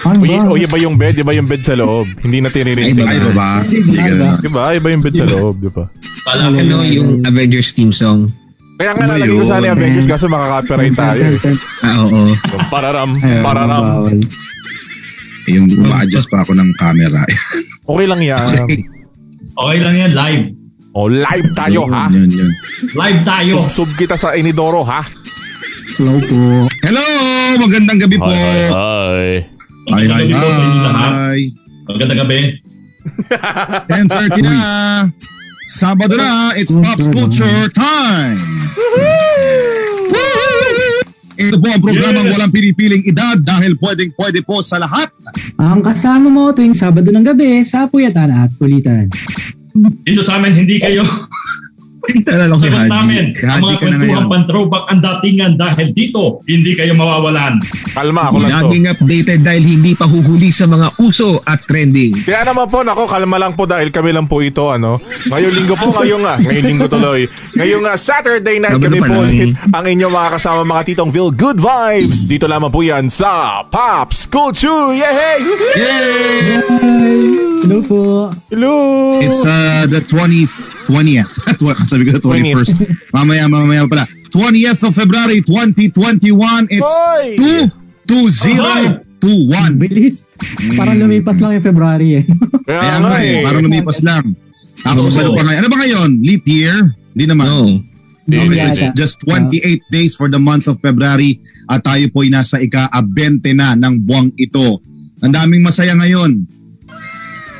Ano O, ba? y- o oh, iba yung bed, iba yung bed sa loob. Hindi natin Ay, niririnig. ba ba? Hindi ganun na. Diba? Iba yung bed sa loob, diba? Parang ano yung Avengers theme song. Kaya nga Ano nalagay ko yun? sana yung Avengers kaso makaka-copyright tayo. eh. Ah, oo. Yung Pararam, Ayun, pararam. bawal. Yung uma-adjust pa ako ng camera. Okay lang yan. Okay lang yan, live. O, live tayo, ha? Oh, Yun, yun, yun. Live tayo. Sub kita sa Inidoro, ha? Hello po. Hello! Magandang gabi po! hi. Hi, hi, Magandang gabi po sa inyo lahat. hi! Magandang gabi. 10.30 na! Sabado na! It's Pops Culture Time! Woohoo! Ito po ang programang Yes! walang pinipiling edad dahil pwedeng-pwede po sa lahat. Ang kasama mo tuwing Sabado ng gabi sa Puyatan at Kulitan. Dito sa amin, hindi kayo. Pintalan ako si Sagot Haji. namin, Haji ka na ang mga kwentuhan ngayon. pan-throwback ang datingan dahil dito, hindi kayo mawawalan. Kalma, ako lang to. Laging updated dahil hindi pa huhuli sa mga uso at trending. Kaya naman po, nako, kalma lang po dahil kami lang po ito, ano. Ngayong linggo po, ngayong nga, ngayong linggo tuloy. Ngayong nga, Saturday night Sabado kami pa po lang. ulit ang inyong mga kasama mga titong Phil Good Vibes. Dito lamang po yan sa Pops Culture. Yehey! Yay! Hello po. Hello! It's uh, the 20 20th. Tw- ah, Sabi ko 21st. mamaya, mamaya pala. 20th of February 2021. It's Hoy! 2-2-0-2-1. Bilis. Parang lumipas lang yung February eh. Kaya Kaya nga nga eh, eh. parang lumipas lang. Tapos ano Oo. pa ngayon? Ano ba ngayon? Leap year? Hindi naman. No. Hindi, Okay, hindi, so it's hindi. just 28 days for the month of February at tayo po ay nasa ika-20 na ng buwang ito. Ang daming masaya ngayon.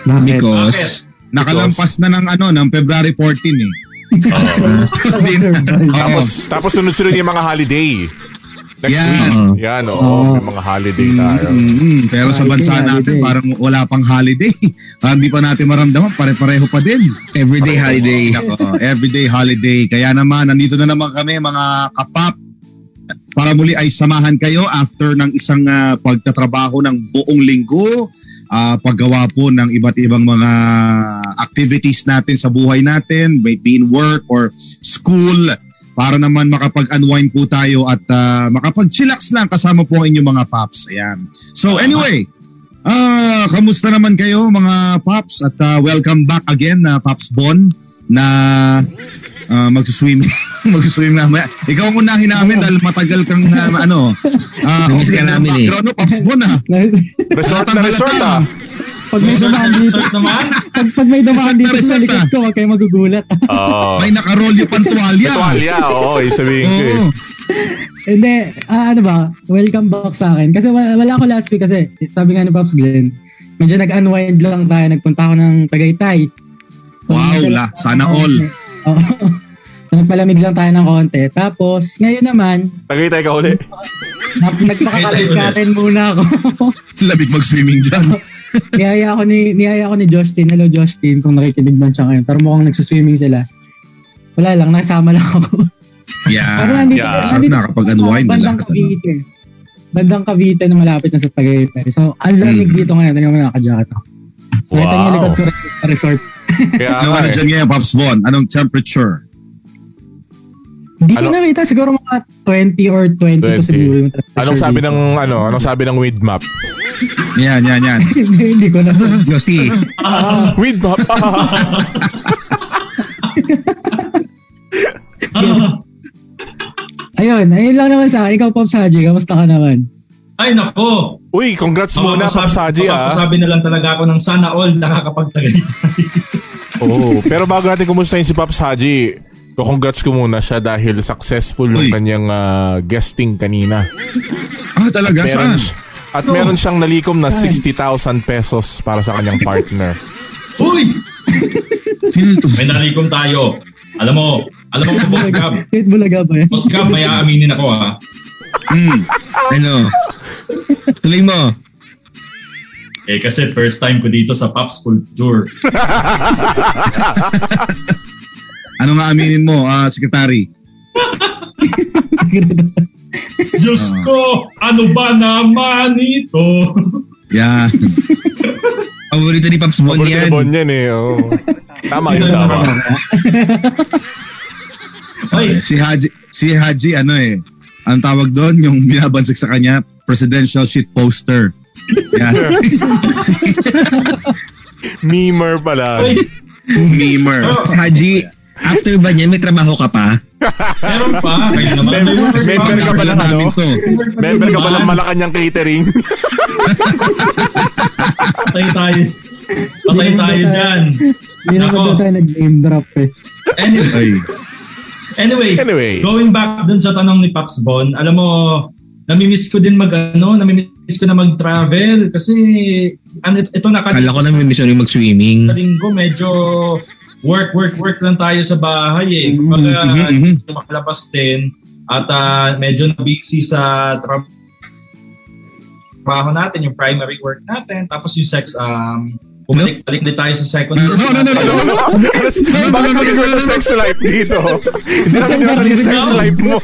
Bakit? Because, Nakalampas na ng ano ng February 14 eh. Hindi na. Survive. Oo. Tapos, tapos sunod-sunod yung mga holiday. Next Yeah. Oh. week. Oo. Yan, oo. Oo. may mga holiday tayo. Mm, pero sa Holiday, bansa natin holiday. parang wala pang holiday. Parang Hindi pa natin maramdaman, pare-pareho pa din. everyday holiday. Nako, everyday holiday. Kaya naman, nandito na naman kami mga kapap. Para muli ay samahan kayo after ng isang ah, pagtatrabaho ng buong linggo, ah, paggawa po ng iba't ibang mga activities natin sa buhay natin, may be in work or school, para naman makapag-unwind po tayo at ah, makapag-chillax lang kasama po ang inyong mga paps. Ayan. So anyway, ah, kamusta naman kayo mga paps at ah, welcome back again na Paps Bon na ah, magsuswim. magsuswim na mamaya. Ikaw ang unahin namin dahil matagal kang ah, ano. Uh, Namiss ka namin eh. background no, Paps Bon ah. Resort na Tatanggal resort tayo. ah. Pag may dumaan dito, Start naman. pag, pag may dumaan dito sa likod ko, huwag kayo magugulat. Oo. May nakarol yung pantualya. Tuwalya, oo. Isabihin ko eh. Oo. Hindi, ah, ano ba, welcome back sa akin. Kasi wa- wala ako last week kasi, sabi nga ni Pops Glenn, medyo nag-unwind lang tayo, nagpunta ako ng Tagaytay. Wow, medyo- la, sana all. Oo. So, nagpalamig lang tayo ng konti. Tapos, ngayon naman, Tagay tayo ka uli. nap- nagpakakaligkatin muna ako. Labig mag-swimming dyan. niyaya ako ni, niyaya ako ni Justin. Hello, Justin, kung nakikinig man siya ngayon. Pero mukhang nagsuswimming sila. Wala lang, nasama lang ako. Pero Yeah. nandito- Ah, yeah. Sarap nandito- na kapag unwind na Bandang lahat. Ano. Cavite. Bandang Cavite na malapit na sa Tagaytay. So, ang lamig Mm. dito ngayon. Tingnan mo nakajacket ako. So, wow. ito yung Wow. likod ko rin sa resort. Kaya Ano nga ano eh. dyan ngayon, Paps Bon? Anong temperature? Hindi Ano- ko nakita. Siguro mga 20 or 22 20. siguro. yung temperature Anong sabi dito. ng ano? Anong sabi ng weed map? Yan, yan, yan. Hindi, hindi ko na. Yossi, Ah, weed map. Ah. Ah, Ayun, ayun lang naman sa akin. Ikaw, Pops Haji, kamusta ka naman? Ay, nako. Uy, congrats Mga muna, kasabi- Pops Haji mga ah. kasabi na lang talaga ako ng sana all nakakapagtagal. Oo. Oh, Pero bago natin kumustahin si Pops Haji, congrats ko muna siya dahil successful yung Uy. kanyang ah, guesting kanina. Ah, talaga? Meron, Saan? si- at meron siyang nalikom na 60,000 pesos para sa kanyang partner. Uy! Feel to. May nalikom tayo. Alam mo, alam mo kung boss cab. Kahit bulaga eh. ba yan? Boss cab, may aaminin ako ah. ha. Mm. ano? Tuloy mo. Eh kasi first time ko dito sa Pops Culture. Ano nga aminin mo, ah, Secretary? Ah. Diyos ko, ano ba naman ito? Yan. Paborito ni Pops Bon Paborito yan. ni Bon yan eh. oo. Tama yun, tama. Ay, Si Haji, si Haji ano eh, ang tawag doon, yung binabansag sa kanya, presidential shit poster. Yeah. Memer pala. Uy, Memer. Oh, pero- Haji, after ba niyan, may trabaho ka pa? meron pa. Kaya naman. Member- May member work ka pa. pala. ano? Namin to. Member ka pala ng Malacanang Catering. Patay tayo. Patay Hindi tayo naman dyan. Hindi naman Nako. daw tayo nag-name drop eh. Anyway, Ay. Anyway, Anyways. going back dun sa tanong ni Pops Bon, alam mo, namimiss ko din mag ano, namimiss ko na mag-travel kasi ano, ito nakalipas Kala ko na may mission yung mag-swimming. na linggo, medyo work, work, work lang tayo sa bahay eh. Mhm, Kumbaga, mhm, mhm. medyo makalabas din at ah, medyo busy sa tra- trabaho natin, yung primary work natin, tapos yung sex, um, bumalik-balik din tayo sa secondary. No, no, no, no, Ano, ano, ano? Bakit magkakaroon ng sex life dito? Hindi namin tinatanong yung sex life mo.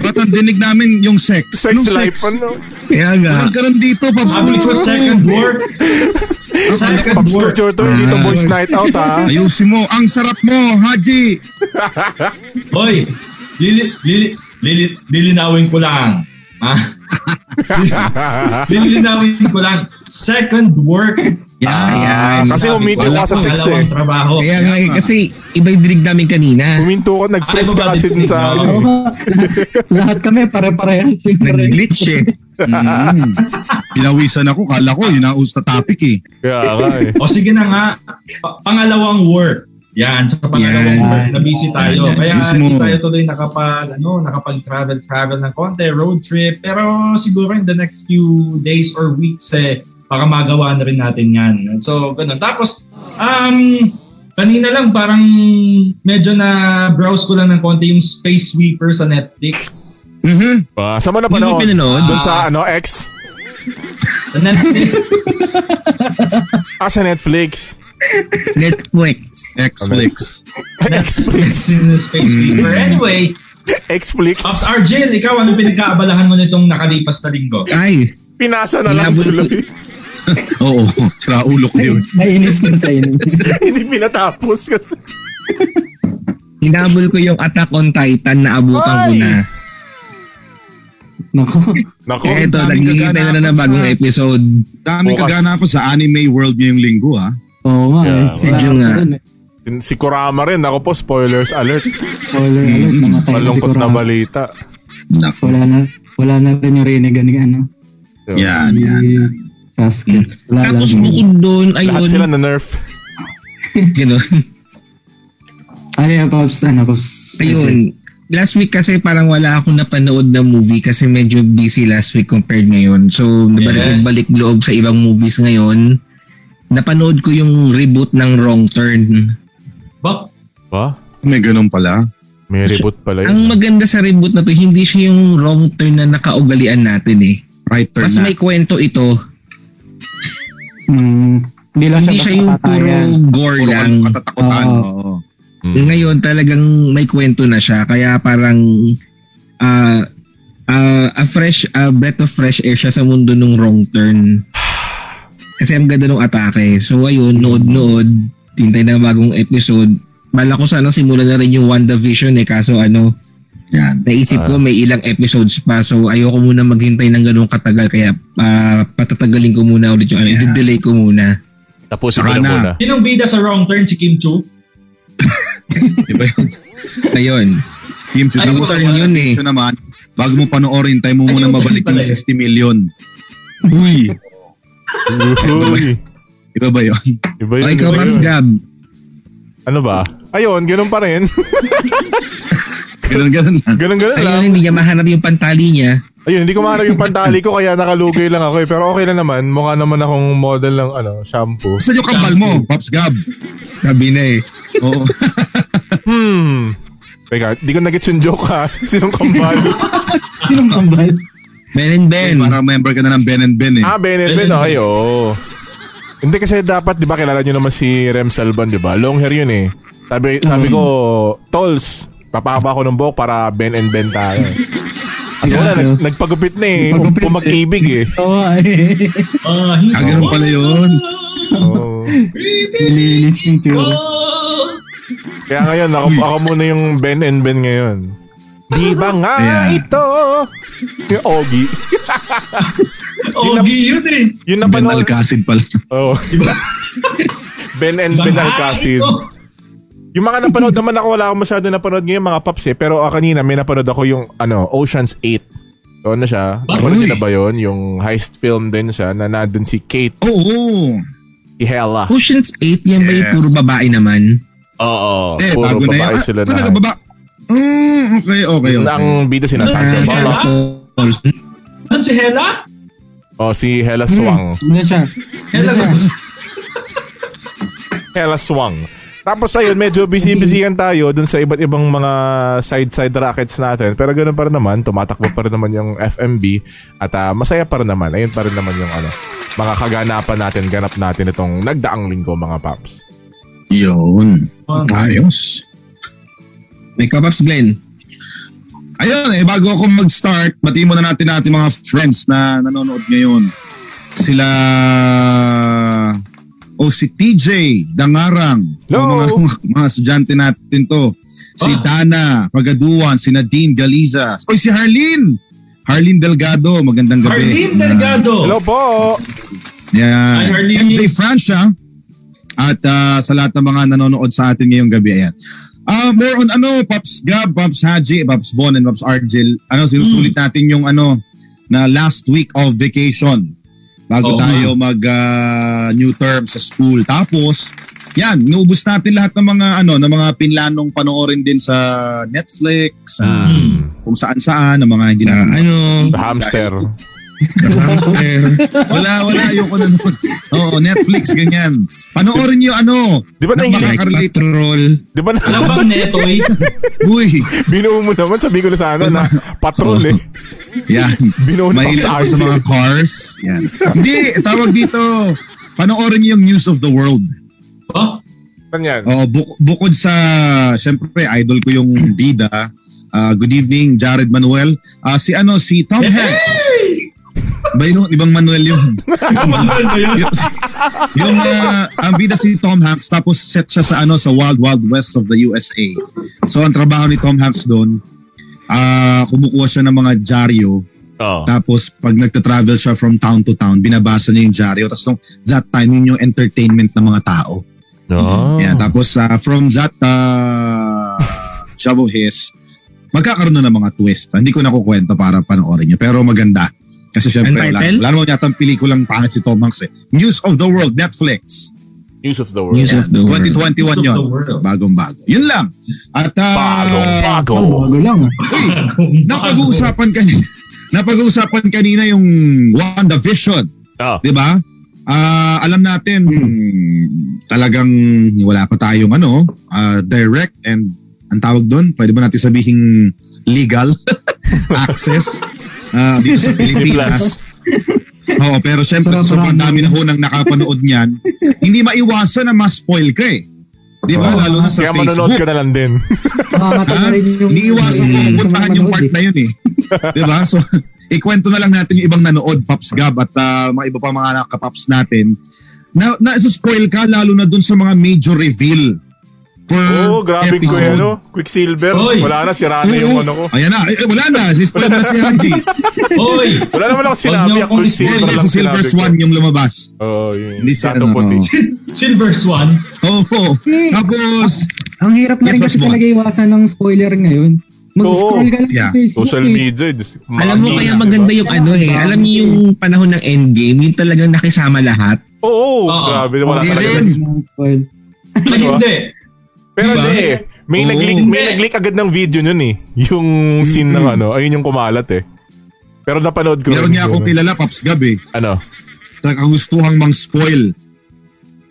Ba't ang dinig namin yung sex? Sex Anong life, ano? Kaya nga. Walang ganun dito, Pops Sabi ko, Culture. second work. second Pops work. Culture to, hindi to Ah. boys night out ha. Ayusin mo. Ang sarap mo, Haji. Hoy, lili, lili, lili, lilinawin ko lang. Ha? lilinawin ko lang. Second work. Yeah, yeah. Ah, kasi uminto ka sa sex eh. Dalawang trabaho. Kaya nga, Kaya eh, nga. kasi iba yung dinig namin kanina. Uminto ka, nag-freeze ka kasi dun sa... ano? Oo nga. Lahat- lahat kami pare-parehas. Nag-glitch eh. Mm. Pinawisan ako. Kala ko, yun ang usta topic eh. Kaya nga eh. O sige na nga, pa- pangalawang work. Yan, sa pangalawang Yan. work na busy tayo. Yan, yan, Kaya mismo. hindi tayo tuloy nakapag, ano, nakapag-travel-travel ng konti, road trip. Pero siguro in the next few days or weeks, eh, baka magawa na rin natin yan. So, ganun. Tapos, um, kanina lang parang medyo na browse ko lang ng konti yung Space Sweeper sa Netflix. Mhm. Ah, Saan mo na Hindi mo panood? pinanood? Doon sa ano, X? Sa Netflix. Ah, sa Netflix. Netflix. X-Flix. Netflix Netflix. in Space Sweeper. Anyway, Netflix. Pops Arjel, ikaw, ano pinagkaabalahan mo nitong nakalipas na linggo? Ay, Pinasa na lang Hinabol- tuloy. Oo. Sira ulo ko yun. Nainis na sa inyo. Hindi pinatapos kasi. hinabol ko yung Attack on Titan na abutan ko Ay! na. Nako. Nako. Kaya Eh, ito, daming naghihintay na na ng kaganapan bagong sa- episode. Daming Bukas. kaganapan sa anime world ngayong linggo ah. ha. Oo nga eh. Yeah, medyo nga. Si Kurama rin. Ako po, spoilers alert. Spoiler alert, Mm-hmm. namatay na Malungkot siguro. na balita. Nako. Wala na. Wala na rin yung rinigan ni ano. So, Yan, yan. ni Sasuke. Wala lang. Tapos bukod doon, Lahat ayun, sila na nerf. ganun. Ano yan, Pops? Ano, Pops? ayun. Last week kasi parang wala akong napanood na movie kasi medyo busy last week compared ngayon. So, nabalik Yes. balik loob sa ibang movies ngayon. Napanood ko yung reboot ng Wrong Turn. Bak, Ba? May ganun pala. May reboot pala yun. Ang maganda sa reboot na to, hindi siya yung wrong turn na nakaugalian natin eh. Writer Mas na. may kwento ito. Hmm, hindi lang Hindi siya yung puro patayan. gore Puro lang. ano, katatakutan. Oo. Oo. Mm. Ngayon talagang may kwento na siya. Kaya parang ah ah, a fresh, a breath of fresh air siya sa mundo nung wrong turn. Kasi ang ganda nung atake. So ayun, nood-nood. Tintay na bagong episode. Bala ko sana simulan na rin yung WandaVision eh. Kaso ano, Yan. Naisip ko may ilang episodes pa so ayoko muna maghintay ng ganung katagal kaya ah, patatagalin ko muna ulit yung ano, Yeah. delay ko muna. Tapusin ko na Saka na. muna. Sinong bida sa wrong turn si Kim Chu? Di ba yun? Ayun. Team Chu. Ay, Tapos sa utang yun yun eh. naman, bago mo panoorin, tayo mo Ay, muna utang mabalik pala yung yun. 60 million. Uy. Uy. Iba ba yun? Iba yun, Okay, iba ikaw yun. Max Gab. Ano ba? Ayun, ganun pa rin. Ganun, ganun lang. Ganun-ganun lang. Ayun, hindi niya mahanap yung pantali niya. Ayun, hindi ko mahanap yung pantali ko kaya nakalugay lang ako eh. Pero okay lang naman. Mukha naman akong model ng ano, shampoo. Saan yung kambal mo, Pops Gab? Sabi na eh. Oo. Hmm. Teka, di ko nag yung joke ha. Sinong kambal? Sinong kambal? Ben and Ben. Para member ka na ng Ben and Ben eh. ah, Bennett Ben. Okay, oo. Hindi kasi dapat, di ba, kilala nyo naman si Rem Salvan, di ba? Long hair yun eh. Sabi, sabi ko, Tols, papaba ko ng buhok para Ben and Ben tayo. At wala, Kaso, nag- nagpagupit na eh. Pum- nagpagupit eh. Pumag-ibig eh. Oo, eh. Ah, Ah, ganun pala yun. Oo. Nilinis yung tube. Oh, Kaya ngayon, ako, ako muna yung Ben and Ben ngayon. Di ba nga Ayan. ito? Yung Ogi. Ogi yun eh. Yun Ben napanood. Alcacid pala. Oh. ben and Ben Alcacid. Ito. Yung mga napanood naman ako, wala akong masyado napanood ngayon mga paps eh. Pero ah, kanina may napanood ako yung ano, Ocean's 8. So ano siya? Napanood Uy. niyo na ba yun? Yung heist film din siya na nandun si Kate Oo. Ihella. Ocean's 8, yan ba yung Yes. puro babae naman? Oo. Eh, puro bago na yan. babae Ah, sila talaga, na. baba. Mm, okay, okay, Yun okay. ang bida si Sansa Nasa- Bala. Ah, Bala. Paul. Ano si Hela? Oh, si Hela Swang. Ano siya? Hela Ano siya? gusto Hela Swang. Tapos ayun, medyo busy-busyan tayo dun sa iba't ibang mga side-side rockets natin. Pero ganun pa rin naman, tumatakbo pa rin naman yung FMB at ah, masaya pa rin naman. Ayun pa rin naman yung ano, mga kaganapan natin, ganap natin itong nagdaang linggo mga paps. Yun. Oh, Ayos. May kapaps Glenn. Ayun, eh, bago ako mag-start, batiin muna natin natin mga friends na nanonood ngayon. Sila, o si TJ Dangarang. Hello. O mga, mga estudyante natin to. Si Ah. Dana Pagaduan, si Nadine Galiza. O si Harleen! Harleen Delgado, magandang gabi. Arlene Delgado. Hello po! Yeah. Hi, Harleen. MJ Francia ah. at ah, sa lahat ng mga nanonood sa atin ngayong gabi. Ayan. Ah, more on ano, Pops Gab, Pops Haji, Pops Von, and Pops Argel. Ano, sinusulit Mm. natin yung ano, na last week of vacation bago Oo tayo mag ah, new term sa school. Tapos, yan, inubos natin lahat ng mga ano, ng mga pinlanong panoorin din sa Netflix, sa Hmm. kung saan-saan, ng mga hindi Sa natin. ano, The hamster. hamster. Wala, wala, ayoko na nun. Oo, Netflix, ganyan. Panoorin nyo ano, Di ba Nang nahilig? baka- Like Nakarelate. patrol. Di ba Alam na? bang eh? netoy? Uy, Binuo mo naman, sabi ko na sana na patrol eh. yan. Binuo na Mahilig pa ako sa mga cars. Yan. Hindi, tawag dito. Panoorin niyo yung news of the world. Oh, Ganyan. Oh, bu- bukod sa, syempre, idol ko yung Dida. Ah, good evening, Jared Manuel. Ah, si ano, si Tom Hanks. Hey! Ba yun? Ibang Manuel yun. Kumandal ba yun? yung, yung ah, ang bida si Tom Hanks tapos set siya sa ano sa Wild Wild West of the USA. So ang trabaho ni Tom Hanks doon ah kumukuha siya ng mga dyaryo Oh. tapos pag nagta-travel siya from town to town binabasa niya yung dyaryo tapos nung that time yun yung entertainment ng mga tao. Yeah, Hmm. tapos ah, from that uh, job of his magkakaroon na ng mga twist. Hindi ko nakukwento para panoorin niyo pero maganda. Kasi syempre Ang wala, title? wala naman yata ang pelikulang pangit si Tom Hanks eh. News of the World, Netflix. News of the world. News of the world. 2021 News of yun. the world. Bagong-bago. Yun lang. At uh, Bagong bago. Oh, bago lang. napag-uusapan kanina. Napag-uusapan kanina yung WandaVision. Ah. Hmm. Di ba? Ah, alam natin talagang wala pa tayong ano, ah, direct and ang tawag doon, pwede ba natin sabihin legal access ah, dito sa Disney Plus. Pilipinas. Oo, pero syempre sa sobrang dami na ho nang nakapanood niyan, hindi maiwasan na ma-spoil ka eh. Di ba? Oo. Lalo na sa Kaya manonood Facebook. ka na lang din. Makamatay na Ha? rin yung... Hindi iwasan mo yung pupuntahan mga yung manood part eh. na yun eh. Di ba? So, ikwento na lang natin yung ibang nanood, Pops Gab, at ah, mga iba pa mga nakapaps natin. Na, na-spoil ka lalo na dun sa mga major reveal per Oo, oh, grabe ko Mm. episode. yun. Ano? Quicksilver. Oy. Wala na, sira na yung Oo. ano ko. Ayan na. Eh, wala na. Si-spoil na si Angie. Oy! Wala naman ako Huwag sinabi. niyo Ako akong Quicksilver Hindi, lang si sinabi Silver ko. Swan yung lumabas. Oo, yun. eh, Hindi siya, Shadow ano, Puti. oo. Silver Swan. Oo. Eh, Tapos, Ang hirap na rin Yes, kasi Osmond. talaga iwasan ng spoiler ngayon. Mag-scroll ka lang Yeah. sa Facebook. Social eh. media. dis- Alam mo mga kaya news, maganda diba? yung ano eh. Alam niyo yung panahon ng Endgame, yung talagang nakisama lahat. Oo, Oo. grabe. Wala Hindi talaga. rin. Spoil. Ay, hindi. Pero Diba? hindi eh. May Oo. nag-leak, may Hindi. nag-leak agad ng video nun eh. Yung scene ng ano, ayun yung kumalat eh. Pero napanood ko. meron rin niya yun. akong kilala, Pops Gab eh. Ano? sa kagustuhang mang spoil.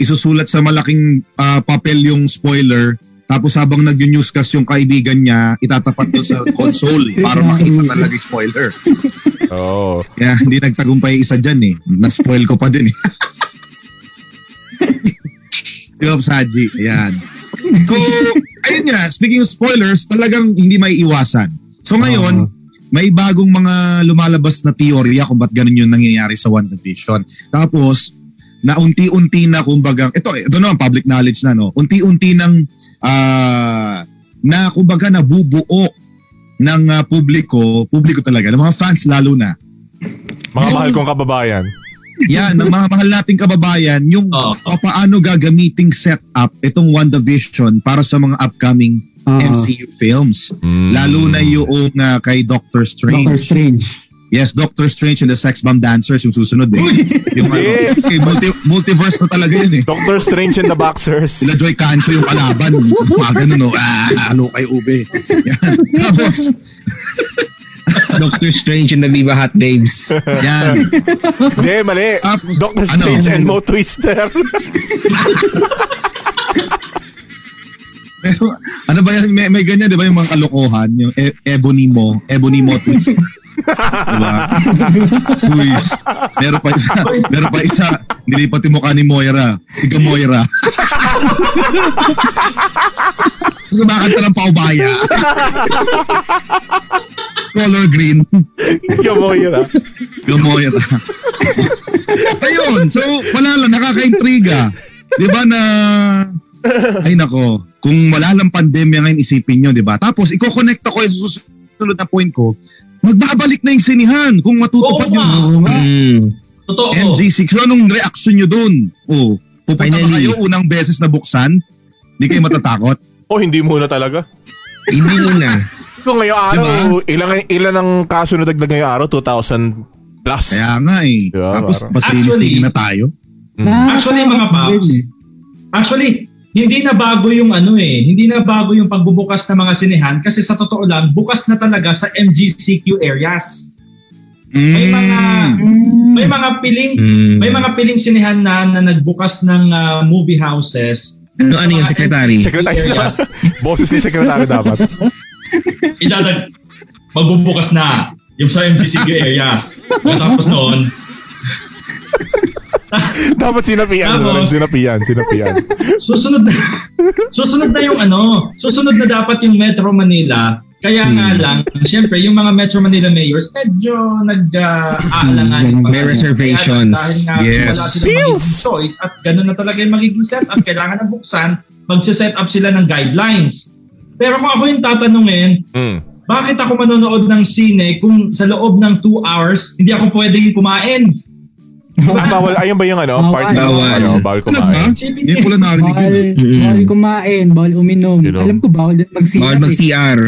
Isusulat sa malaking ah, papel yung spoiler. Tapos habang nag-newscast yung kaibigan niya, itatapat doon sa console eh, para makita talaga yung spoiler. Oo. Kaya hindi nagtagumpay isa dyan eh. Na-spoil ko pa din eh. si Pops Haji. Ayan. So, ayun nga. Speaking of spoilers, talagang hindi may iwasan. So ngayon, may bagong mga lumalabas na teorya kung ba't ganun yung nangyayari sa WandaVision. Tapos, na unti-unti na kumbaga, ito, eh, ito naman public knowledge na no, unti-unti nang ah, na kumbaga nabubuo ng ah, publiko, publiko talaga, ng mga fans lalo na. Mga mahal kong kababayan. Yan, ng mga mahal nating kababayan, yung Oo. o paano gagamiting setup itong WandaVision para sa mga upcoming Oo. MCU films. Mm. Lalo na yung ah, kay Doctor Strange. Doctor Strange. Yes, Doctor Strange and the Sex Bomb Dancers yung susunod eh. yung ano, Hindi. eh, multi- multiverse na talaga yun eh. Doctor Strange and the Boxers. Sila Joy Cancio yung kalaban. Mga ganun, no? Ah, ano kay Ube. Yan. Tapos, Doctor Strange and the Viva Hot Babes. yan. Hindi, mali. Ah, Doctor ano? Strange and Mo Twister. Pero ano ba yan? May, may ganyan, di ba? Yung mga kalokohan. Yung e- Ebonimo. Ebonimo twist. diba? twist. Meron pa isa. Meron pa isa. Nilipat yung mukha ni Moira. Siga Moira. Tapos kumakanta ng paubaya. Color green. Gamoyra. Gamoyra. Ayun. So, wala lang. Nakakaintriga. Di ba na... Ay nako. Kung wala lang pandemya ngayon, isipin nyo, di ba? Tapos, iko-connect ako yung susunod na point ko. Magbabalik na yung sinihan kung matutupad Oo yung Oo nga. Mm. Totoo. MG6. So, anong reaction nyo dun? Oh, pupunta ba Finally. kayo unang beses na buksan? Hindi kayo matatakot? Oh, hindi muna talaga. Hindi muna. Kung ngayong araw, ilang, ilan ang kaso na dagdag ngayong araw? 2,000 plus. Kaya nga eh. Yeah, Tapos, parang- pasinisig Actually- na tayo. Ah. Nakaka- Actually, mga Yun paps, eh. Actually, hindi na bago yung ano eh, hindi na bago yung pagbubukas ng mga sinehan kasi sa totoo lang, bukas na talaga sa MGCQ areas. Hmm. May Hmm. mga- Mm. May mga piling Mm. may mga piling sinehan na, na nagbukas ng ah, movie houses. Ano, ano yun, secretary? Secretary na. Yes. Boses ni Secretary dapat. Ilalag, magbubukas na yung sa MGCQ areas. Tapos noon, dapat sinapian. Tapos- Tapos, sinapian, sinapian. susunod na, susunod na yung ano, susunod na dapat yung Metro Manila. Kaya nga lang, syempre, yung mga Metro Manila mayors, medyo nag-aalangan. May Hmm. reservations. Dahil nga Yes. wala silang Bills! magiging choice at ganun na talaga yung magiging setup. Kailangan na buksan, magsiset up sila ng guidelines. Pero kung ako yung tatanungin, Mm. bakit ako manonood ng sine kung sa loob ng 2 hours, hindi ako pwedeng kumain? Ah, bawal, ayun ba yung ano? Bawal. Part ng Bawal. ano, bawal Ano ba? kumain. Hindi ko lang narinig Bawal, yun. eh. Mm-mm. bawal kumain, bawal uminom. Inom. Alam ko, bawal din magsilat. Bawal eh. mag-CR.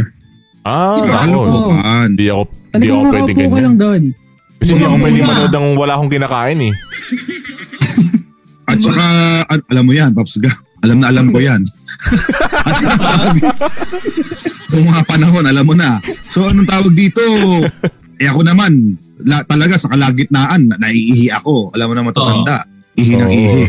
Ah, ako. Ano ko? An? Hindi ako, hindi Talagang ako pwedeng makaupo ko ganyan. lang doon. Kasi hindi ako Muna. pwedeng manood ng wala akong kinakain eh. At saka, al- alam mo yan, Paps Ga. Alam na alam ko yan. At saka, kung mga panahon, alam mo na. So, anong tawag dito? Eh ako naman, la- talaga sa kalagitnaan, na- naiihi ako. Alam mo na matatanda. Ihi ng ihi.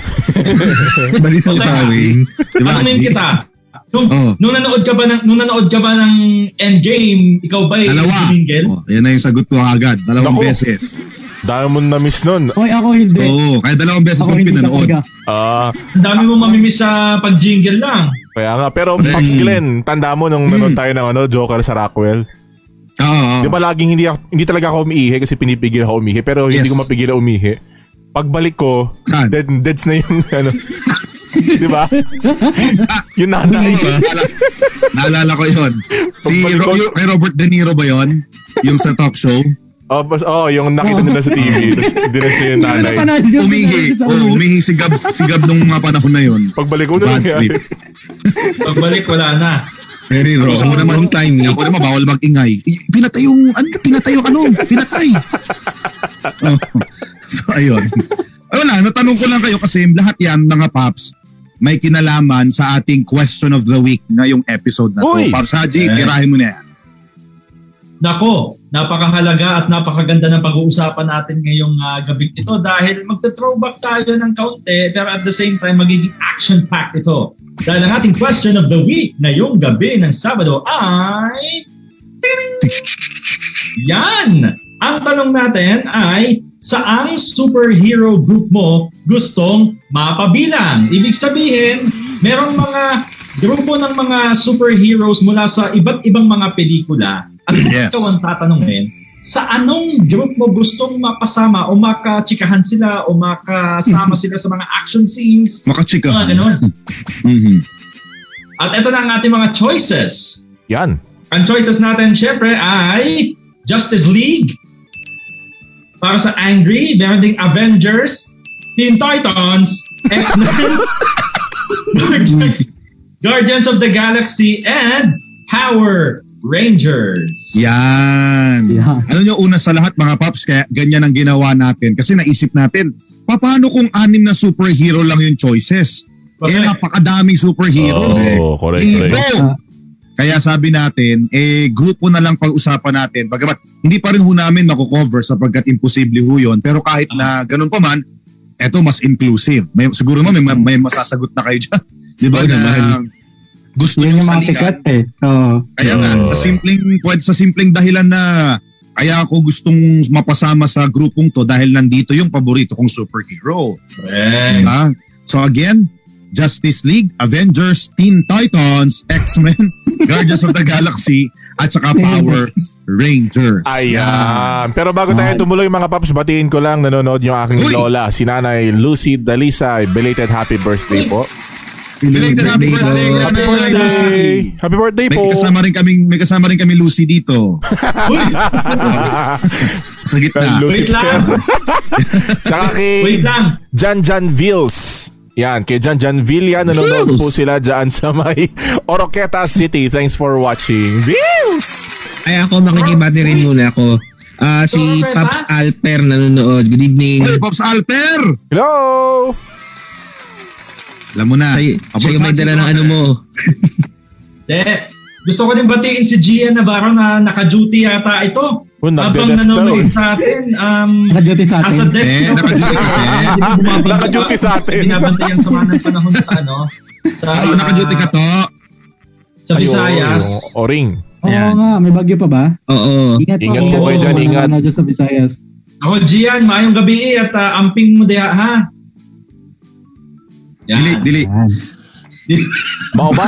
Balik sa Sorry. Di ba? Tanungin kita. Nung, Oh. nung nanood ka ba ng nung nanood ka ba ng Endgame, ikaw ba eh, Dalawa. Jingle? Oh, yan na yung sagot ko agad. Dalawang Naku. beses. Dahil mo na-miss nun. Oy, ako hindi. Oo, kaya dalawang beses ako kong hindi pinanood. talaga. Ah, Ang dami mong mamimiss sa pag-jingle lang. kaya nga. Pero Mm. Pops Glenn, tanda mo nung nanood tayo ng ano, Joker sa Rockwell. Oo, oo. Di ba laging hindi, ako- hindi talaga ako umiihi kasi pinipigil ako umihi. Pero hindi Yes. ko mapigil na umihi. Pagbalik ko, Saan? dead, deads na yung ano. di ba? yung Ay, nanay. naalala, naalala ko yun. Si Pagbalik Ro- ko- yung- kay Robert De Niro ba yun? Yung sa talk show? Oh, bas, oh, yung nakita nila sa TV. Tapos dinan siya Hindi ko yung Ano nanay. napanood yun. Umihi. Sa Oo, ulo. umihi si Gab, si Gab nung mga panahon na yun. Pagbalik ko ano na Bad trip. Pagbalik wala na. Very wrong. Gusto mo naman- Wrong timing. Ako naman, bawal mag-ingay. Eh, Pinatay yung, ano, pinatay yung ano, pinatay. Oh. So, ayun. Ay, wala, natanong ko lang kayo kasi lahat yan, mga paps, may kinalaman sa ating question of the week ngayong episode na to. Uy! Paps Haji, Eh. tirahin mo na yan. Nako, napakahalaga at napakaganda ng pag-uusapan natin ngayong ah, gabi ito dahil magta-throwback tayo ng kaunti pero at the same time magiging action-packed ito. Dahil ang ating question of the week ngayong gabi ng Sabado ay... Yan! Ang tanong natin ay saang superhero group mo gustong mapabilang? Ibig sabihin, merong mga grupo ng mga superheroes mula sa iba't ibang mga pelikula at kung Yes. ikaw ang tatanungin, sa anong group mo gustong mapasama o makachikahan sila o makasama sila sa mga action scenes? Makachika. Mga ganun. Mhm. At ito na ang ating mga choices. Yan. Ang choices natin, syempre, ay Justice League. Para sa Angry, meron ding Avengers, Teen Titans, X-Men, Guardians, Guardians of the Galaxy, and Power Rangers. Yan. Yeah. Ano nyo, una sa lahat mga paps, kaya ganyan ang ginawa natin. Kasi naisip natin, pa- paano kung anim na superhero lang yung choices? Eh, Correct. napakadaming superheroes. Oh, correct, Eh, correct. bro, Kaya sabi natin, eh, grupo na lang pag-usapan natin. Bagamat, hindi pa rin ho namin makukover sapagkat imposible ho yun. Pero kahit na ganun pa man, eto mas inclusive. May, siguro naman may, may masasagot na kayo dyan. Di ba? Oo na naman. Yun Gusto nyo yung mga salikan. sikat eh. Oo. Kaya nga, Mm. Oo. sa simpleng, pwede sa simpleng dahilan na kaya ako gustong mapasama sa grupong to dahil nandito yung paborito kong superhero. Correct. Diba? Mm. So again, Justice League, Avengers, Teen Titans, X-Men, Guardians of the Galaxy, at saka Power Rangers. Ayan. Pero bago tayo tumuloy mga paps, batiin ko lang nanonood yung aking Uy! lola, si Nanay Lucy Dalisa. Belated happy birthday po. Belated happy birthday, Happy Nanay Lucy. birthday! Happy birthday May po! kasama rin kami, may kasama rin kami Lucy dito. Uy, Sa gitna. Lucy wait lang. Tsaka kay Wait lang. Jan Jan Vils. Yan, kay Jan Jan Villan. Nanonood Vils! po sila dyan sa may Oroqueta City. Thanks for watching. Vils! Ay ako, makikibati rin muna ako. Ah, si Robert, Paps ha? Alper nanonood. Good evening. Hey, Pops Alper! Hello! Alam mo na. Siya, Abot siya yung sa may atin, dala ng ano mo. De, gusto ko din batiin si Gian Navarro na naka-duty yata ito. Oh, Habang nagde-death nanonood daw. sa atin, um, Nakaduty sa as a atin. desk Eh, jockey, naka-duty ka, eh. hindi na bumabantay- Naka-duty sa atin. Binabantayan sa mga panahon sa ano, sa, Ay, naka-duty ka to. sa Ay, oo, Visayas. yung O-ring. Oo Ayan. nga, may bagyo pa ba? Oo. Ingat, Ingat po kayo dyan, ingat. Ano, sa Visayas. Ako, Gian, maayong gabi eh, at ah, amping mo diha, ha? Dili, dili. Ayan. Bao ba?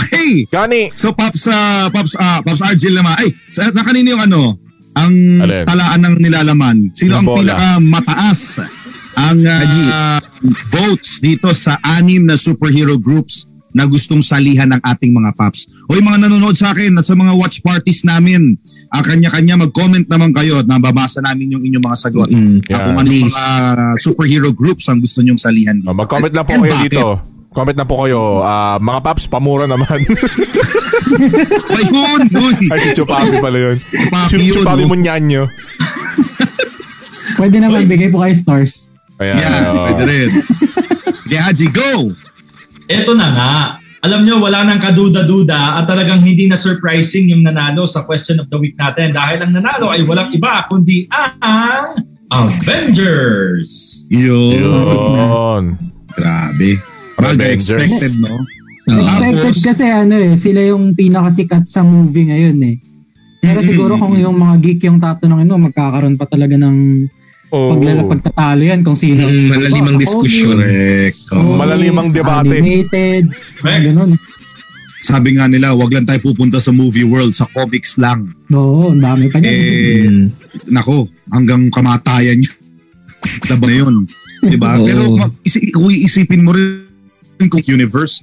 Okay. Gani! So Pops ah, Pops ah, Pops Argel naman. Ay, sa na kanino yung ano? Ang Alin? talaan ng nilalaman. Sino Yung ang bola. pinaka mataas ang ah, votes dito sa anim na superhero groups na gustong salihan ng ating mga paps. Hoy mga nanonood sa akin at sa mga watch parties namin, ah, kanya-kanya mag-comment naman kayo at nababasa namin yung inyong mga sagot. Mm. Ah, Yeah. kung ano yung Please. mga superhero groups ang gusto nyong salihan dito. Oh, mag-comment lang po And kayo bakit? dito. Comment lang po kayo. Ah, mga paps, pamura naman. Ayun, boy. Ay, si Chupapi pala yun. Chupapi Chupapi, yun, Chupapi oh. mo nyanyo. Pwede naman, bigay po kayo stars. Ayan. Yeah, oh. pwede rin. Yeah, Haji, go! Eto na nga. Alam nyo, wala nang kaduda-duda at talagang hindi na surprising yung nanalo sa question of the week natin dahil ang nanalo ay walang iba kundi ang Avengers. Yun. Yun. Grabe. Bagay Avengers. expected, no? Oo. Expected Tapos- kasi ano eh, sila yung pinakasikat sa movie ngayon eh. Pero siguro kung yung mga geek yung tatanungin mo, magkakaroon pa talaga ng Oh. paglala pagtatalo yan kung sino. Mm, malalimang Ako, diskusyon. Correct. ako, Oo. Mala- Malalimang sa debate. Animated. mga Correct. Ganun. Sabi nga nila, wag lang tayo pupunta sa movie world, sa comics lang. Oo, ang dami pa niya. Eh, Mm. nako, hanggang kamatayan yun. Laban na yun. Diba? Oo. Pero mag- isi- kung iisipin mo rin kung universe,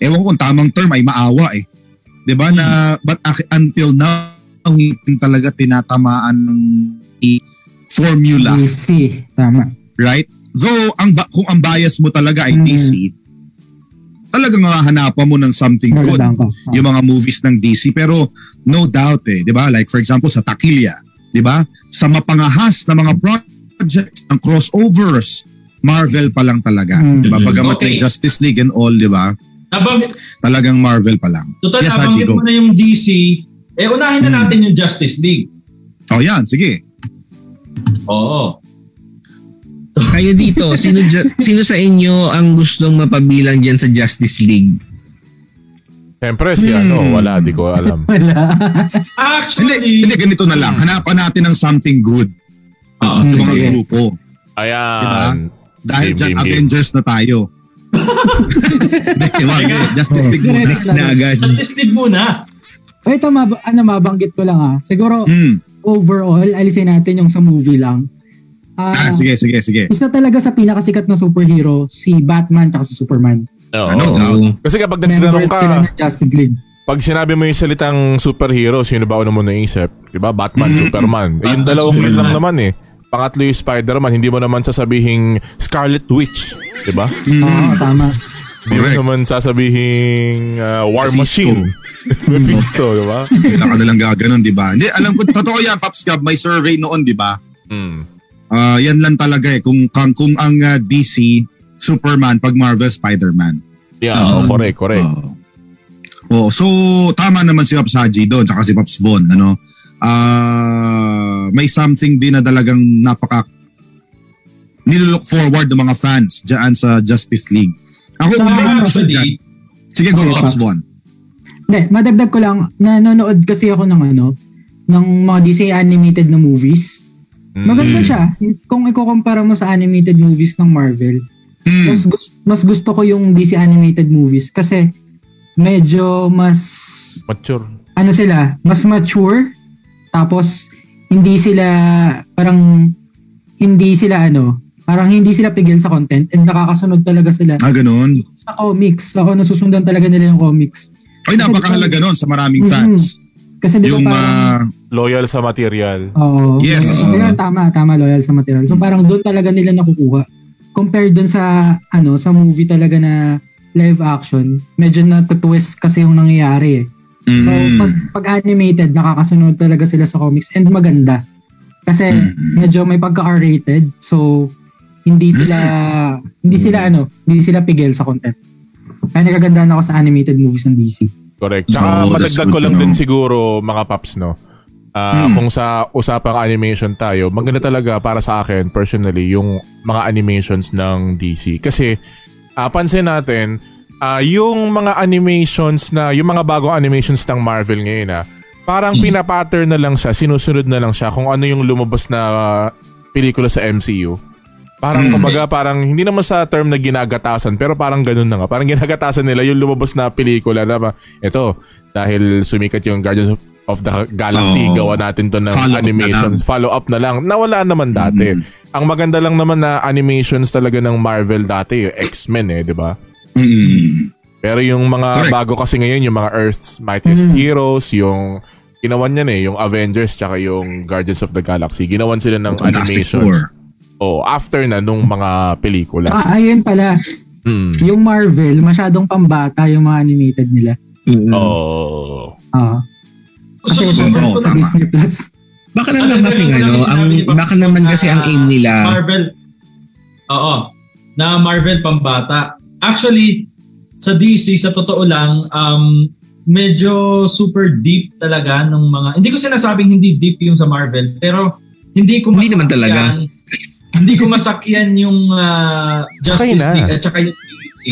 ewan ko kung tamang term ay maawa eh. Diba? Na, but ak- until now, hindi talaga tinatamaan ng i- formula. Mm. DC. Tama. right? Though, ang ba- kung ang bias mo talaga ay Mm. DC, talagang hahanapan mo ng something good Nagandaan ko. Oo. yung mga movies ng DC. Pero no doubt eh, di ba? Like for example, sa Taquilla, di ba? Sa mapangahas na mga projects, ang crossovers, Marvel pa lang talaga. Mm. Hmm. Di ba? Bagamat Okay. may Justice League and all, di ba? Nabang, Talagang Marvel pa lang. total, Yes, Haji, nabanggit go. mo na yung DC. Eh, unahin Hmm. na natin yung Justice League. Oh yan, sige. Oo. Kayo dito, sino, ju- sino sa inyo ang gustong mapabilang dyan sa Justice League? Siyempre, si Hmm. ano, wala, di ko alam. Wala. Actually, hmm. Hindi, hindi ganito na lang. Hanapan natin ng something good Oo, sa mga Sige. grupo. Ayan. Dahil Hmm, Game, dyan, game, game. Avengers na tayo. Hindi, wag, hindi. Justice League muna. Direct Na lang. agad. Justice League muna. Wait, tama, ba- ano, mabanggit ko lang ah. Siguro, Hmm. overall, alisin natin yung sa movie lang. Ah, Ah, sige, sige, sige. isa talaga sa pinakasikat na superhero, si Batman tsaka si Superman. Oo. Ano? Oo. Kasi kapag Member nagtanong ka, sila ng Justice League. pag sinabi mo yung salitang superhero, sino ba ano mo naisip? Diba? Batman, Superman. Eh, yung dalawang yun lang naman eh. Pangatlo yung Spider-Man, hindi mo naman sasabihing Scarlet Witch. Diba? Hmm. Oo, Ah, tama. Hindi mo Correct. naman sasabihing ah, War Mephisto. Machine. Mephisto, diba? Pinakadalang gaganon, di ba? Hindi, alam ko, totoo yan, Pops Gab, may survey noon, di ba? Mm. Ah, yan lang talaga eh, kung, kung, kung ang ah, DC, Superman, pag Marvel, Spider-Man. Yeah, Oo. oh, correct, correct. ah. Oo. Oh, so tama naman si Pops Haji doon tsaka si Pops Von ano. Ah, may something din na talagang napaka nililook forward ng mga fans diyan sa Justice League. Ako Saka may ano, gusto dyan. Actually, Sige go Oo. Pops Von. Hindi, madagdag ko lang, nanonood kasi ako ng ano, ng mga Disney animated na movies. Mm. Maganda siya. Kung ikukumpara mo sa animated movies ng Marvel, Hmm. mas, gusto, mas gusto ko yung DC animated movies kasi medyo mas Mature. ano sila, mas mature. Tapos, hindi sila, parang, hindi sila ano, parang hindi sila pigil sa content and nakakasunod talaga sila Ah, ganun. sa comics. Ako, nasusundan talaga nila yung comics. Ay, napakahalaga nun sa maraming fans. Kasi Mm-hmm. di ba Yung, parang, ah, Loyal sa material. oo, yes. yun, yun, tama, tama, loyal sa material. So, parang doon talaga nila nakukuha. Compared doon sa, ano, sa movie talaga na live action, medyo na-twist kasi yung nangyayari eh. So, mm, pag, pag animated, nakakasunod talaga sila sa comics and maganda. Kasi Mm. medyo may pagka-R-rated. So, hindi sila, hindi sila ano, hindi sila pigil sa content. Kaya nagaganda ako sa animated movies ng DC. Correct. Tsaka Oo, that's madagdag good ko to lang din know. siguro mga paps, no? Ah, Hmm. Kung sa usapang animation tayo, maganda talaga para sa akin personally yung mga animations ng DC. Kasi ah, pansin natin, ah, yung mga animations na, yung mga bagong animations ng Marvel ngayon ah, parang Hmm. pinapattern na lang siya, sinusunod na lang siya kung ano yung lumabas na ah, pelikula sa MCU. Parang Hmm. kumbaga, parang hindi naman sa term na ginagatasan, pero parang ganun na nga. Parang ginagatasan nila yung lumabas na pelikula na ba, eto, dahil sumikat yung Guardians of, of the Galaxy, Oo. gawa natin to ng Follow up na animation. lang. Hmm. follow up na lang. Nawala naman dati. Ang maganda lang naman na animations talaga ng Marvel dati, yung X-Men eh, di ba? mm. Pero yung mga Correct. bago kasi ngayon, yung mga Earth's Mightiest Heroes, yung ginawan niyan eh, yung Avengers tsaka yung Guardians of the Galaxy. Ginawan sila ng Fantastic animations. Four. Oh, after na nung mga pelikula. Ah, ayun pala, Mm. yung Marvel, masyadong pambata yung mga animated nila. Ah. Mm. Oh. Oo. So, so, so, Oo, so, sa tama. Disney Plus. Baka naman Ano, kasi ano, ano, ano, ano, ang, sinabi ni Pops baka naman kasi ang aim nila. Marvel. Oo. Na Marvel pambata. Actually, sa DC, sa totoo lang, um, medyo super deep talaga ng mga... Hindi ko sinasabing hindi deep yung sa Marvel, pero hindi ko Hindi naman talaga. hindi ko masakyan yung ah, Sakay Justice na. League at saka yung DC.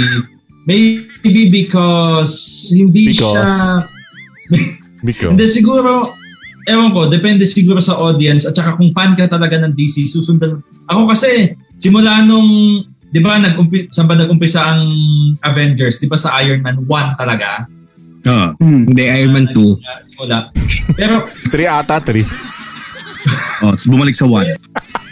Maybe because hindi siya... Because. Biko. Hindi, siguro, ewan ko, depende siguro sa audience at saka kung fan ka talaga ng DC, susundan. Ako kasi, simula nung, di ba, nag-umpi, saan ba nag-umpisa ang Avengers? Di ba sa Iron Man 1 talaga? Ah. Hmm. Hindi, Iron Man 2. Nagsimula- Simula. Pero, 3 ata, 3. Oh, bumalik sa one.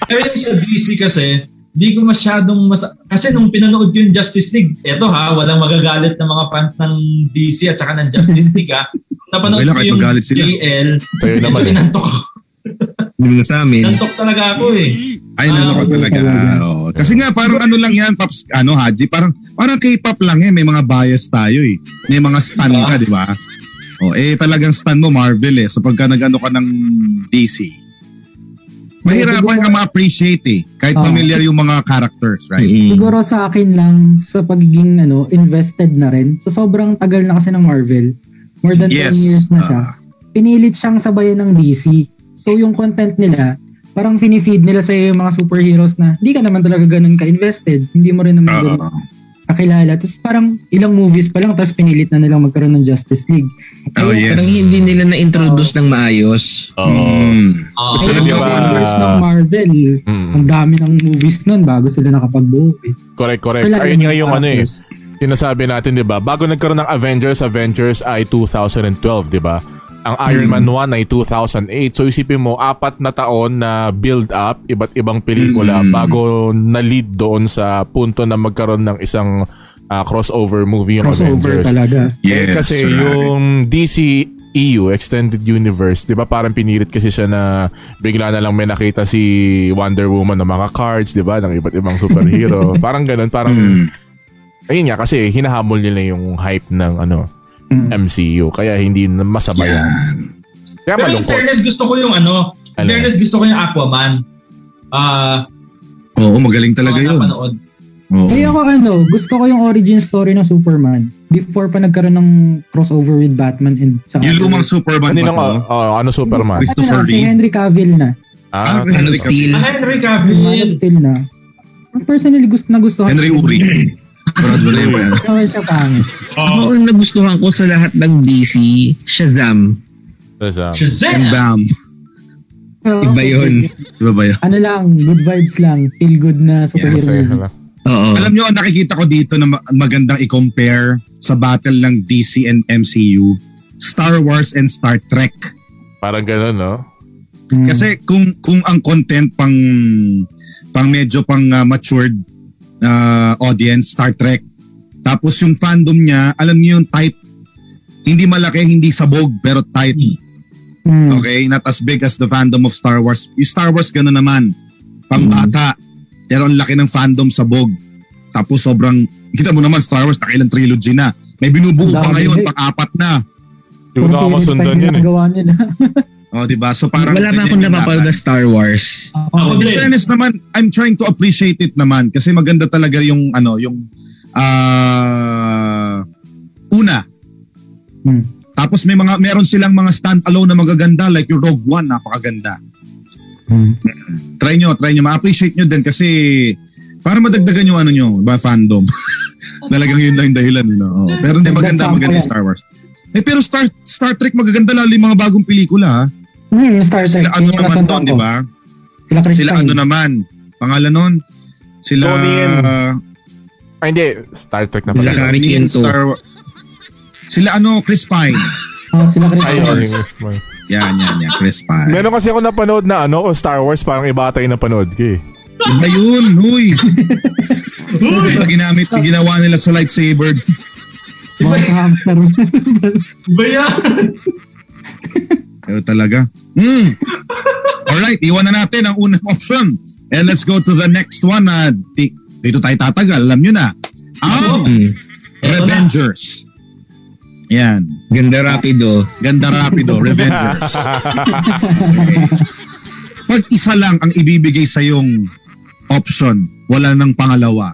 pero yung sa DC kasi, di ko masyadong mas... Kasi nung pinanood ko yung Justice League, eto ha, walang magagalit ng mga fans ng DC at saka ng Justice League ha. Napanood Okay lang, ko kahit yung magalit sila. JL, Sa'yo medyo naman eh. inantok ako. Hindi mo sa amin. Inantok talaga ako eh. Ay, Ah, naloko oo, talaga. talaga. Oo. Kasi nga, parang ano lang yan, Pops, ano, Haji, parang, parang K-pop lang eh, may mga bias tayo eh. May mga stan ka, di ba? O, eh, talagang stan mo, Marvel eh. So, pagka nag-ano ka ng DC, mahirapan ka ma-appreciate eh. Kahit Oo. familiar yung mga characters, right? Mm. Siguro sa akin lang, sa pagiging ano, invested na rin, sa sobrang tagal na kasi ng Marvel, more than Yes. 10 years na siya, Ah. pinilit siyang sabayan ng DC. So yung content nila, parang finifeed nila sa yung mga superheroes na hindi ka naman talaga ganun ka-invested, hindi mo rin naman ganun Ah. kakilala. Tapos parang ilang movies pa lang, tapos pinilit na nilang magkaroon ng Justice League. oh, Ayun, yes. Parang hindi nila na-introduce ng maayos. Oh. Mm. Ah, Gusto Ayun, na di yung ba? mga universe ng Marvel, Hmm. ang dami ng movies nun bago sila nakapagbuo. Eh. Correct, correct. Wala Ayun naman nga yung ano eh. characters. Sinasabi natin, di ba? Bago nagkaroon ng Avengers, Avengers ay 2012, di ba? Ang Iron Man Hmm. 1 ay 2008. So isipin mo, apat na taon na build up, Hmm. iba't ibang pelikula Mm. bago na lead doon sa punto na magkaroon ng isang ah, crossover movie yung Crossover Avengers. talaga. Eh, Yes, kasi right. yung DC EU, Extended Universe, di ba parang pinilit kasi siya na bigla na lang may nakita si Wonder Woman ng mga cards, di ba? Ng iba't ibang superhero. parang ganun, parang Mm. ayun nga kasi hinahamol nila yung hype ng ano Mm. MCU kaya hindi na masabay. Hmm. Yan. Kaya Pero in malungkot. fairness, gusto ko yung ano, Ano? in fairness, gusto ko yung Aquaman. Ah, Oo, magaling uh, talaga ano, yun. Napanood. Oo. Kaya ako ano, gusto ko yung origin story ng Superman before pa nagkaroon ng crossover with Batman and sa Yung lumang Superman Ano ba yung to? oh, ano Superman? ano na, Christopher si Reeve. Henry Cavill na. Ah, Ah, Man Henry of Steel. Ang Henry Yung Man of Cavill. Steel na. Personally, gusto na gusto. Henry Uri. Brad Valera yan. Kawal siya pangit. Oh, Ako ang nagustuhan ko sa lahat ng DC, Shazam. Shazam. And Shazam! bam. So, Iba yun. Diba ba yun? Ano lang, good vibes lang. Feel good na superhero Masaya movie. sila. Oo. Alam nyo, ang nakikita ko dito na ma- magandang i-compare sa battle ng DC and MCU, Star Wars and Star Trek. Parang ganun, no? Mm. Kasi kung kung ang content pang pang medyo pang ah, matured ah, audience, Star Trek, tapos yung fandom niya, alam niyo yung tight, hindi malaki, hindi sabog, pero tight. Mm. Hmm. Okay? Not as big as the fandom of Star Wars. Yung Star Wars, gano'n naman. Pambata. Hmm. Pero ang laki ng fandom sa bog. Tapos sobrang, kita mo naman, Star Wars, nakailang trilogy na. May Ang binubuo pa dami ngayon, eh. pang-apat na. Hindi Puro ko series pa nakamasundan yung yun eh. ginagawa nila. O, di ba? So parang... Wala pa akong ganyan yung napapanood na laban. Star Wars. Ako Mm. In din. fairness naman, I'm trying to appreciate it naman kasi maganda talaga yung ano, yung ah una. Hmm. Tapos may mga meron silang mga stand-alone na magaganda like yung Rogue One, napakaganda. Mm. try nyo, try nyo. Ma-appreciate nyo din kasi para madagdagan yung ano nyo, ba fandom. Talagang yun lang yung dahilan. You know? Oo. Pero hindi, maganda, maganda yung Star Wars. Eh, pero Star, Star Trek magaganda lalo yung mga bagong pelikula. ha? Mm, yung Star Trek. Sila ano yun yung naman natandaan doon, ko. di ba? Sila Chris Sila ano naman. Pangalan nun? Sila... Tony and- Ah, hindi. Star Trek na pala. Zach- Zachary Tony and Quinto. Wars. Sila ano, Chris Pine. Oh, sila Chris Ay, Pine. okay. Okay. Yan, yan, yan. Chris Pine. Meron kasi ako napanood na ano, o Star Wars, parang iba tayo napanood ko eh. Iba yun, huy. Uy! Ito ginamit, ginawa nila sa lightsaber. Mga sa hamster. Iba yan! Kayo talaga. Hmm. Alright, iwan na natin ang unang option. And let's go to the next one. na di, dito tayo tatagal, alam nyo na. Ang Mm. Revengers. Yan. Ganda rapido. Ganda rapido, Revengers. Okay. Pag isa lang ang ibibigay sa yung option, wala nang pangalawa.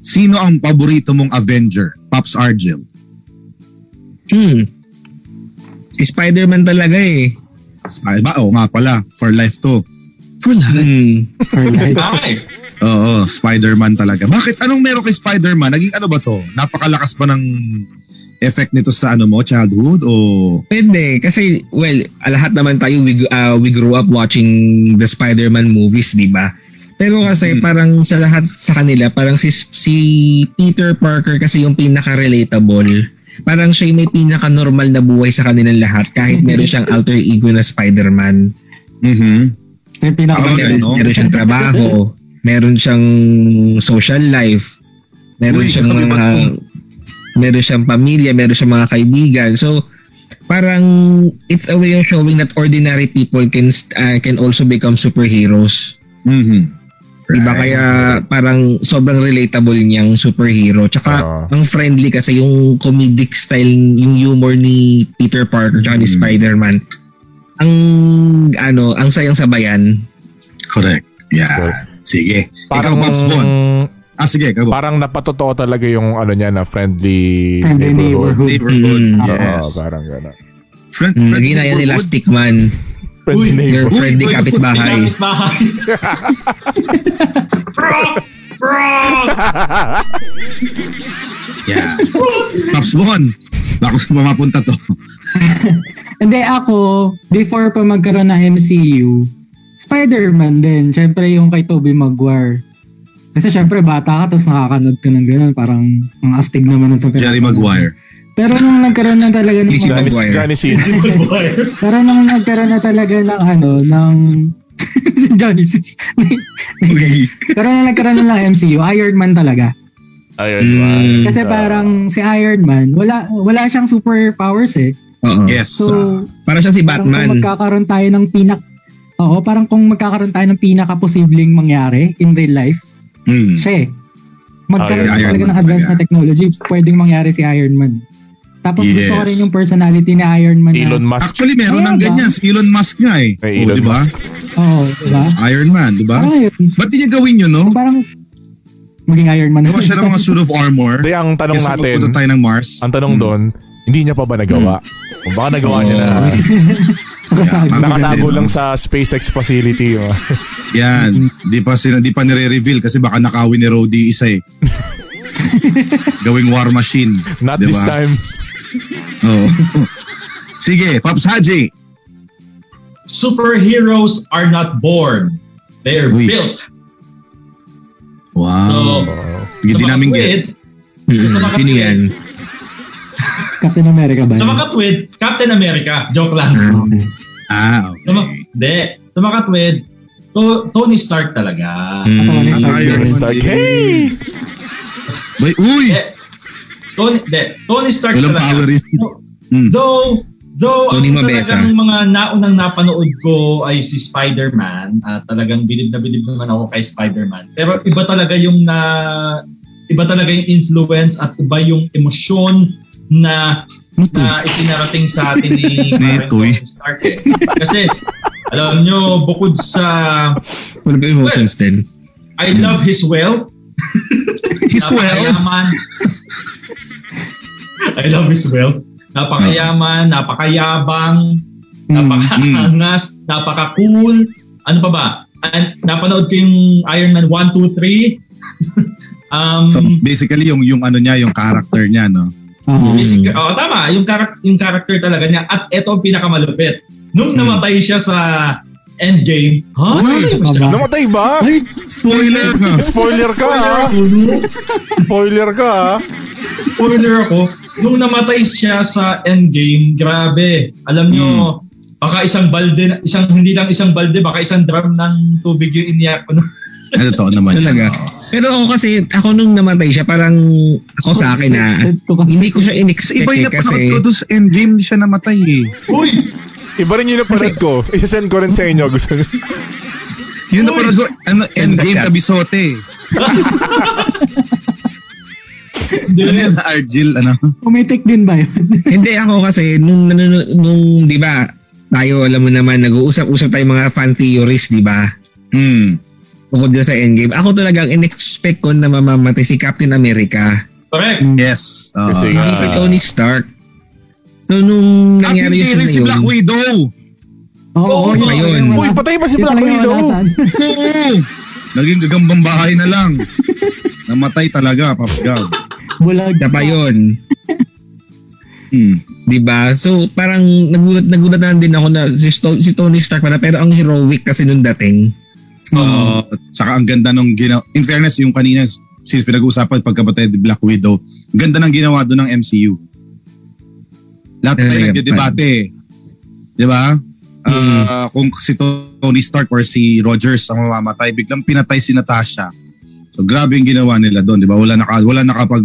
Sino ang paborito mong Avenger? Pops Argel. Hmm. Si Spider-Man talaga eh. Ay, ba? Oo nga pala. For life to. For life. Hmm. For life. Ay! Oo, Spider-Man talaga. Bakit? Anong meron kay Spider-Man? Naging ano ba to? Napakalakas ba ng effect nito sa ano mo, childhood? O Pwede. Kasi, well, lahat naman tayo, we, uh, we grew up watching the Spider-Man movies, di ba? Pero kasi Mm. parang sa lahat sa kanila, parang si, si Peter Parker kasi yung pinaka-relatable. Parang siya yung may pinaka-normal na buhay sa kanilang lahat kahit meron siyang alter ego na Spider-Man. Mhm. Yung pinaka- Tama Meron, ganun, no? meron siyang trabaho, meron siyang social life, meron Uy, siyang grabe, mga, ba't meron siyang pamilya, meron siyang mga kaibigan. So, parang it's a way of showing that ordinary people can st- uh, can also become superheroes. Mhm. Diba? Right. Kaya parang sobrang relatable niyang superhero. Tsaka Oo. ang friendly kasi yung comedic style, yung humor ni Peter Parker tsaka ni Mm. Spider-Man. Ang ano, ang sayang sabayan. Correct. Yeah. Sige. Ikaw, Pops Bon. Ah, sige. Ikaw, Pops. parang napatotoo talaga yung ano niya na friendly, Friendly neighborhood. neighborhood. Neighborhood. Mm. Mm-hmm. Yes. Oo, parang gano'n. Friend, Mm, friend ginaya nila neighborhood. Stickman. Friendly Uy, Your neighborhood. friendly uy, uy, kapitbahay. Pinamit bahay. Bro! Bro! Yeah. Pops Bon. Bako sa pumapunta to. Hindi ako, before pa magkaroon ng MCU, Spider-Man din. Siyempre yung kay Tobey Maguire. Kasi siyempre bata ka, tapos nakakanood ka ng gano'n. Parang ang astig naman ng Jerry Maguire. Pero nung nagkaroon na talaga ng... ano, Please, Johnny, Maguire. Johnny Sins. Pero nung nagkaroon na talaga ng ano, ng... si Johnny Sins. Uy. Pero nung nagkaroon na lang MCU, Iron Man talaga. Ayun. Mm. man. Kasi Ah. parang si Iron Man, wala wala siyang superpowers eh. Oo. Yes. So, ah. Para siyang si parang kung Batman. magkakaroon tayo ng pinak Oo, parang kung magkakaroon tayo ng pinaka posibleng mangyari in real life, mm. siya eh. Magkaroon Iron talaga Man ng advanced na talaga. technology, pwedeng mangyari si Iron Man. Tapos gusto ko Yes. rin yung personality ni Iron Man. na- Elon Musk. Actually, meron Ayan ng ba? ganyan. Si Elon Musk nga eh. May Oh, Elon diba? Musk. Oo, diba? Iron Man, di ba? Parang yun. Ba't di niya gawin yun, no? Parang maging Iron Man. Gawa siya ng mga suit of armor. Hindi, ang tanong Kesa natin, magpunta tayo Mm. ng Mars. ang tanong doon, hindi niya pa ba nagawa? O baka nagawa niya na. Okay. Yeah, Nakasabit. Nakatago maganda lang din, sa SpaceX facility. oh. Yan. Di pa, sila, di pa nire-reveal kasi baka nakawin ni Rhodey isa eh. Gawing war machine. Not Di this ba? time. Oo. Sige, Pops Haji. Superheroes are not born. They're Uy. Ah. built. Wow. So, Hindi sa mga namin tweet, gets. Mm, Sino yan? Captain America ba? Sa yun? mga tweet, Captain America. Joke lang. Ah, Mm. Okay. Ah, Sa mga, okay. de, sa mga tweet, to, Tony Stark talaga. Mm. Katawan ni Ang Stark. Iron Man. Stark. Hey! Bay, uy! De, Tony, de, Tony Stark Walang talaga. power yun. Mm. Though, though Tony ang Mabesa. talagang mga naunang napanood ko ay si Spider-Man. at talagang bilib na bilib naman ako kay Spider-Man. Pero iba talaga yung na iba talaga yung influence at iba yung emosyon na Ano to? na itinarating sa atin ni Netoy. Karen Tony Stark. eh. Kasi alam nyo, bukod sa Wala ba emotions din? I love his wealth, His wealth. Napakayaman. I love his wealth. Napakayaman, napakayabang, Mm, Mm-hmm. napakaangas, napaka-cool. Ano pa ba? An- napanood ko yung Iron Man 1, 2, 3. um, So, basically, yung, yung ano niya, yung character niya, no? Oo. basic, mm. oh, tama, yung, charac- yung character talaga niya. At eto ang pinakamalupit. Nung Hmm. namatay siya sa Endgame, ha? Uy, Namatay ba Ah. siya? Namatay ba? Ay, Spoiler ka. Spoiler ka ha? Spoiler ka ha? spoiler ako, nung namatay siya sa endgame, grabe. Alam nyo, Mm. baka isang balde, isang hindi lang isang balde, baka isang drum ng tubig yung iniyak ko. Ano to naman? yun, Talaga. oo. Pero ako kasi, ako nung namatay siya, parang ako sa akin ah. na, hindi ko siya Kasi iba in-expect yung eh, napanood kasi, ko doon sa Endgame, hindi siya namatay eh. Uy! Iba rin yung napanood ko. Isasend ko rin sa inyo. Gusto nyo. Yun napanood ko, ano, Endgame kabisote. eh. Ano Dude, yun, Argil, ano? Pumitik din ba yun? hindi ako kasi, nung, nung, nung di ba, tayo alam mo naman, nag-uusap-usap tayo mga fan theories, di ba? Hmm. Bukod dyan sa endgame. Ako talagang in-expect ko na mamamatay si Captain America. correct. Yes. Oo. Kasi Hindi nga, si Tony Stark. So, nung At nangyari hindi yun rin na si yun, Black Widow. Oo, yun pa talaga yun. wala. Uy, patay ba si Yun Black talaga wala Widow? saan. Oo. Naging gagambang bahay na lang. Namatay talaga, Pops Gab. Bulag. siya pa yun. Hmm. Di ba? So, parang nagulat, nagulat na din ako na si, Sto- si Tony Stark pala, pero ang heroic kasi nung dating. Um, Oo. tsaka ang ganda nung ginawa. In fairness, yung kanina, since pinag-uusapan pagkabatay ni Black Widow, ang ganda ng ginawa doon ng MCU. Lahat tayo Talaga, nagdedebate. eh. Di ba? Ah, kung si Tony Stark or si Rogers ang mamamatay, biglang pinatay si Natasha. So grabe yung ginawa nila doon, di ba? Wala naka wala nakapag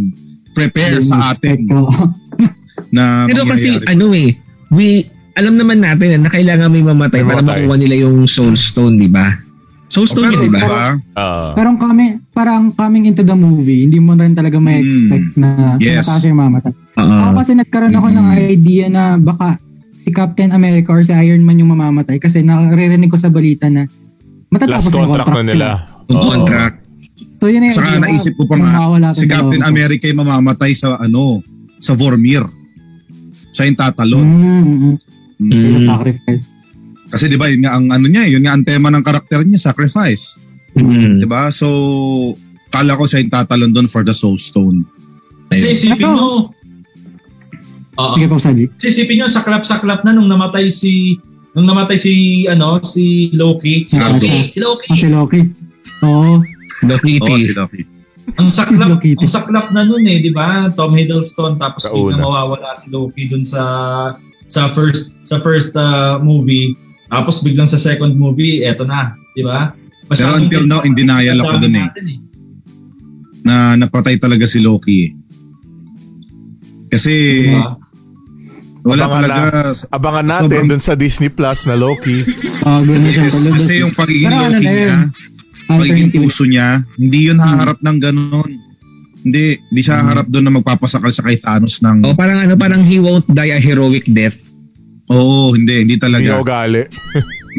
prepare Expect sa atin ko. na Pero kasi, mangyayari. ano eh, we, alam naman natin na kailangan may mamatay para Mamatay. makuha nila yung soul stone, di ba? Soul stone Oh, pero, yun, diba? di di ba? ba? Ah. Parang kami, parang coming into the movie, hindi mo rin talaga may expect na Hmm. Yes. Ah. Mm-hmm. yes. yung mamatay. Oo. Ako kasi nagkaroon ako ng idea na baka si Captain America or si Iron Man yung mamamatay kasi naririnig ko sa balita na matatapos last na yung contract na nila. Yung Oo. contract. So yun na yung Saka idea ko, naisip ko pa nga, mawawala tong si Captain ah, dalawa ko. America yung mamamatay sa ano, sa Vormir. Siya yung tatalon. Mm, mm, mm. Mm. Sa Mm. sacrifice. Kasi 'di ba, yun nga ang ano niya, yun nga ang tema ng karakter niya, sacrifice. Mm. 'Di ba? So kala ko siya yung tatalon doon for the Soul Stone. Kasi Ayun. isipin mo, Oo. Sige po, Saji. Kasi isipin nyo, saklap-saklap na nung namatay si nung namatay si ano si Loki. Si Naruto. Loki, si Loki. Kasi Ah, Loki. Oo. The Oo, si Kitty. Loki. Ang saklap, Loki. ang saklap na nun eh, di ba? Tom Hiddleston tapos Kauna. biglang mawawala si Loki dun sa sa first sa first ah, movie. Tapos biglang sa second movie, eto na, di ba? eh. eh. Pero until now, in denial ako dun eh. na napatay talaga si Loki eh. Kasi Diba? wala Abangan talaga Abangan natin Sobrang- dun sa Disney Plus na Loki. Oh, ganun siya Yes, palabas. kasi yung pagiging Pero ano na Loki yun? niya, pagiging Alternative. Hmm. puso niya, hindi yun haharap ng ganun. Hindi, hindi siya haharap doon na magpapasakal sa kay Thanos ng, Oh. O parang ano, parang he won't die a heroic death. oo, hindi, hindi Hindi talaga. ako gali.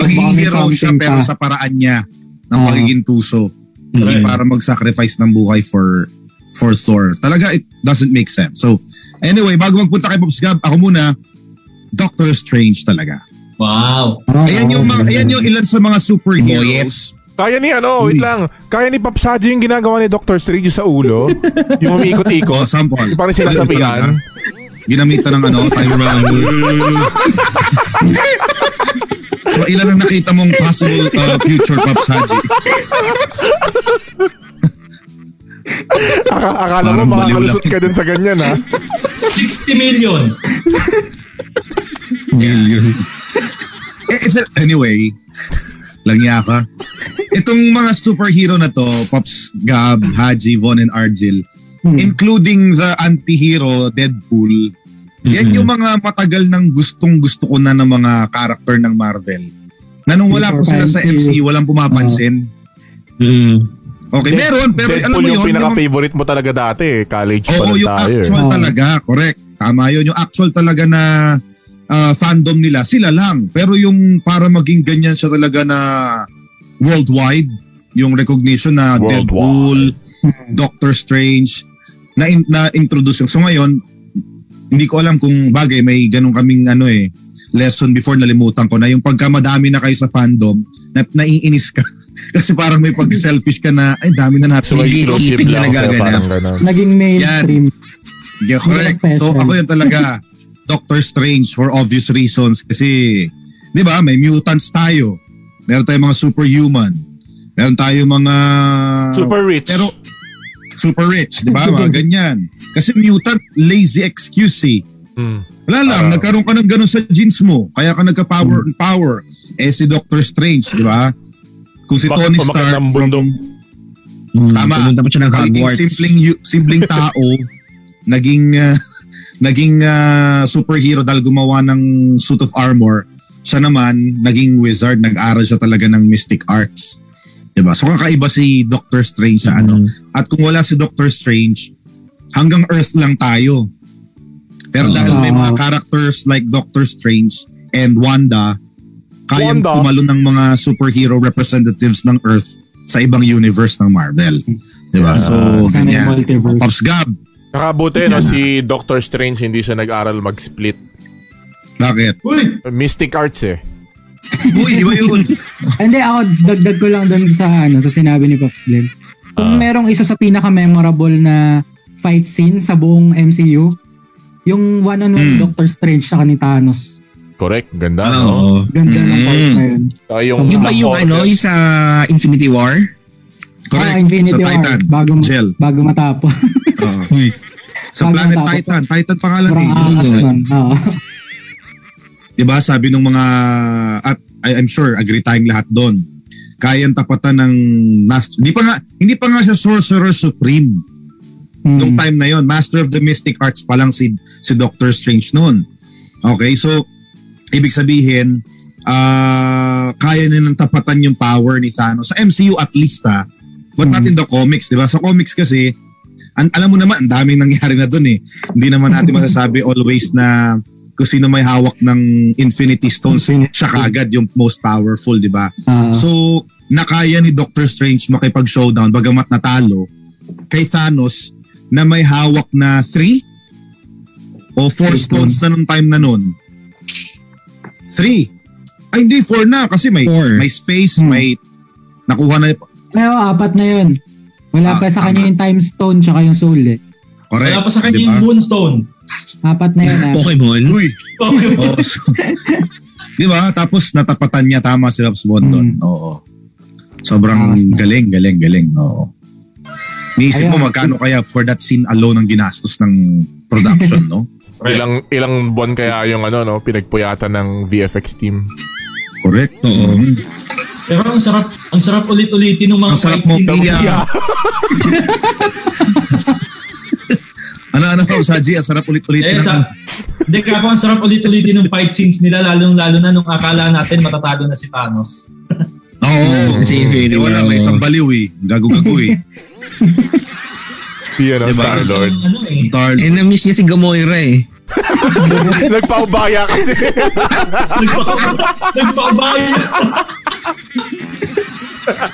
Magiging Baka may hero siya something pero pa. sa paraan niya ng Ah. pagiging tuso Correct. para mag-sacrifice ng buhay for for Thor. Talaga, it doesn't make sense. So, anyway, bago magpunta kay Pops Gab, ako muna, Doctor Strange talaga. Wow. Oh, Ayan yung, mga, ayan yung ilan sa Oh, mga superheroes. Kaya ni ano, wait Uy. lang. Kaya ni Papsaji yung ginagawa ni Dr. Strange sa ulo. yung umiikot-ikot. Ko, Yung sample. parang sinasapian. Ginamitan ng ano, Tyrone. so, ilan ang nakita mong possible uh, future Pops Haji? Aka- akala mo Parang baliw makakalusot lang. ka dun sa ganyan ha. 60 million. Million. Eh, it's a- anyway, langya ka. Itong mga superhero na to, Pops Gab, Haji, Von, and Argil, including the anti-hero Deadpool, yan yung mga matagal ng gustong-gusto ko na ng mga karakter ng Marvel. Na nung wala po sila sa MC, walang pumapansin. Mm. Okay, meron, pero Deadpool alam mo yun, yung yung mga- pinaka-favorite mo talaga dati. eh. College pa lang Oo, yung tayo. eh. actual Oo. talaga. Correct. Tama yun. Yung actual talaga na ah, fandom nila, sila lang. Pero yung para maging ganyan siya talaga na worldwide, yung recognition na Worldwide. Deadpool, Doctor Strange, na, in- na introduce yung. So ngayon, hindi ko alam kung bagay may ganun kaming ano eh, lesson before nalimutan ko na yung pagka madami na kayo sa fandom, na, naiinis ka. Kasi parang may pag-selfish ka na, ay dami na So, natin. Hindi exclusive keeping lang. na Kaya nagaganap. parang ganun. Naging mainstream. Yeah, correct. Hindi So special. ako yun talaga, Doctor Strange for obvious reasons kasi, di ba, may mutants tayo. Meron tayong mga superhuman. Meron tayong mga... Super rich. Ah, Pero, super rich, di ba? Mga ganyan. Kasi mutant, lazy excuse eh. Mm. Wala lang, Ah. nagkaroon ka ng ganun sa genes mo. Kaya ka nagka-power and power. Eh si Doctor Strange, di ba? Kung si Bak- Tony umakit Stark ng bundok. from Mm. Tama. Pumunta pa siya ng pagiging Hogwarts. simpleng hu- simpleng tao naging ah, naging ah, superhero dahil gumawa ng suit of armor siya naman naging wizard nag-aral siya talaga ng mystic arts 'di ba so kakaiba si Doctor Strange sa ano Mm. at kung wala si Doctor Strange hanggang earth lang tayo pero dahil may mga characters like Doctor Strange and Wanda kayang Wanda? tumalo ng mga superhero representatives ng earth sa ibang universe ng Marvel 'di ba so Sana yung ganyan multiverse. Pops Gab, Nakabuti no, si Doctor Strange hindi siya nag-aral mag-split. bakit? Uy, Mystic Arts eh. Uy, iba yun. Hindi, ako dagdag ko lang doon sa ano sa sinabi ni Pops Glenn. Kung Ah. merong isa sa pinaka-memorable na fight scene sa buong MCU, yung one-on-one Mm. Doctor Strange sa ni Thanos. Correct. Ganda, Ah, no? oo. Ganda ng Mm. part na yun. Saka yung, eh. Yung ba yung ang- ano, yung sa Infinity War? Correct. Ah, Infinity sa War. Titan. Bago, Gel. bago matapos. Oo. Uy. sa Bago planet matapos. Titan. Titan pangalan Parang eh. angas yun. nun. Oo. Di ba? Sabi ng mga, at I- I'm sure, agree tayong lahat doon. Kayang tapatan ng, mas- hindi pa nga, hindi pa nga siya Sorcerer Supreme. Mm. nung time na yon Master of the Mystic Arts pa lang si, si Doctor Strange noon. Okay, so ibig sabihin, ah kaya na nang tapatan yung power ni Thanos. Sa MCU at least ha, Mm. but not in the comics, di ba? Sa comics kasi, an- alam mo naman, ang daming nangyari na dun eh. Hindi naman natin masasabi always na kung sino may hawak ng Infinity Stones, Infinity. siya kagad yung most powerful, di ba? Ah. So, nakaya ni Doctor Strange makipag-showdown bagamat natalo kay Thanos na may hawak na three o four Three stones na nung time na nun. Three. Ay, hindi, four na kasi may Four. may space, Hmm. may nakuha na Pero apat na yun. Wala Ah, pa sa tama. kanya yung time stone tsaka yung soul eh. correct. wala pa sa kanya di ba? yung Moonstone. Apat na yun. ah. Pokemon? Uy, Okay. oo, so, di ba? Tapos natapatan niya tama si Raps Bondon. Hmm. Oo. Sobrang Tawas na. galing, galing, galing. Oo. Niisip mo Ayan. magkano kaya for that scene alone ang ginastos ng production, no? Ilang, ilang buwan kaya yung ano, no? Pinagpuyatan ng VFX team. Correct. Oo. Mhm. Pero ang sarap, ang sarap ulit-ulitin ng mga Ang sarap fight mong scene. iya. ano, ano, Saji, ang sarap ulit-ulit. Eh, ng- sa, hindi ka ang sarap ulit-ulitin ng fight scenes nila, lalong-lalo na nung akala natin matatalo na si Thanos. Oo. Kasi Infinity Eh, wala, War. may isang baliw eh. Gago-gago eh. Yan ang Diba? Star-Lord. Ano eh. Tar- Eh, na-miss niya si Gamoira eh. Nagpaubaya kasi. Nagpabaya.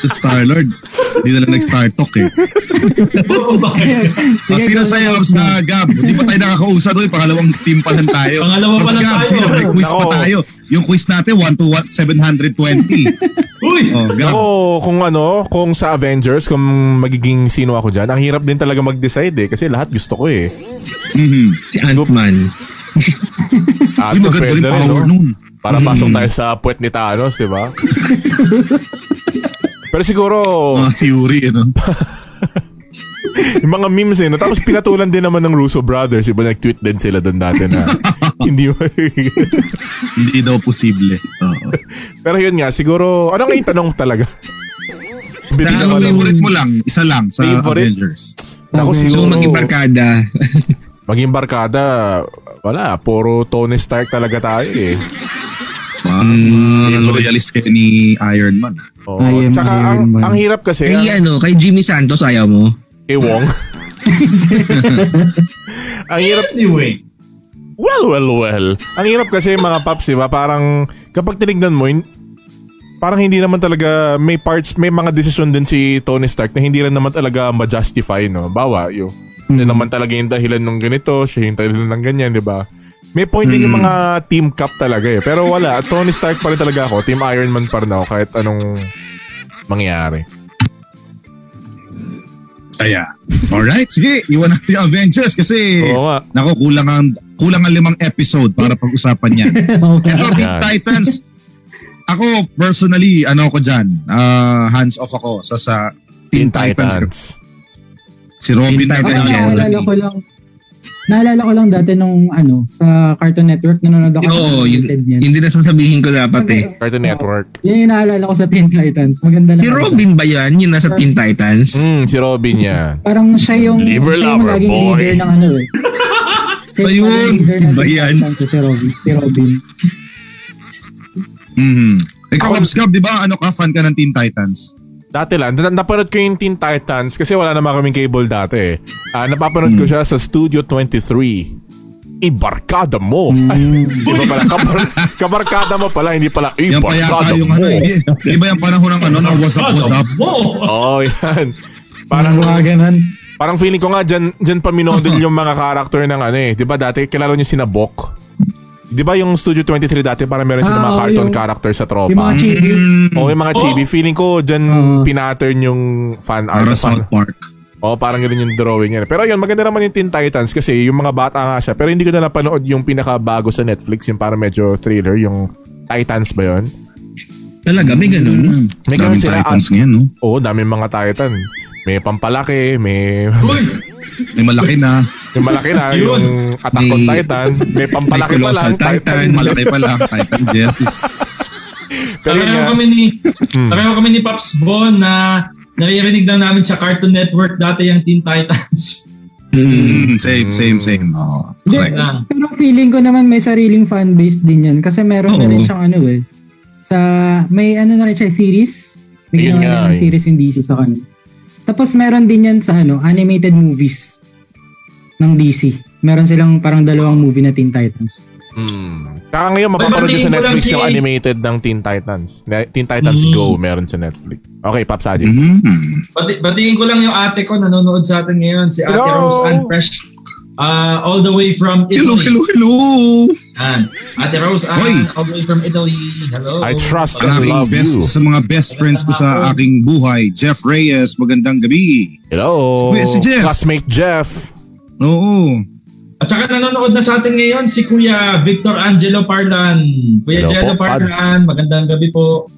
Star-Lord. Hindi na lang nag-star talk eh. Nagpabaya. Ah, sino go, sa'yo, Gabs na. sa Gab? Hindi pa tayo nakakausap doon. Pangalawang team pa lang tayo. Pangalawa pa Tapos, lang Gab, tayo. Sino, may quiz pa Ako. tayo. Yung quiz natin, 1 to 1, 720. Uy! Oh, Gab. Ako, kung ano, kung sa Avengers, kung magiging sino ako dyan, ang hirap din talaga mag-decide eh. Kasi lahat gusto ko eh. Mhm. Si Ant-Man. At Uy, maganda rin power nun. Para pasok tayo sa puwet ni Thanos, di ba? Pero siguro, Mga theory, ano? yung mga memes eh, no? tapos pinatulan din naman ng Russo Brothers, iba nag-tweet din sila doon dati na hindi mo. Hindi daw posible. Oo. Pero yun nga, siguro, ano nga yung tanong talaga? Bibigyan Ano ko ng- favorite mo lang? Isa lang sa Favorite? Avengers. Ako siguro, So, maging barkada. maging barkada, wala, puro Tony Stark talaga tayo eh. Wow, mga loyalist kayo ni Iron Man. ah. Oo. I am Tsaka, ang, Iron Man. ang hirap kasi, Kay ang- ano, kay Jimmy Santos ayaw mo. kay Wong. ang hirap, Anyway. well, well, well. Ang hirap kasi mga paps, di ba? Parang, kapag tinignan mo, hin- parang hindi naman talaga, may parts, may mga desisyon din si Tony Stark na hindi rin naman talaga ma-justify, no? Bawa, yun. Hindi naman talaga yung dahilan ng ganito, siya yung dahilan ng ganyan, di ba? May point din yung mga team cup talaga eh. Pero wala, Tony Stark pa rin talaga ako. Team Iron Man pa rin ako kahit anong mangyari. Kaya. Alright, sige. Iwan natin yung Avengers kasi Oo nga. nako, kulang ang, kulang ang limang episode para pag-usapan yan. Ito, Teen Yan. Titans. Ako, personally, ano ko dyan, ah, hands off ako sa sa Teen, Titans. Si Robin Teen na Ako, Titans. Ano, naalala ko lang. Naalala ko lang dati nung ano, sa Cartoon Network, nanonood ako ng Oo, yun, Unlimited niyan. hindi na sasabihin ko dapat eh. Cartoon Network. Yun yung naalala ko sa Teen Titans. Maganda naman Si siya. Robin ba yan? Yung nasa Teen Titans? Mm, si Robin yan. Parang siya yung, Liver siya yung lover, laging boy. leader ng ano eh. Siya yung Ayun, laging leader ng iba Teen yan. Titans, Si Robin. Si Robin. Mhm. Ikaw, Ako- Abscab, di ba? Ano ka, fan ka ng Teen Titans? Dati lang, na- napanood ko yung Teen Titans kasi wala naman kaming cable dati eh. Ah, napapanood ko Hmm. siya sa Studio 23. Ibarkada mo! Hmm. Hmm. Di ba pala? Kabar- kabarkada mo pala, hindi pala Yan pa yata ibarkada yung mo! ano, eh. di ba yung panahon ng ano, ng wasap-wasap? Wow! Oo, oh, yan. Parang Parang, mga ganun. parang feeling ko nga, dyan, dyan pa minodel yung mga karakter ng ano eh. Di ba dati, kilala nyo si Nabok? Di ba yung Studio 23 dati, parang meron silang Ah, mga oo, cartoon yung- character sa tropa? Yung mga Oh. chibi. Mm-hmm. Oo, yung mga chibi. Feeling ko, dyan Oo. pinattern yung fan art. Para Fan, South Park. Oo, parang ganun yung drawing yan. Pero yun, maganda naman yung Teen Titans kasi yung mga bata nga siya. Pero hindi ko na napanood yung pinakabago sa Netflix, yung parang medyo thriller, yung Titans ba yun? Talaga, may ganun. Mm. May ganun Daming sila, Titans ngayon, no? Oo, daming mga Titan. May pampalaki, may... Uy! May malaki na. yung malaki na, Yun. yung Attack on May- Titan. May pampalaki pa lang, colossal Titan. Titan. Malaki pala. Titan din. Pero yun Pareho nga, kami ni Hmm. Pareho kami ni Pops Bon na naririnig daw namin sa Cartoon Network dati yung Teen Titans. Mm. Mm, same, same, same. Oo, correct. Yan. Pero feeling ko naman may sariling fan base din yan. Kasi meron na Oo. rin siyang ano eh. Sa, may ano na rin siya, series. May ginawa Ayun nga, na rin eh. series yung DC sa kanya. Tapos meron din yan sa ano, animated movies ng DC. Meron silang parang dalawang movie na Teen Titans. mm, kaka ngayon mapapanood din sa batiin ko lang Netflix si- yung animated ng Teen Titans. Na- Teen Titans Mm. Go meron sa Netflix. Okay, Pops Adi. Mm. Bati, batiin ko lang yung ate ko nanonood sa atin ngayon, si Ate Hello! Rose Ann Fresh. Ah, all the way from Hello, Italy. hello, hello. Yan. Ate Rose Ann, Hoy! all the way from Italy. Hello. I trust Ang I aking love best you. sa mga best friends ko sa aking buhay, Jeff Reyes. Magandang gabi. Hello! Si- si Jeff. Classmate Jeff! Oo. At saka nanonood na sa atin ngayon si Kuya Victor Angelo Parlan. Kuya Hello Angelo po, Parlan, magandang gabi po.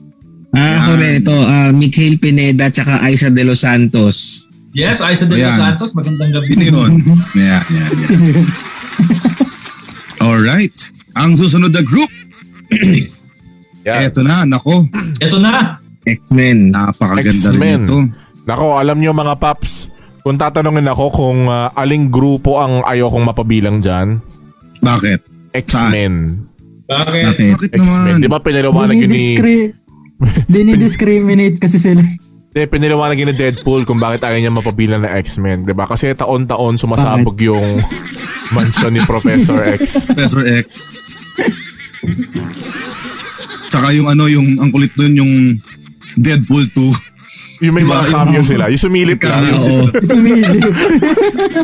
Ah, ako rin ito. ah, Mikhail Pineda tsaka Aiza De Los Santos. Yes, Isa De Los Ayan. Santos, magandang gabi. Sino yun? Yeah, yeah, yeah. Alright. Ang susunod na group, Yan. eto na, nako. Ito na. X-Men. Ah, Napakaganda X-Men. rin ito. Nako, alam nyo mga paps, kung tatanungin ako kung ah, aling grupo ang ayokong mapabilang dyan, Bakit? X-Men. Bakit? Bakit? Bakit X-Men. naman? Di ba pinaliwanag yun ni... Dinidiscri- Dinidiscriminate kasi sila. Di, pinaliwanag yun ni Deadpool kung bakit ayaw niya mapabilang na X-Men. Di ba? Kasi taon-taon sumasabog yung mansion ni Professor X. Professor X. Tsaka yung ano, yung ang kulit doon yung Deadpool 2. Yung may mga Diba? cameo sila. Yung sumilip lang. Cameo. Ah, Oo. Sumilip.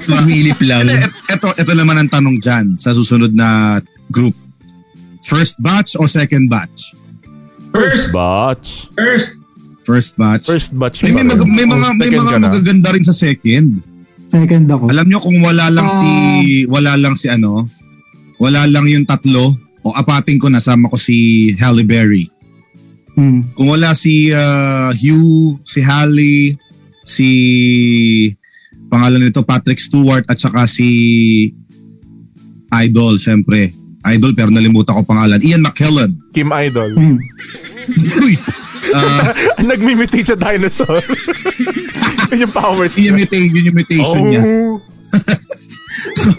Pumilip lang. Ano Eh, et- eto, eto naman ang tanong dyan sa susunod na group. First batch o second batch? First First, batch. first. First batch. First batch. Eh, may, pa mag- rin. Oh, may mga, may Second mga ka na. magaganda rin sa second. Second ako. Alam nyo kung wala lang si wala lang si ano, wala lang yung tatlo o apating ko nasama ko si Halle Berry. Hmm. Kung wala si ah, Hugh, si Halle, si pangalan nito Patrick Stewart at saka si Idol syempre. Idol pero nalimutan ko pangalan. Ian McKellen. Kim Idol. Hmm. Uy. Ah, Nagmimitate sa dinosaur. Yun yung powers yun yung muta- yun yung mutation niya. Oh. So,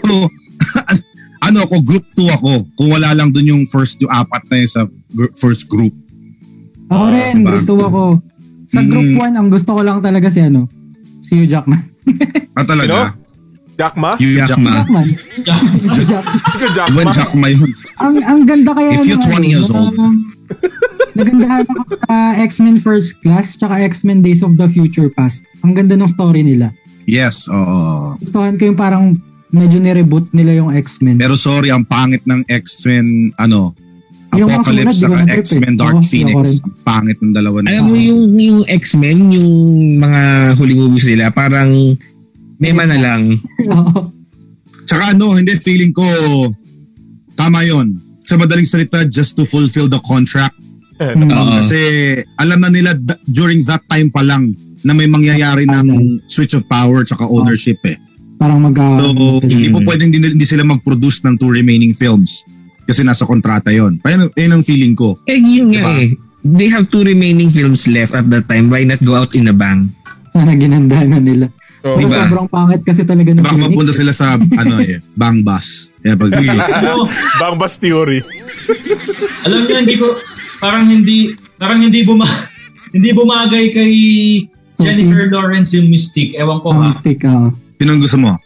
ano ako, group 2 ako. Kung wala lang dun yung first, yung apat na yun sa gr- first group. Ako Ah, Hmm. rin, diba? gusto ako. Sa group Mm. 1, ang gusto ko lang talaga si ano, si Hugh Jackman. Ah, talaga? Jack Ma? Hugh Jack Jackman. Jackman. Hugh Jackman. Ikaw Jack Iwan Ma? Jackman yun. ang ang ganda kaya If you're ng ano, 20 years ng- old. Nagandahan ako sa X-Men First Class tsaka X-Men Days of the Future Past. Ang ganda ng story nila. Yes, oo. Gustuhan ko yung parang medyo nireboot nila yung X-Men. Pero sorry, ang pangit ng X-Men, ano, Yung mga sumunod, di ko Apocalypse saka na-trip eh. X-Men Oo, Dark hindi ako Phoenix. rin. Ang pangit ng dalawa na Alam mo yung, yung X-Men, yung mga huling movies nila, parang mema na lang. Oo. Tsaka ano, hindi, feeling ko, tama yon Sa madaling salita, just to fulfill the contract. Hmm. Eh, Oo. Kasi alam na nila da- during that time pa lang na may mangyayari Ah, ng switch of power tsaka ownership eh. Parang mag So, hindi po Mm. pwedeng hindi, hindi sila mag-produce ng two remaining films kasi nasa kontrata yon. Ayun, ayun ang feeling ko. Eh, yun nga Diba? eh. They have two remaining films left at that time. Why not go out in a bang? sana ginanda na nila. Oo. Pero Diba? sobrang pangit kasi talaga ng Baka Phoenix. mapunta sila Diba, sa ano eh, bang bus. Yeah, pag Ah. Ano, Bang Bas Theory. alam niyo, hindi ko, parang hindi, parang hindi buma, hindi bumagay kay Jennifer Mm-hmm. Lawrence yung Mystique. Ewan ko Ang ha. mistake, oo. Yun ang gusto mo.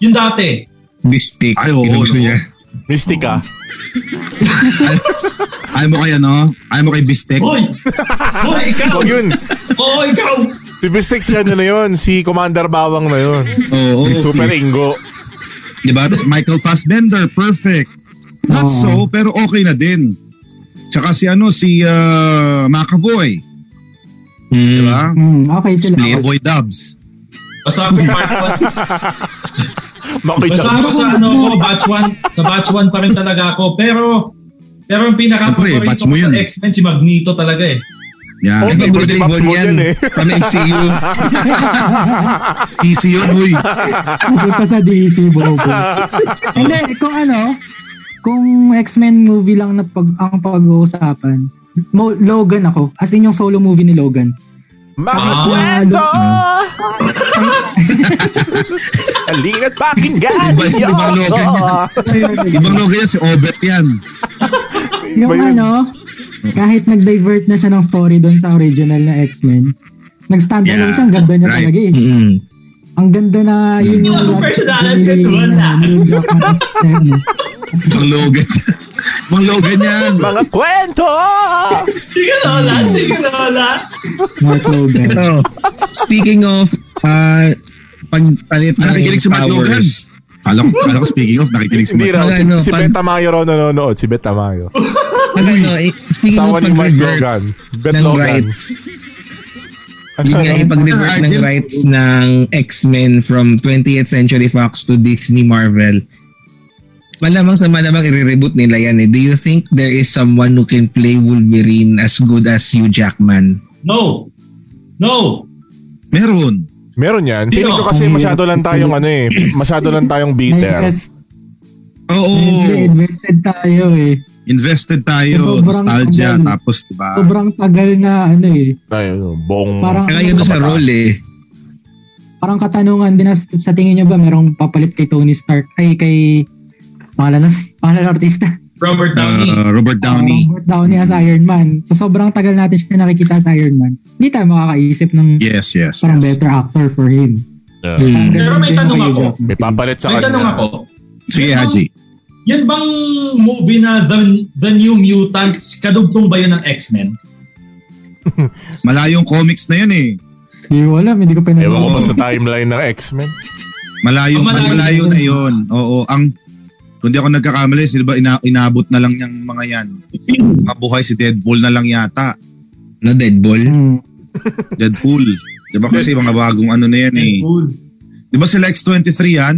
Yung dati. Mistake. Ay, oo, Yun ang gusto oo. niya. Mystica. Ayaw mo kay ano? Ayaw mo kay Bistek? Hoy! Hoy, ikaw! Huwag yun. Oo, ikaw! Si Mystic si ano na yun. Si Commander Bawang na yun. Oh, Oo. Super Ingo. Di ba? Tapos Michael Fassbender, perfect. Not Oo. so, pero okay na din. Tsaka si ano, si ah, McAvoy. Hmm. Di ba? Hmm, okay sila. Split. McAvoy Dubs. Basta ako part 1. Makoy Basta ako sa ano ko, batch 1. Sa batch 1 pa rin talaga ako. Pero, pero yung Siyempre, pinaka-favorite batch ko mo yun sa eh. X-Men, si Magneto talaga eh. Yan. Ay, Pwede paborito ni Box Bon Bon yan. yan eh. From MCU. Easy yun, huy. Pupunta sa DC, bobo. Hindi, kung ano, kung X-Men movie lang na pag, ang pag-uusapan, Mo, Logan ako. As in yung solo movie ni Logan. Makakwento! Halina't pakinggan! Iba- iba Yoko! Logan yan. Ibang logo yan, si Obet yan. yung Iba yun. ano, kahit nag-divert na siya ng story doon sa original na X-Men, nag-stand alone Yeah, siya, ang ganda niya right. talaga eh. Mm-mm. Ang ganda na yun yung last Ang personality movie ko wala. ni Hugh Jackman as, ano, as Ibang logo. Ibang logo yan. Mga kwento! Sige Lola, sige Lola. Mark Logan. So, speaking of uh, pagpalit ng Ah, nakikinig si Mark Logan. powers. Kala ko, kala ko speaking of, nakikinig si Hindi Mark. raw. Si, Ano, si pan- Beta Mayo raw nanonood. Si Beta Mayo. Ano, ano, eh, speaking Asawa of ni Mark pag-revert Logan. Bet ng Logan. rights. Yun nga, yung pag-revert ng Argel? rights ng X-Men from 20th Century Fox to Disney Marvel. Malamang sa malamang i-reboot nila yan eh. Do you think there is someone who can play Wolverine as good as Hugh Jackman? No! No! Meron. Meron yan. Sino? Feeling ko kasi masyado lang tayong ano eh. Masyado lang tayong bitter. Nai-invest- Oo. nai-invested tayo eh. Invested tayo, Sobrang nostalgia, tagal. tapos diba? Sobrang tagal na ano eh. Ay, bong. Parang, Kaya yun sa role eh. parang katanungan din na sa sa tingin nyo ba merong papalit kay Tony Stark? Ay, kay pangalan na, pangalan ng artista. Robert Downey. Uh, Robert Downey. Mm-hmm. Robert Downey as Iron Man. Sa sobrang tagal natin siya nakikita sa Iron Man, hindi tayo makakaisip ng Yes, yes. parang yes. Mm. better actor for him. Yeah. Hmm. Parang Pero ganun may din tanong kay ako. Jackman. May papalit sa May tanong ako. Sige, Haji. Yan bang movie na The, The New Mutants, kadugtong ba yun ng X-Men? Malayong comics na yun eh. Hindi ko alam, hindi ko pa Ewan ko nanonood. pa sa timeline ng X-Men. Malayong, Oh, malayo. malayo, na yun. Oo, ang kung di ako nagkakamali, sila ba ina, inabot na lang yung mga yan. Mabuhay si Deadpool na lang yata. Na Ano, Deadpool. Hmm. Deadpool. Di ba kasi mga bagong ano na yan eh. Deadpool. Di ba sila X-23 yan?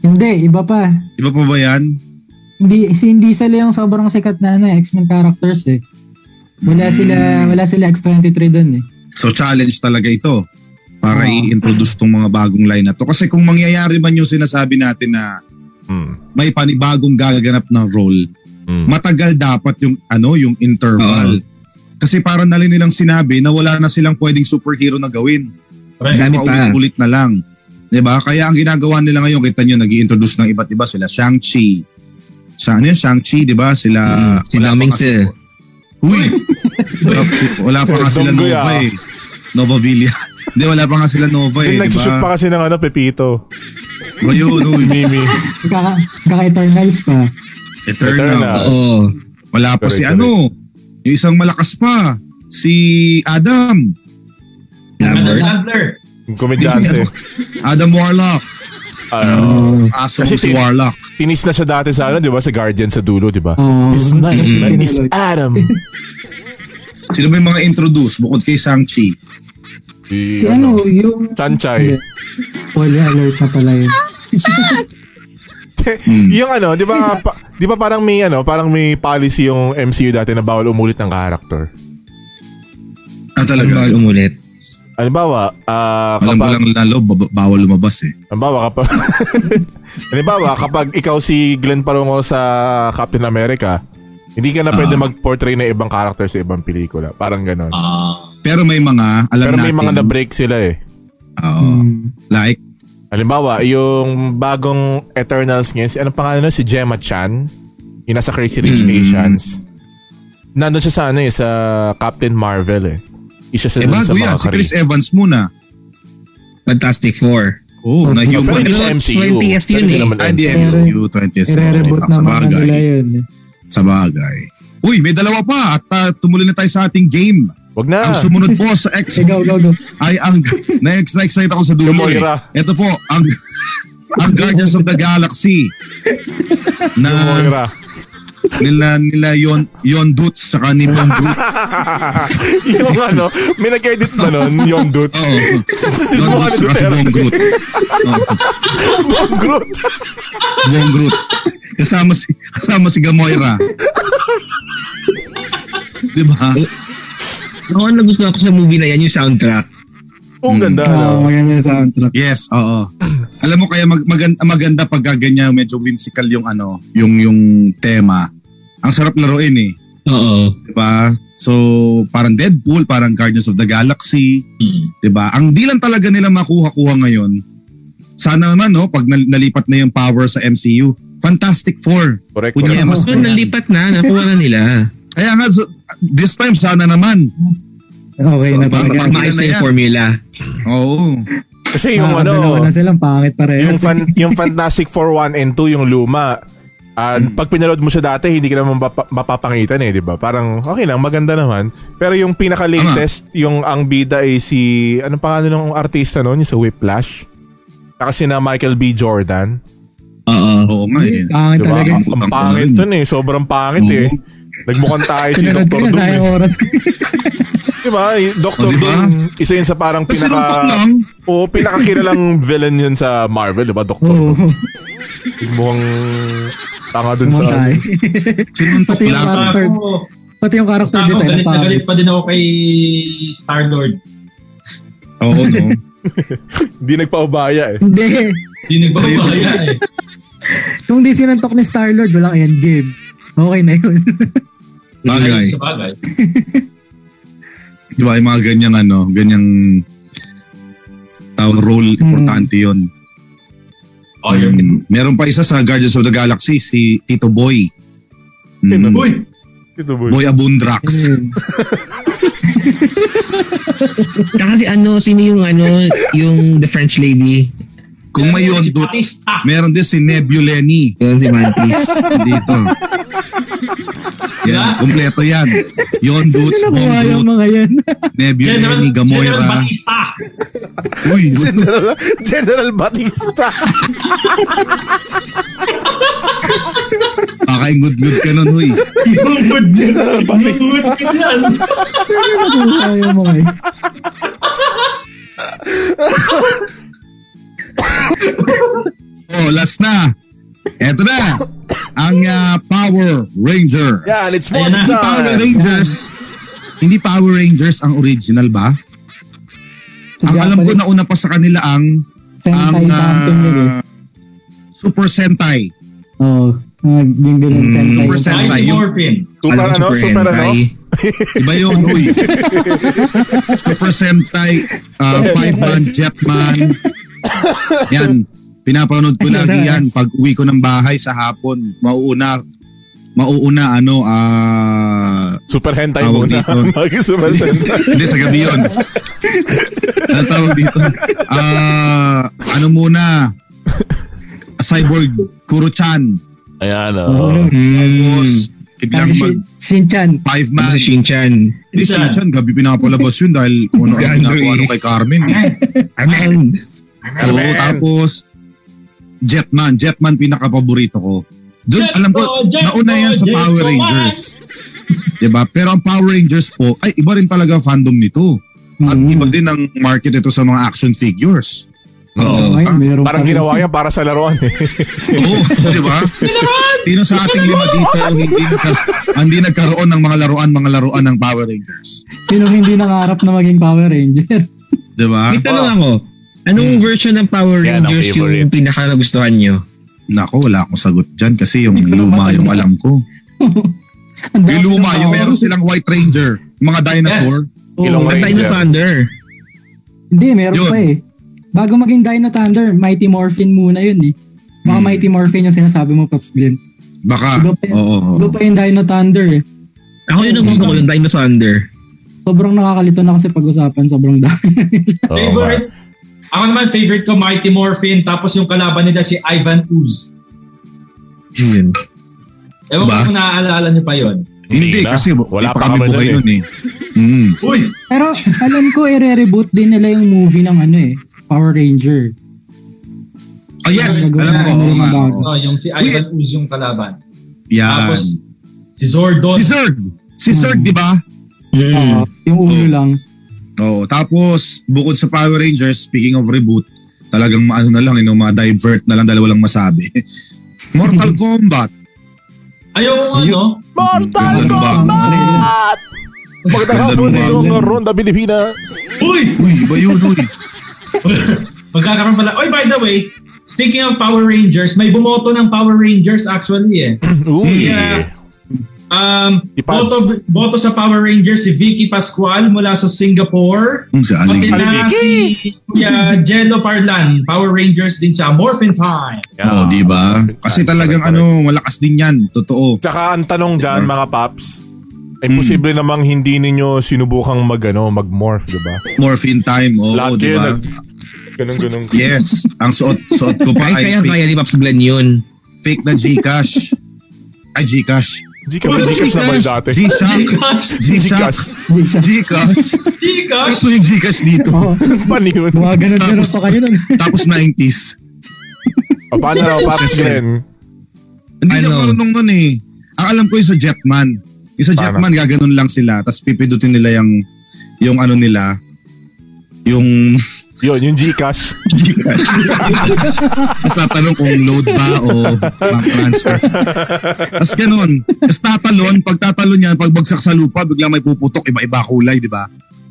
Hindi, iba pa. Di ba pa ba yan? Hindi, si hindi sila yung sobrang sikat na ano, X-Men characters eh. Mm. Wala sila, wala sila X-23 doon eh. So challenge talaga ito Oo. para i-introduce tong mga bagong line na to. Kasi kung mangyayari man yung sinasabi natin na Mm. may panibagong gaganap na role, Mm. Hmm. matagal dapat yung ano yung interval. Kasi parang na rin nilang sinabi na wala na silang pwedeng superhero na gawin. Right. Dami pa. Paulit-ulit na lang. 'Di ba? Kaya ang ginagawa nila ngayon, kita nyo, nag introduce ng iba't iba sila Shang-Chi. Sa ano yun? Shang-Chi, 'di ba? Sila Mm, si wala pa Laming kasi- Sil. Uy! wala, wala pa nga sila Donggoy, Nova ah. eh. Nova Villa. Hindi, wala pa nga sila Nova eh. Yung di nagsushoot ba? pa kasi ng ano, Pepito. Ayun, uy. Mimi. Kaka, kaka-Eternals pa. Eternals. Eternals. Oo. Wala pa Correct, si correct. ano. Yung isang malakas pa. Si Adam. Adam Lambert. Sandler. Yung Komedyante. Ano? Adam Warlock. Ano, Aso Kasi mo si si- Warlock. tinis na siya dati sa ano, di ba? Sa Guardian sa dulo, di ba? Oo. His name Mm. is Adam. Sino ba yung mga introduce bukod kay Shang-Chi? Si, Si ano, yung... Sanchay. Spoiler alert na pala yun. yung ano, di ba, pa- di ba parang may ano, parang may policy yung MCU dati na bawal umulit ng character. Ah, talaga. Bawal umulit. Halimbawa, ah, Alam ko kapag, lang lalo, bab- bawal lumabas eh. halimbawa, kapag, halimbawa, kapag ikaw si Glenn Palongo sa Captain America, hindi ka na pwede Ah. mag-portray ng ibang character sa ibang pelikula. Parang ganon. Ah, Pero may mga, alam Pero may natin. mga na-break sila eh. Oo. Hmm. like, Halimbawa, yung bagong Eternals ngayon, si, anong pangalan nun? Si Gemma Chan, yung nasa Crazy Rich Mm. Asians. Nandun siya sa ano eh, sa Captain Marvel eh. Isa siya eh dun sa bago mga yan, si Chris kari- Evans muna. Fantastic Four. Oh, na Pero human. Ah, hindi sa MCU. 20th yun Pero hindi eh. naman Ay, di MCU. MCU 20th century. I-re-reboot Fox. Sa naman na bagay. nila yun. Sa bagay. Uy, may dalawa pa at uh, tumuloy na tayo sa ating game. Wag na. Ang sumunod po sa X Sige, go, go, go. ay ang next na excited ako sa dulo. Yung Moira. Eh. Ito po ang ang Guardians of the Galaxy na Moira. nila nila yon yon Dutz saka ni Bon Groot. yung ano, may nag-edit na nun, yung dudes. Oo. Yon Sinuha ni Dutz saka si Oh. Duterte. Bon Groot. Oo, Bong Groot. Bon Groot. Kasama si kasama si Gamoira. 'Di ba? Ako ang nagustuhan ko sa movie na yan, yung soundtrack. Ang ganda. Mm. Oo, ano. Ah, maganda yung soundtrack. Yes, oo. Alam mo kaya mag maganda, maganda pag ganyan medyo whimsical yung ano, yung yung tema. Ang sarap laruin eh, Oo. 'di ba? Diba? So, parang Deadpool, parang Guardians of the Galaxy, hmm. 'di ba? Ang di lang talaga nila makuha-kuha ngayon. Sana naman no, pag nal- nalipat na yung power sa MCU, Fantastic Four. Correct. Kunya, correct. mas So, nalipat na. Nakuha na nila. Kaya nga so, this time sana naman. Okay na Diba? talaga. Ang ganda na Maayos na yung yan. formula. Oo. Kasi yung Nakakadalawa ano, Ah, na silang pangit pareho. yung fan, yung Fantastic Four 1 and 2 yung luma. Mm. And pag pinanood mo siya dati, hindi ka naman mapa- mapapangitan eh, 'di ba? Parang okay lang, maganda naman. Pero yung pinaka-latest, yung ang bida ay si ano pangalan ng artista noon, yung sa Whiplash. Saka si na Michael B. Jordan. Oo. Oo nga eh. Pangit Diba? talaga. Ang, Putang ang pangit ina nun eh. Sobrang pangit eh. Oo. Nagmukhang tayo si Pinanood ko Dr. na, Doom sayang eh. oras ko. Diba? Y- Dr. O, diba? Doom, isa yun sa parang Kasi nung pinaka... lang, Oo, pinakakilalang villain yun sa Marvel, diba? Dr. Oo. Doom. Mukhang tanga dun sa... Tumatay. sinuntok Pati yung lang. ah. parang- Third. Ako, Pati yung character ako, design ano galit ang na pangit. galit pa din ako kay Star-Lord. Oo, no. Hindi nagpaubaya eh. Hindi. Hindi nagbabaya eh. Kung di sinantok ni Star-Lord, walang endgame. Okay na yun. Bagay. Sa bagay. Di ba, yung mga ganyang ano, ganyang tawag role, Hmm. importante yun. Oh, you're Mm, meron pa isa sa Guardians of the Galaxy, si Tito Boy. Mm, Sino? Uy! Ito boy. Boy Abundrax. Ayun. Tsaka si ano, sino yung ano, yung the French lady? Kung may Si yun, Dudes, Pakis, ah, meron din si Nebuleni Yun si Mantis. dito. yan, kumpleto yan. Yon Dudes, Saan Bong nakuha yung Dudes, mga yan? General, Nebuleni, General Gamoyra. Batista. Uy, General, General Batista. pakaingud-good ka nun, huy. Inuhod niya. General Batista. Inuhod ka yan. Saan nakuha yung mga yan? Oh, last na. Eto na. Ang ah, Power Rangers. Yan, it's Ayan one na. Power time. Rangers. Hindi Power Rangers ang original ba? Sa ang alam ko Japanese na una pa sa kanila ang ang Sentai ah, something yun eh. Super Sentai. Oo. Ah, Yung ganun Mm, Sentai. super Sentai. Mighty Yung- Morphin. Super Alam, ano? Super ano? hentai. Iba yun, uy. Super Sentai, ah, Five Man, Jetman. Yan. Pinapanood ko lagi yan. Pag uwi ko ng bahay sa hapon, mauuna, mauuna ano, ah, Super hentai Tawag muna. dito. Mag-super hentai. Hindi, sa gabi yun. Anong tawag dito? Ah, ano muna? Cyborg Kuro-chan. Ayan, Oo. oh. Tapos, Mm. biglang Kasi mag Shin- Shinchan. five Ano man. si Shinchan? Hindi, Shinchan, gabi pinapalabas yun dahil kung ano ang ginagawa nung kay Carmen. Eh. Amen. Oo, tapos, Jetman. Jetman pinakapaborito ko. Doon, Jetman, alam ko, Jetman, nauna yan sa Jetman. Power Rangers. 'Di ba? Pero ang Power Rangers po, ay iba rin talaga ang fandom nito. At Mm. iba din ang market ito sa mga action figures. Oo, Ah, ayun, Ano meron Parang pa rin. ginawa yan para sa laruan eh. Oo, di ba? Sino sa ating lima dito ang hindi, nagka- hindi nagkaroon ng mga laruan, mga laruan ng Power Rangers? Sino hindi nangarap na maging Power Ranger? Di ba? May tanong ako. Anong version ng Ah, Power Hmm. Yan ang Rangers favorite. yung pinaka nagustuhan nyo? Nako, wala akong sagot dyan kasi yung luma, yung alam ko. Ang dami Yung luma, ng yung tao. meron silang White Ranger, yung mga dinosaur. Oo. Ilong Ang Ranger. Dino Thunder. Hindi, meron Yun. pa eh. Bago maging Dino Thunder, Mighty Morphin muna yun eh. Mga Hmm. Mighty Morphin yung sinasabi mo, Pops Glenn. Baka, Iba pa yun. oo. oo. Iba pa yung Dino Thunder eh. Ako Hmm. yun ang gusto ko, yung Dino Thunder. Sobrang nakakalito na kasi pag-usapan, sobrang dami. Favorite. Ako naman, favorite ko, Mighty Morphin. Tapos yung kalaban nila, si Ivan Ooze. Yun. Ewan ko Ba? kung naaalala niyo pa yon. Hindi, na. kasi Wala wala pa pa kami kami buhay dun eh. nun eh. Mm. Uy! Pero alam ko, i-reboot din nila yung movie ng ano eh, Power Ranger. Oh yes, alam ko. Oo, nga, oo. No, Oh, yung si Ivan Ooze yung kalaban. Yan. Tapos, si Zordon. Si Zerg. Si Zerg, di ba? Mm. Oo, yung ulo lang. Oo, tapos bukod sa Power Rangers, speaking of reboot, talagang ano na lang, yung mga divert na lang, dalawa lang masabi. Mortal Kombat. Ayaw ano? Mortal Ganda ng bago. Kombat! Magandang Ganda ng hapon bago. ng Ronda Pilipinas. Uy! Uy, iba yun, uy. Magkakaroon pala. Oy, by the way, speaking of Power Rangers, may bumoto ng Power Rangers actually eh. Uy. Yeah. Um, Si Pabs. boto, boto sa Power Rangers si Vicky Pascual mula sa Singapore. Kung si Aling. Pati na Vicky! si Kuya Jello Parlan. Power Rangers din siya. Morphin Time. Oo, oh, di ba? diba? Kasi talagang ano, malakas din yan. Totoo. Tsaka ang tanong dyan, mga paps, ay Hmm. posible namang hindi ninyo sinubukang mag, ano, mag-morph, di ba? Morphine time. Oo, Lahat di yun, ba? nag- ganun-ganun. Yes. Ang suot, suot ko Ah, pa ay Kahit kaya fake, kaya ni Pops Glenn yun. fake na Gcash. Ay, Gcash. Di ka ba, di ka sabay dati. G-Shock. G-Shock. Gcash. Gcash. Ano Gcash! po yung Gcash dito? Oo, Paano yun? mga ganun-ganun Tapos- pa kayo nun. Tapos 90s. O, Paano raw, eh. paps, Glenn? Hindi Ano? na marunong nun eh. Ang alam ko yung sa Jetman. Yung sa Paano? Jetman, gaganon lang sila. Tapos pipidutin nila yung, yung ano nila. Yung, Yun, yung Gcash. basta tanong kung load ba o bank transfer. Tapos ganun. Tapos tatalon, pag tatalon yan, pagbagsak sa lupa, biglang may puputok, iba-iba kulay, di ba?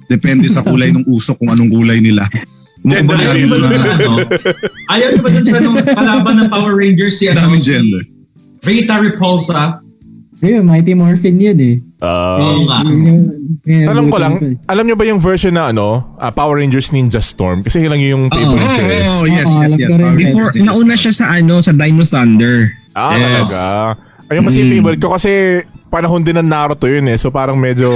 Depende sa kulay ng usok kung anong kulay nila. Gender Kumbaga, Ayaw reveal. ba yung dun mga- sa ano? Ayaw niyo ba dun sa anong kalaban ng Power Rangers si ano? Daming si gender. Rita Repulsa. Ayun, Mighty Morphin yun eh. Oh. Oo nga. Yun yung- yun eh. yung- Alam Uh, ko lang, alam nyo ba yung version na ano, ah, Power Rangers Ninja Storm? Kasi yun lang yung favorite Oh, ko eh. oh, yes, Oo, yes, alam ko yes. rin. Power Rangers Before, Ninja nauna Storm. siya sa ano, sa Dino Thunder. Ah, Yes. talaga. Ayun kasi Mm. favorite ko kasi panahon din ng Naruto yun eh. So parang medyo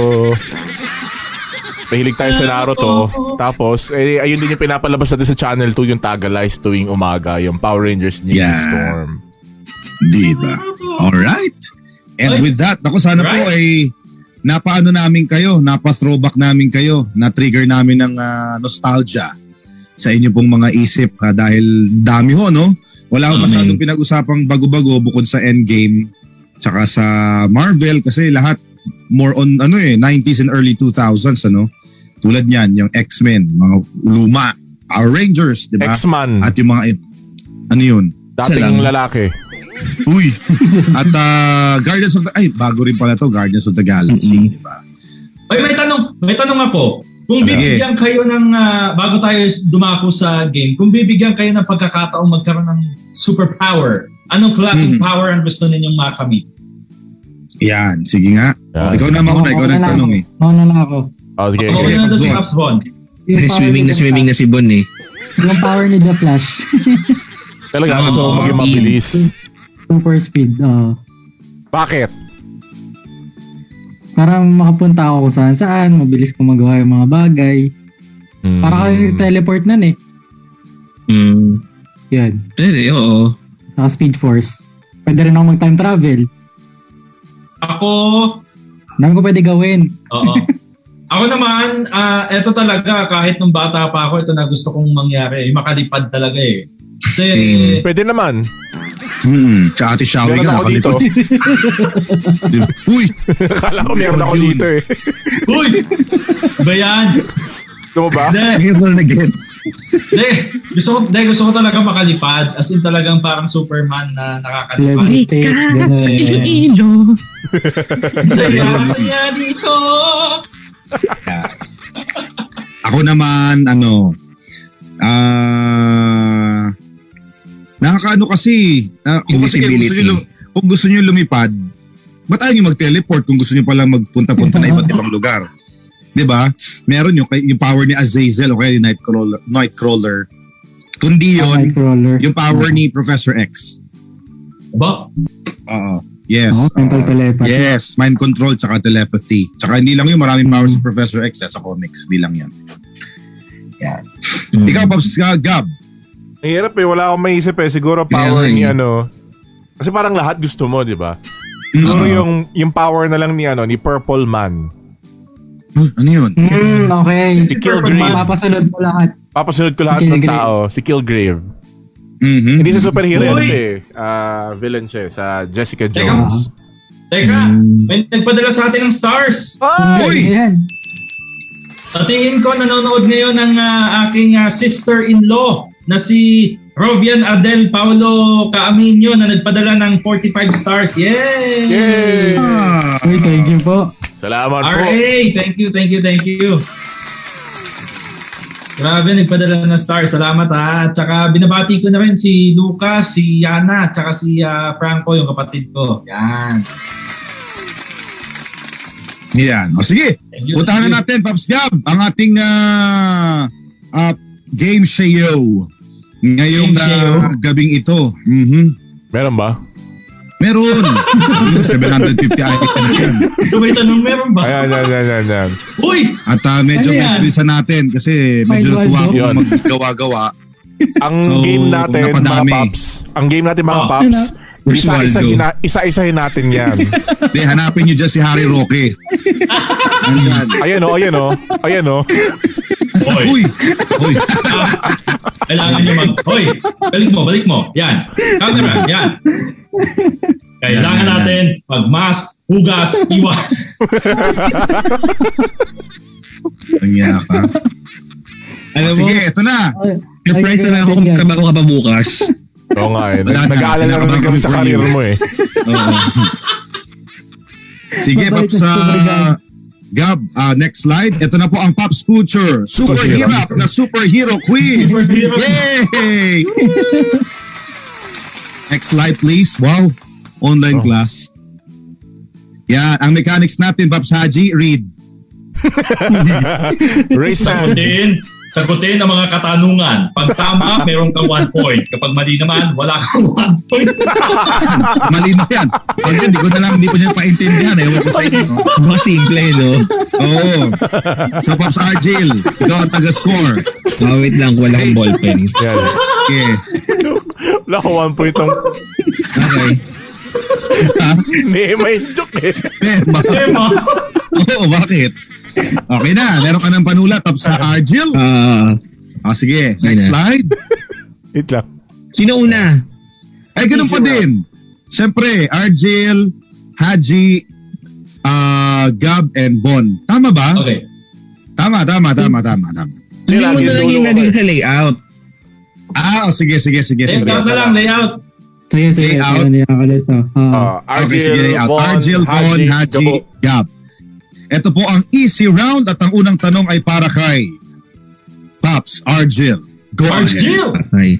mahilig tayo sa Naruto. Tapos, eh, ayun din yung pinapalabas natin sa Channel 2, yung Tagalize tuwing umaga, yung Power Rangers Ninja Yeah. Storm. Diba? Alright. And Ay. with that, naku sana po ay napaano namin kayo, napa-throwback namin kayo, na-trigger namin ng ah, nostalgia sa inyo pong mga isip ah, dahil dami ho, no? Wala akong Amen. masyadong pinag-usapang bago-bago bukod sa Endgame tsaka sa Marvel kasi lahat more on ano eh, 90s and early 2000s, ano? Tulad niyan, yung X-Men, mga luma, diba? Power Rangers, di ba? X-Man, At yung mga, ano yun? dating Salam. lalaki. Uy. At ah, Guardians of the ay bago rin pala to Guardians of the Galaxy, Mm-mm. di ba? Oy, may tanong, may tanong ako. Ano? Kung Sige. bibigyan kayo ng ah, bago tayo dumako sa game, kung bibigyan kayo ng pagkakataong magkaroon ng superpower, anong klaseng Mm-hmm. Mhm. power ang gusto ninyong makamit? Yan, sige nga. Yeah. Oh, ikaw na ako na, ikaw Ako na lang. nagtanong eh. Ako na lang ako. Oh, sige, Ako sige. na doon si Bon. Pops Bon. Yung Kasi power swimming ni na The swimming na si Bon eh. Flash. Yung power ni The Flash. Talaga, gusto ko Oh, maging Ian. mabilis. Super speed. oo. Bakit? Parang makapunta ako kung saan saan, mabilis ko magawa yung mga bagay. Mm. Para Hmm. kang teleport nun eh. Mm. Yan. Eh, oo. Saka speed force. Pwede rin ako mag-time travel. Ako, Ang Dami ko pwede gawin. oo. ako naman, ah, eto talaga, kahit nung bata pa ako, ito na gusto kong mangyari. Yung makalipad talaga eh. Kasi, Mm. Pwede naman. Hmm, sa ate Shawi Meron ka ako dito. nakalikot. Di- Uy, Akala ko meron ako Yun. dito eh. huy! Ba yan? Diba ba? Hindi. Ngayon mo na nag-get. De, gusto ko, de, gusto ko talaga makalipad. As in talagang parang Superman na nakakalipad. Levitate. Ganun. Saya, saya dito! ako naman ano ah nakakaano kasi ah, kung, kasi kayo gusto Invisibility. nyo, lum- kung gusto nyo lumipad ba't ayaw nyo mag-teleport kung gusto nyo pala magpunta-punta na iba't ibang lugar 'di ba? Meron yung, yung power ni Azazel o kaya ni Nightcrawler, Nightcrawler. Kundi Ah, yun, Nightcrawler. yung power ni Professor X. Ba? Oo. Yes. Oo, Oh, mental Oo. telepathy. Yes, mind control tsaka telepathy. Tsaka hindi lang yun, maraming power si Professor X eh, sa comics. Hindi lang yan. Yan. Ikaw, Pops Ga- Gab. Ang hirap eh. Wala akong maisip eh. Siguro power Kaya nga eh. ni ano. Kasi parang lahat gusto mo, di ba? Siguro Mm. yung, yung power na lang ni ano, ni Purple Man. Oh, ano yun? Hmm, okay. Si Kilgrave. Mapapasunod mo lahat. Papasunod ko lahat Si ng Kilgrave. tao. Si Kilgrave. Mhm. Hindi siya superhero. Ano Uy! siya eh. Ah, villain siya eh, Sa Jessica Teka. Jones. Teka, Hmm. may nagpadala sa atin ng stars. Uy! Ayan. Tatiin ko, nanonood ngayon ng ah, aking ah, sister-in-law na si Rovian Adel Paolo Caaminio na nagpadala ng 45 stars. Yay! Yay! Ah. Uy, thank you po. Salamat po. RA, thank you, thank you, thank you. Grabe, nagpadala ng star. Salamat ha. At saka binabati ko na rin si Lucas, si Yana, at saka si ah, Franco, yung kapatid ko. Yan. Yan. O sige, Thank you, puntahan na natin, thank you. Pops Gab, ang ating ah, ah, game show ngayong Game show? ah, gabing ito. Mhm. Meron ba? Meron! 750 items yan. Ito may tanong meron ba? Ayan, ayan, ayan, ayan. ayan. Uy! At ah, medyo Ano yan? ano natin kasi medyo Final natuwa ako Yun. maggawa-gawa. Ang So, game natin, kung mga napadami. paps. Ang game natin, mga Oh, paps. Where's Isa-isahin Waldo? na- isa-isahin natin yan. Hindi, hanapin nyo dyan si Harry Roque. Andyan. Ayan o, ayan o. Ayan oh. o. Hoy! Uy! Uy! Kailangan niyo mag... Hoy! Balik mo, balik mo. Yan. Camera, yan. Kailangan natin mag-mask, hugas, iwas. Tanya ka. Ah, Alam mo, Sige, ito na. surprise na lang ako kung trabaho ka pa bukas. Oo nga eh. Wala na. Nag-aalala na rin kami sa Pinakabahan kami karir for you. mo eh. Oo. Sige, Babalik na Pops. si Super ah, Gab, ah, next slide. Ito na po ang Pops Culture. Super Superhero. hirap na superhero quiz. Superhero. Yay! next slide, please. Wow. Oh. Online class. Yan, ang mechanics natin, Paps Haji, read. Ray Sound. Sagutin, sagutin ang mga katanungan. Pag tama, meron kang one point. Kapag mali naman, wala kang one point. Mali na yan. Pag hindi ko na lang, hindi ko niya paintindihan. eh. Ewan ko sa inyo. Mga simple, no? Oo. Mm. So, Paps Argel, ikaw ang taga-score. Ah, wait lang, wala akong ballpen. Yan. Okay. Wala ko one point ang... Okay. Hindi, may joke eh. Tema. Tema. Oo, bakit? Okay na. Meron ka ng panulat, Paps Argel. Ah, Ah, sige. Next Sige na. slide. Wait lang. sino una? Ay, Eh, ganun pa din. Siyempre, Argel, Haji, ah, Gab, and Von. Tama ba? Okay. Tama, tama, tama, tama, tama. Hindi, Hindi mo lagi na lang dulo yung ko naging eh. sa layout. Ah, oh, sige, sige, sige, Yes, sige. Layout na lang, layout. Sige, sige. Layout. Ano yan ulit to? Ah. Ah, Okay, Argel, sige, layout. Von, Argel, Von, Haji, Haji, Joko. Gab. Ito po ang easy round at ang unang tanong ay para kay Pops Argel. Go ahead. Argel! Okay.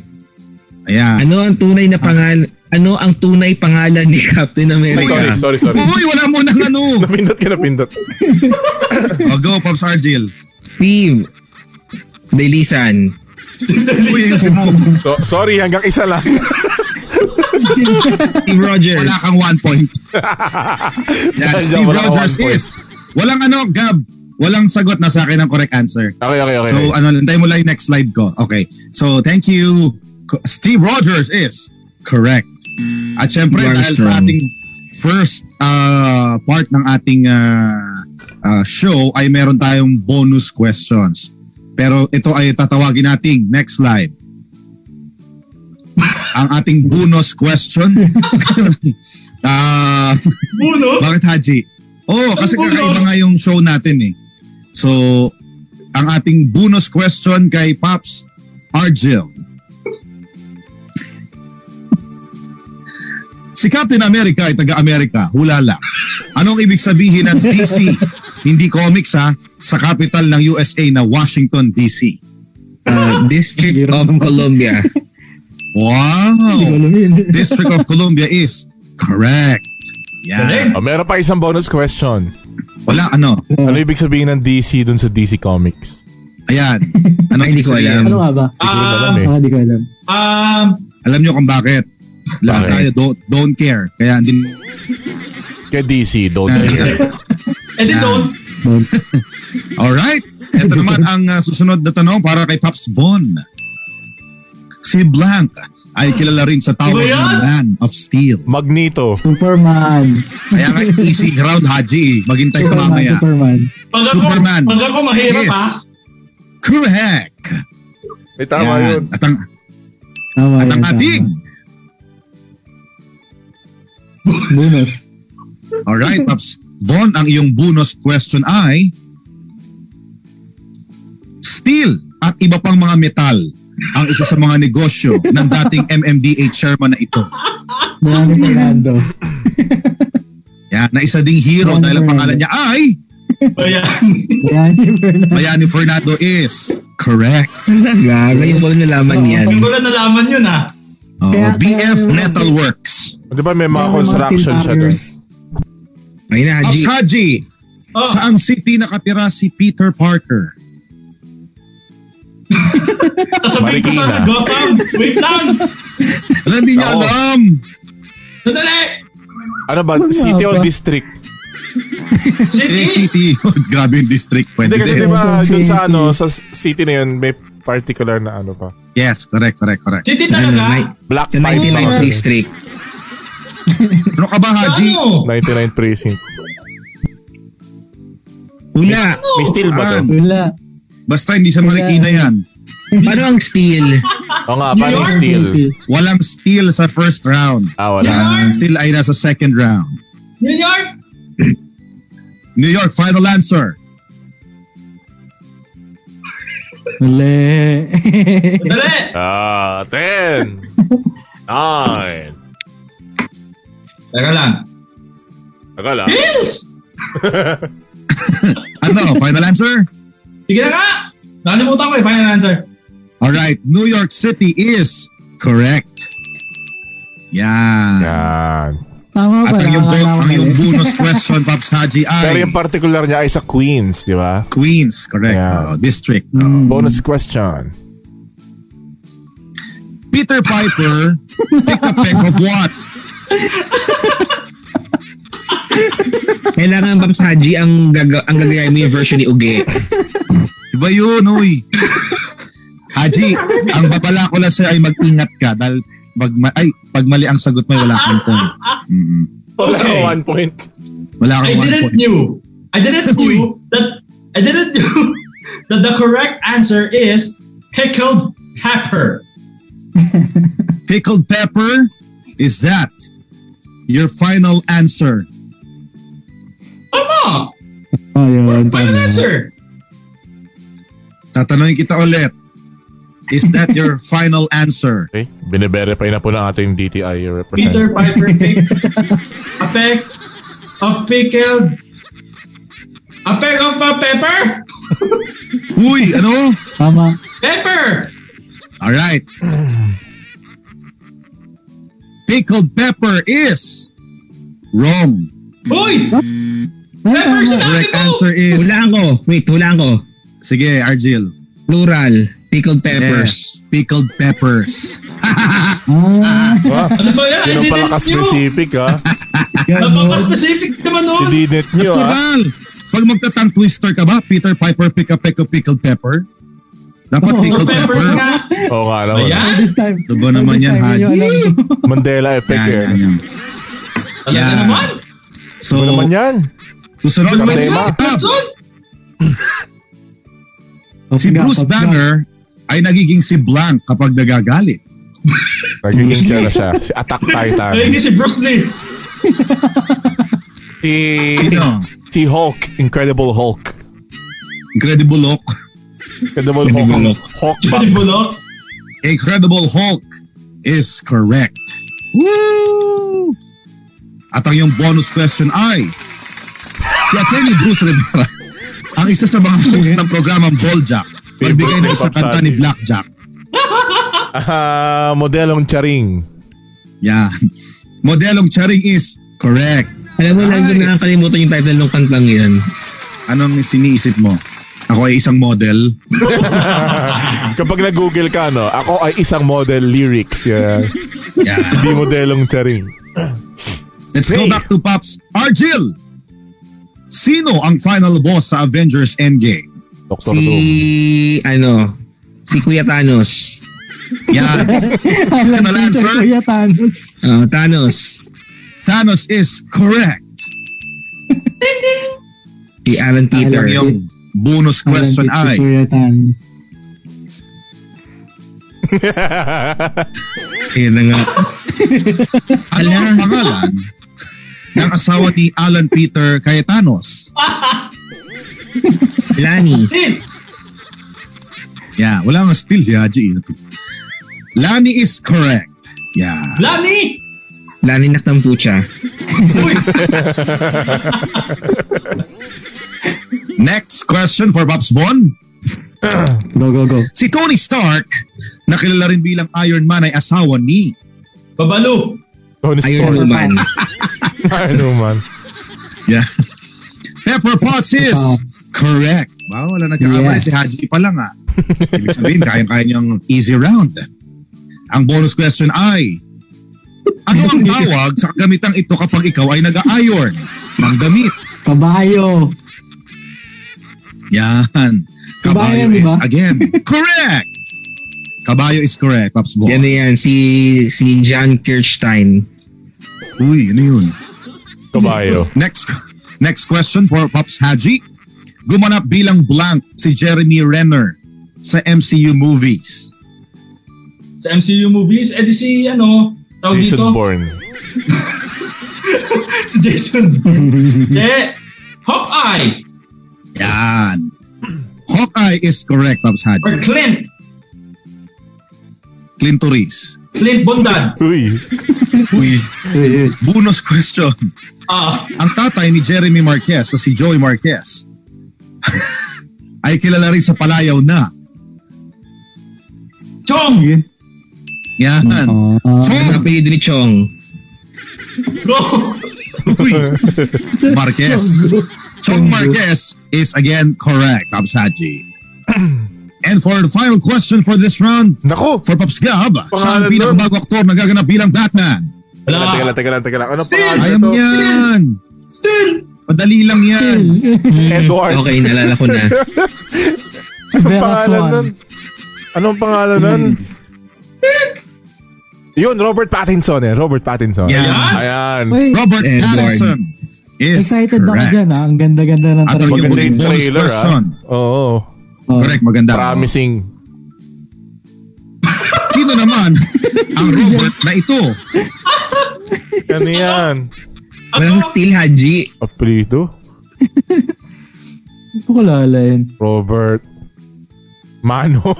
Ayan. Ano ang tunay na pangalan? Ano ang tunay pangalan ni Captain America? Sorry, sorry, sorry. Uy, wala mo nang ano. Napindot ka, napindot. Oh, go, Pops Argel. Steve Delisan. Uy, ayusin mo. So, sorry, hanggang isa lang. Steve Rogers. Wala kang one point. Yan, Dahil Steve wala akong Rogers one point. is. Walang ano, Gab. Walang sagot na sa akin ang correct answer. Okay, okay, okay. So, ano, hintayin mo lang yung next slide ko. Okay. So, thank you. Co- Steve Rogers is correct. At syempre, You are dahil sa strong. ating first uh, part ng ating uh, uh, show, ay meron tayong bonus questions. Pero ito ay tatawagin nating next slide. Ang ating bonus question. Ah... Uno. Bakit Haji? Oo, oh, kasi bonus. kakaiba nga yung show natin eh. So, ang ating bonus question kay Pops Argel. si Captain America ay taga-Amerika, hula lang. Anong ibig sabihin ng DC? Hindi comics ha, sa capital ng USA na Washington DC. Uh, District of Columbia. Hindi ko Wow! alam yun. District of Columbia is correct. Galing. Yeah. Oh, meron pa isang bonus question. Wala ano. Ano ibig sabihin ng DC dun sa DC Comics? Ayan. Anong Ay, hindi ibig ko alam. sabihin? Ano nga ba? Hindi ko rin alam eh. Ah, di ko alam. Um, Alam nyo kung bakit. Bakit? Lahat tayo don't, don't care. Kaya hindi Kaya DC, don't Ah. care. and then don't. Don't. Alright. Ito naman ang uh, susunod na tanong para kay Pops Von. Si Blank ay kilala rin sa tawag Iba yan? ng Man of Steel. Magneto. Superman. Kaya nga easy round, Haji. eh. Maghintay ka Superman, mamaya. Superman. Pag ako, Superman. pag ako mahirap Yes. ha. Correct. May tama yun. Yan. At ang, Tama yan, at ang tama. ating Bonus. Alright, Paps. Von, ang iyong bonus question ay steel at iba pang mga metal ang isa sa mga negosyo ng dating MMDA chairman na ito. Bonus Fernando. Yan, na isa ding hero dahil ang pangalan niya ay Ayan. Yan yung Fernando. Bayani Fernando is correct. Talaga? Ngayon ko lang nalaman yan. Hindi ko lang nalaman yun ah. ha. Oh, Kaya- BF Metalworks. Di ba may mga Yung construction siya dun? Tintarers. Ayun na, Pops Haji. Haji, Oh, saang city nakatira si Peter Parker? sasabihin ko Marikina. sana, Gotham. Wait lang. Wala, hindi niya Ako. alam. Sandali. Ano ba? Ano nga City ba? or district? Eh, City. city. Grabe yung district. Pwede Hindi kasi di din. Sa ba dun sa city. ano, sa city na yun, may particular na ano pa. Yes, correct, correct, correct. City Ano, talaga. ni- Black sa 99th District. Ano ka ba, Haji? Ano? 99 precinct. Una, May steel ba to? Wala. Basta hindi sa Marikina yan. paano ang steel? Ah, O nga, paano yung York? steel? Walang steal sa first round. Ah, wala. Ang steal ay nasa second round. New York. New York, final answer. Wala. Sandali. Ah, 10. 9. Teka lang. Taka lang. Bills! Ano, final answer? Sige na nga. Nakalimutan ko eh. Final answer. Alright, New York City is correct. Yeah. Yan. Tama At pala. ang yung, bo- akala ko ang yung mali. bonus question, Pops Haji, Pero ay yung particular niya ay sa Queens, di ba? Queens, correct. Yeah. oh, district. Mm. oh. Bonus question. Peter Piper, take a peck of what? Kailangan Paps Haji ang, gaga- ang gagayahin mo yung version ni Uge. Diba yun, oy? Haji, ang babala ko lang sa'yo ay mag-ingat ka dahil pag, ma- ay, pag mali ang sagot mo, wala kang point. Mm-mm. Wala Okay. one point. Wala kang I one didn't point. knew. I didn't knew that I didn't knew that the correct answer is pickled pepper. Pickled pepper, is that your final answer? Tama! Oh, yun. Final tama. answer! Tatanungin kita ulit. Is that your final answer? Okay. Bine-verify na po ng ating DTI representative. Peter Piper pick a peck of pickled a peck of uh, pepper? Uy, ano? Tama. Pepper! Alright. Pickled pepper is wrong. Uy! Ay, Pepper tama. sinabi Correct mo! answer is... Hulaan ko. Wait, hulaan ko. Sige, Argil. Plural. Pickled peppers. Yes, pickled peppers. Ah, Wow. Ano ba yan? I Diba? Yun ang didn't pala knew! ka-specific, ha? Napaka-specific naman nun! Hindi net nyo, ah. ha? Natural! Pag magtatang twister ka ba, Peter Piper pick a peck of pickled pepper? Dapat Oo. pickled Pepper peppers. nga! Oo nga lang. Ayan! this time. Ano ba naman this yan, time, Haji? yun, alam ko. Mandela effect Yan, yun. yan, yan. Alam Yeah. mo naman! So, Ano naman yan? susunod Alam mo ang Problema. naman! Bob. Hudson! Si Pagka- Bruce pagka- Banner ay nagiging si Blank kapag nagagalit. Nagiging siya na siya. Si Attack Titan. Ay, hindi si Bruce Lee! Si, Sino? si Hulk. Incredible Hulk. Incredible Hulk. Incredible Hulk. Hulk ba? Hindi bulok! Incredible Hulk is correct. Woo! At ang yung bonus question ay si Atty. Bruce Rivera ang isa sa mga host ng programang Balljack magbigay ng isang kanta ni Blackjack. Ah, modelong charing. Yan. Modelong charing is correct. Alam mo, lagi Ay. na nakakalimutan yung title ng kantang yan. Anong siniisip mo? Ako ay isang model. Kapag nag-google ka, no? Ako ay isang model lyrics. Yeah. Yan. Hindi modelong charing. Let's go Hey. back to Pops. Argil! Sino ang final boss sa Avengers Endgame? Dr. Si, Doom. ano, si Kuya Thanos. Yan. Alam Ano, ko, Lance, Sir sir? Kuya Thanos. Ah, Thanos. Thanos is correct. Si Alan Peter. Ang yung bonus question Alam ko, ay, Kuya Thanos. Ayun na nga. ano ang Ala. pangalan ng asawa ni Alan Peter Cayetanos? Lani. Sin! Yeah, wala nga still si Haji. Lani is correct. Yeah. Lani! Lani Naktampucha. Uy! Next question for Pops Bon. Go, go, go. Si Tony Stark, na kilala rin bilang Iron Man, ay asawa ni Babalo! Tony Iron Stark. Woman. Ano man. Yeah. Pepper Potts is Potts. correct. Wow, wala nagkakamali Uh-huh. Yes. si Haji pa lang ah. Ibig sabihin, kayang-kaya niyang easy round. Ang bonus question ay, ano ang tawag sa gamitang ito kapag ikaw ay nag-iron? Manggamit. Kabayo. Yan. Kabayo Kabayan, di is ba? again. Correct! Kabayo is correct, Pops Bo. Si ano yan, si, si John Kirstein. Uy, ano yun? Kabayo. Next next question for Pops Haji. Gumanap bilang blank si Jeremy Renner sa MCU movies. Sa MCU movies, edi si ano, tawag dito, Jason Bourne. si Jason. Eh, Hawkeye Yan. Hawkeye is correct, Pops or Haji. Clint. Clint Torres. Clint Bondad. Uy. Uy, Ayun. bonus question. Ah, Ang tatay ni Jeremy Marquez na si Joey Marquez ay kilala rin sa palayaw na. Chong! Yun. Yan. Oo. Oh, Chong! Hmm. Ang apelyido ni Chong. Go! Uy! Marquez. Chong Marquez is again correct. Pops Haji. And for the final question for this round, Naku! for Pops Gab, siya ang Pangalan pinakabago aktor na gaganap bilang Batman. Wala. Teka lang, teka lang, teka lang. Ano Still, pangalan Ayan nito? yan. Still! Madali lang yan. Edward. Hmm, Okay, naalala ko na. Anong Vera pangalan Swan. nun? Anong pangalan nun? Yun, Robert Pattinson eh. Robert Pattinson. Yan. Ayan. Wait, Robert Edward. Pattinson is excited ako correct. dyan ah. Ang ganda-ganda ng At ang trailer. Maganda Yung yung bonus trailer ah. person. Oo. Oh. Correct, maganda. Promising. Sino naman ang Robert na ito? Ano yan? Walang still Haji. Apelyido? Hindi ko kalala yun. Robert. Mano.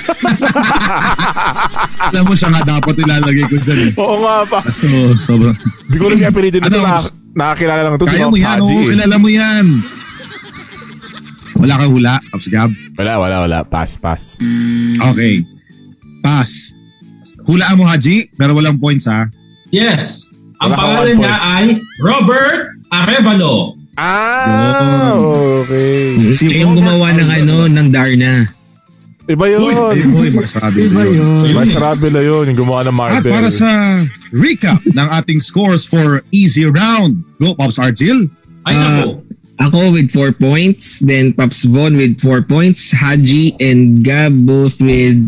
Alam mo siya nga dapat ilalagay ko dyan eh. Oo nga pa. So, sobrang... Hindi ko alam yung apelyido nito. Ano? Nak- nakakilala lang ito si Kaya Pops mo yan, Haji. oo, eh. kilala mo yan. Wala kang hula, Pops Gab. Wala, wala, wala. Pass, pass. Mm. Okay. Pass. Hulaan mo, Haji, pero walang points, ha? Yes! Ang Wala ka pangalan one niya ay Robert Arevalo. Ah! Okay. Si yung gumawa ng ano, ng Darna. Iba yun. Ayun, oh, uy, makasabi Iba mo yun. yun. Mas na yun. Yung gumawa ng At Marvel. Ah, para sa recap ng ating scores for Easy Round, go, Pops Argil. Ay Ah. nako. Ako with 4 points, then Pops Von with 4 points, Haji and Gab both with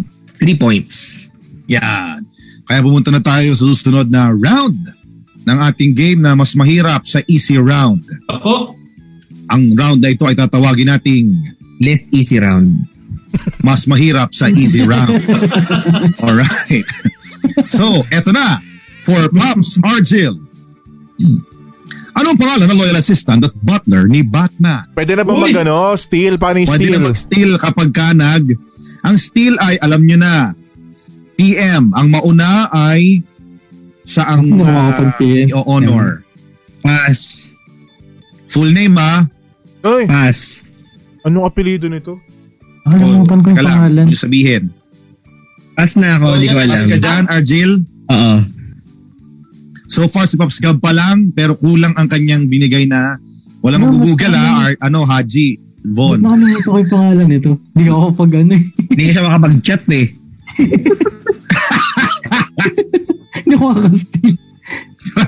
3 points. Yan. Kaya pumunta na tayo sa susunod na round ng ating game na mas mahirap sa Easy Round. Ako? Ang round na ito ay tatawagin nating Let's easy round. mas mahirap sa easy round. Alright. So, eto na. For Pops Argil. Anong pangalan ng loyal assistant at butler ni Batman? Pwede na ba Uy! mag ano? Steal? Paano yung Pwede steal? na mag-steal kapag kanag. Ang steal ay, alam nyo na, PM. Ang mauna ay siya ang Ako makakapag-PM. uh, honor. Pass. Full name ha. Ay! Pass. Anong apelido nito? Ah, nalimutan ko yung Kailangan pangalan. nyo sabihin. Pass na Oh, ako, hindi ko yeah, alam. Pas ka dyan, Argil. Oo. So far si Pops Gab pa lang pero kulang ang kanyang binigay na wala Ano, mag-google ano? ha, Ar- ano Haji Von. Nakalimutan ko yung pangalan nito. Hindi ako pag ano eh. Hindi ka siya makapag-chat eh. Hindi ko makakastil.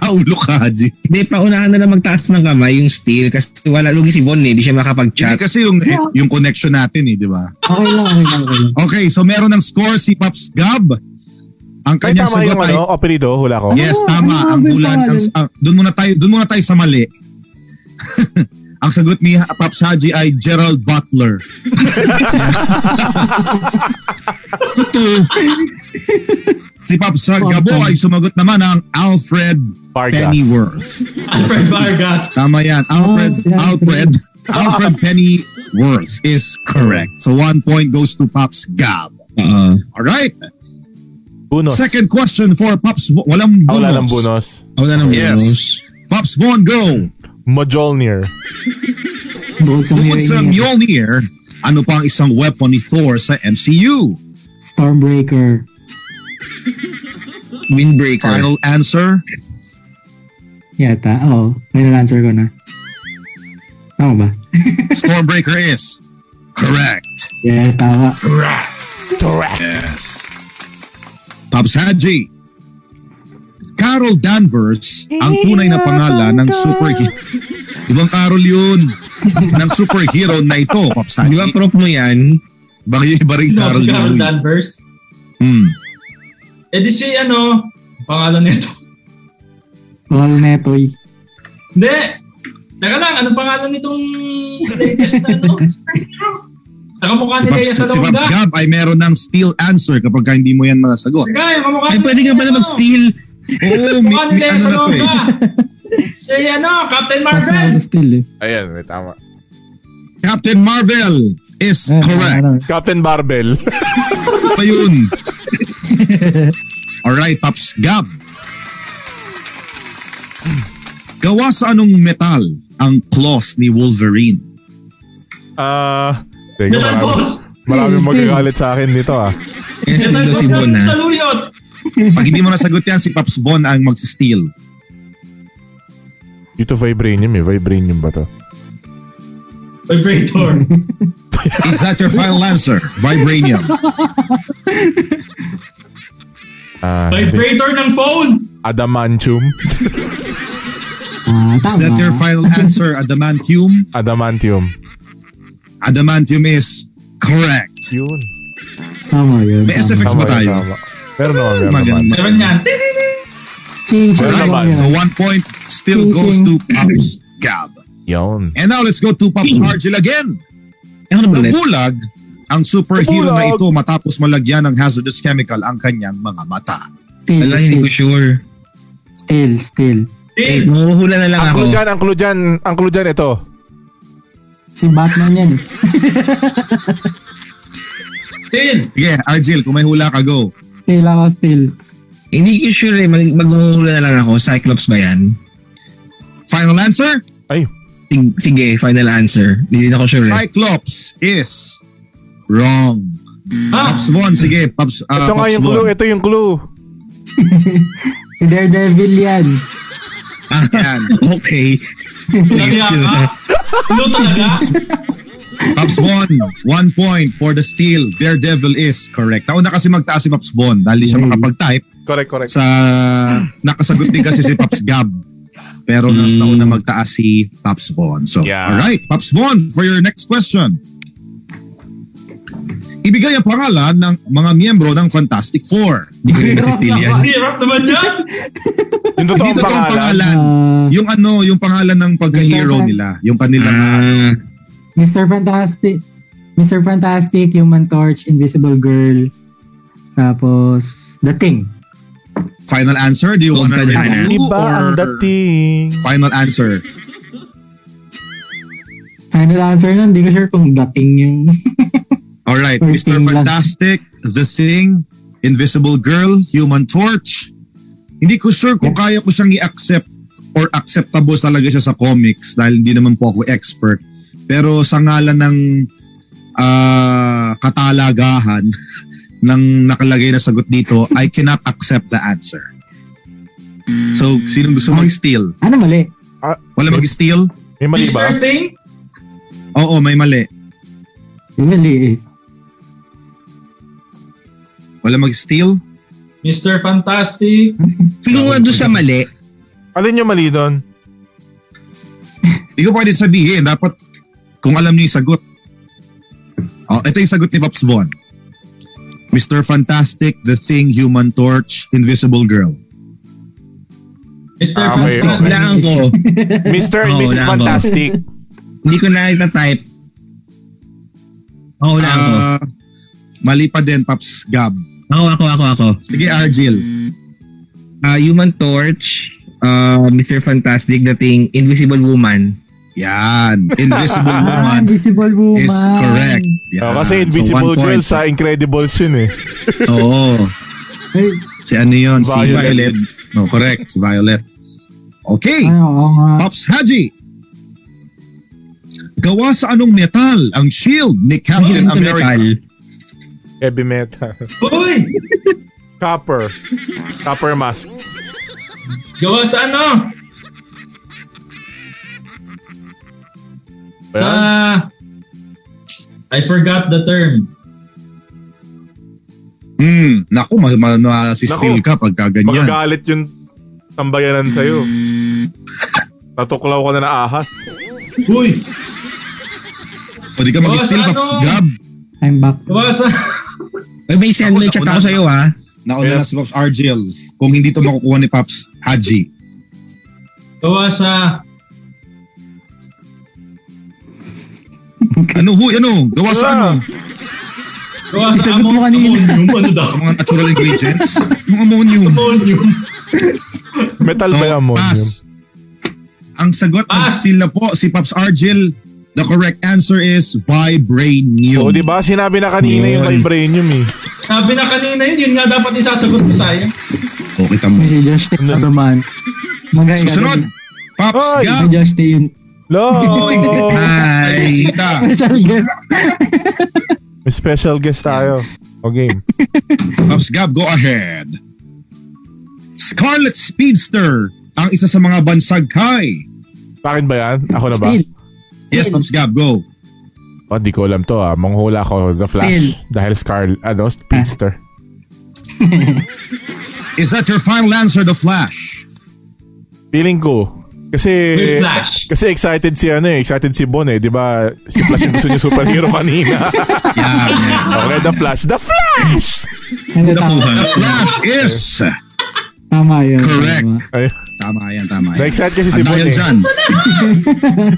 Ah, Ulo ka Haji. Hindi, paunahan na lang magtaas ng kamay yung steal kasi wala lugi si Von eh, hindi siya Hindi makapag-chat. kasi yung eh, yung connection natin eh, di ba? Okay lang, okay lang, okay lang. Okay, so meron ng score si Pops Gab. Ang Ay, kanyang tama sagot yung ay ano? Apelido? Hula ko. Yes, Ano? tama. Ano ang ba yung ulan ang, pangalan? ah, doon muna tayo, doon muna tayo sa mali. ang sagot ni Ha- Pops Haji ay Gerald Butler. Ito. Si Pops Gabo ay sumagot naman ng Alfred Vargas. Pennyworth. Alfred Vargas. Tama yan. Alfred, Oh, si Alfred. Alfred, Alfred Pennyworth is correct. So one point goes to Pops Gab. Oo. All right. Bunos. Second question for Pops. Walang Ah, bonus. wala lang bunos. Wala nang Yes. bonus. Pops Von, go. Mjolnir. Bukod sa Bukod may sa ring niya. Mjolnir, ano pa ang isang weapon ni Thor sa MCU? Stormbreaker. Windbreaker. Final answer? Yata. Oo. Final answer ko na. Tama ba? Stormbreaker is correct. Yes, tama. Correct. Yes. Pops Haji. Carol Danvers ang tunay na pangalan ng superhero. Ibang Carol yun. ng superhero na ito, Pops Di ba Haji. prop mo yan? Bang iba rin Carol Carol, yun. Danvers. Hmm. E di si ano, pangalan nito. All netoy. Hindi. Teka lang, anong pangalan nitong latest na ano? Si Nakamukha nila Pops, yan sa si Pops longga. Gab ay meron ng steel answer kapag ka hindi mo yan masagot. Teka, yung kamukha Ay, nila pwede ka yan, pala ano? mag-steal. Oo, may, Kamukha may nila yan ano na to sa eh. longga. Si ano, Captain Mas na Marvel. ako sa still eh. Ayan, may tama. Captain Marvel is Ayan, correct. ano, ano. Captain Barbell. pa yun. Alright, Pops Gab. Gawa sa anong metal ang claws ni Wolverine? Ah... Teka, Metal marami, Boss. maraming Steel. magagalit sa akin nito ah. Yes, Metal nito Boss si ah. Bon na ha. sa luyot. Pag hindi mo nasagot yan, si Pops Bon ang magsisteal. Dito vibranium eh. Vibranium ba to? Vibrator. Is that your final answer? Vibranium. Ah, hindi. Vibrator ng phone! Adamantium. Ah, Is tama. that your final answer? Adamantium? Adamantium. Adamantium is correct. Yun. Tama yun. May tama. SFX yun, ba tayo? tama. Meron naman, meron naman. Maganda. Meron yan. Change Wala lang naman. yun. So one point still goes to Pops Gab. Yun. And now let's go to Pops Margil again. Ano ba ulit? Nabulag ang superhero na Nabulag. ito matapos malagyan ng hazardous chemical ang kanyang mga mata. Still, Wala, hindi ko sure. still, still. Eh, Hey, mahuhula na lang Ang ako. clue dyan, ang clue dyan, ang clue dyan ito. Si Batman yan. eh. Tin! Sige, Argil, kung may hula ka, go. Still ako, still. Hindi ko sure eh. Mag- maghuhula na lang ako. Cyclops ba yan? Final answer? Ay, Sig- Sige, final answer. Hindi na ako sure eh. Cyclops is wrong. Ah, Pops Von, sige. Pops, ah, ito nga Pops yung Von. clue, ito yung clue. Si Daredevil yan. Ah, Yan. okay. talaga ka? Blue talaga? Pops Von, one point for the steal. Daredevil is correct. Nauna kasi magtaas si Pops Von dahil di siya makapag-type. Correct, correct. Sa nakasagot din kasi si Pops Gab. Pero nas nauna magtaas si Pops Von. Hmm. So, Yeah. alright. Pops Von, for your next question. Ibigay ang pangalan ng mga miyembro ng Fantastic Four. Hindi ko rin Hirap si Steel na yan. Ang hirap naman yan! Yung totoong Hindi totoong pangalan. pangalan. Ah, Yung ano, yung pangalan ng pagka-hero Mr. Fan- nila. Yung kanilang Hmm. Ah, Mr. Fantastic. Mr. Fantastic, Human Torch, Invisible Girl. Tapos, The Thing. final answer. Do you Huwag want to ka na. review Iba ang or dating. final answer? Final answer nun, hindi ko sure kung The Thing yung... All right, Or Mr. Thing lang. Fantastic, The Thing, Invisible Girl, Human Torch. Hindi ko sure kung kaya ko siyang i-accept or acceptable talaga siya sa comics dahil hindi naman po ako expert. Pero sa ngalan ng ah, katalagahan ng nakalagay na sagot dito, I cannot accept the answer. So, Hmm. sino gusto mag-steal? Ano mali? Wala mag-steal? May mali ba? Mr. Thing? Oo, may mali. Yung Mali eh. Wala mag-steal? Mr. Fantastic? sino nga doon sa mali? Alin yung mali doon? Hindi ko pwede sabihin. Dapat kung alam niyo yung sagot. Oh, ito yung sagot ni Pops Bon. Mr. Fantastic, The Thing, Human Torch, Invisible Girl. Mr. Ah, okay, Fantastic? Wala ko. Mr. and Oh, Mrs. wala ba? Fantastic. Hindi ko na type Oo, wala ako. Ah, mali pa din, Pops Gab. Ako, ako, ako, ako. Sige, Argil. Ah, Human Torch, ah, Mr. Fantastic, dating Invisible Woman. Yan. Invisible Ah, Woman Invisible Woman. is correct. Yan. Oh, kasi So, Invisible one point. Girl sa Incredibles yun eh. Oo. Ay, Si ano yun? Si Violet. Violet. No, correct. Si Violet. Okay. ano, oo nga. Pops Haji. Gawa sa anong metal ang shield ni Captain Hindi sa metal. America? Heavy metal. Uy! Copper. Copper mask. Gawa sa ano? Sa... Well, I forgot the term. Hmm, naku, ma- ma- masistil Naku. ka pagka ganyan. magagalit yung tambayanan sa'yo. Natuklaw ka na na ahas. Uy! O di ka mag-steal, Boss, Pops ano? Gab. I'm back. Gawa sa... Uy, may send Ako, may chat nauna ako na. sa'yo ah. ha. Nauna Yeah. na si Pops Argel. Kung hindi to makukuha ni Pops Haji. Gawa sa... Ano ho, ano? Gawa sa ano? Yeah. Gawa sa Isagot mo amon- kanina. ammonium. Ano daw? Ang mga natural ingredients? Yung ammonium. Ammonium. Metal Oh, ba yan mo? pass. Ang sagot ng Pass. steal na po si Pops Argel. The correct answer is vibranium. O, Oh, di ba? Sinabi na kanina yung Yun. vibranium eh. Sabi na kanina yun, yun nga dapat isasagot ko sa'yo. O, Oh, kita mo. Yung Si Josh Ano Tay na naman. Magaling Susunod, Pops Oy! Si Gab. Josh Tay yun. Lo! Oh, Ay, Hi. bisita. Special guest. May special guest tayo. O game. Pops Gab, go ahead. Scarlet Speedster, ang isa sa mga bansag kay Pakin ba yan? Ako na ba? Still, Yes, Pops Gab, go. Oh, di ko alam to ah. Manghula ko The Flash. Dahil Scar, ano, Speedster. Is that your final answer, The Flash? Feeling ko. Kasi, With Flash. kasi excited si ano eh, excited si Bon eh, di ba? Si Flash yung gusto niya superhero kanina. Yeah, man. okay, The Flash. The Flash! ano tama, The Flash is... tama yun. Correct. tama. Ay, Tama yan, tama Ano yan. Na-excite kasi si Ang dahil Bon eh. dyan.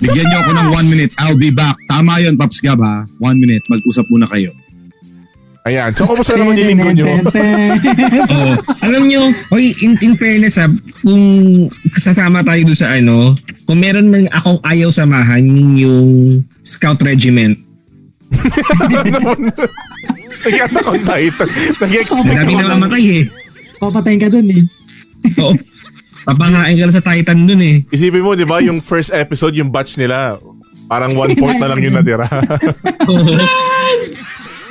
Bigyan niyo ako ng one minute. I'll be back. Tama yun, Pops Gab, ha? One minute. Mag-usap muna kayo. Ayan. So, kumusta naman yung linggo nyo? Oo. Alam nyo, oy, in, in fairness ha, kung sasama tayo doon sa ano, kung meron man akong ayaw samahan, yun yung scout regiment. Nag-attack on Titan. Nag-expect Madami ako. na mamatay eh. Papatayin ka dun eh. Oo. Papangain ka lang sa Titan dun eh. Isipin mo, di ba, yung first episode, yung batch nila, parang one point na lang yung natira. Oo.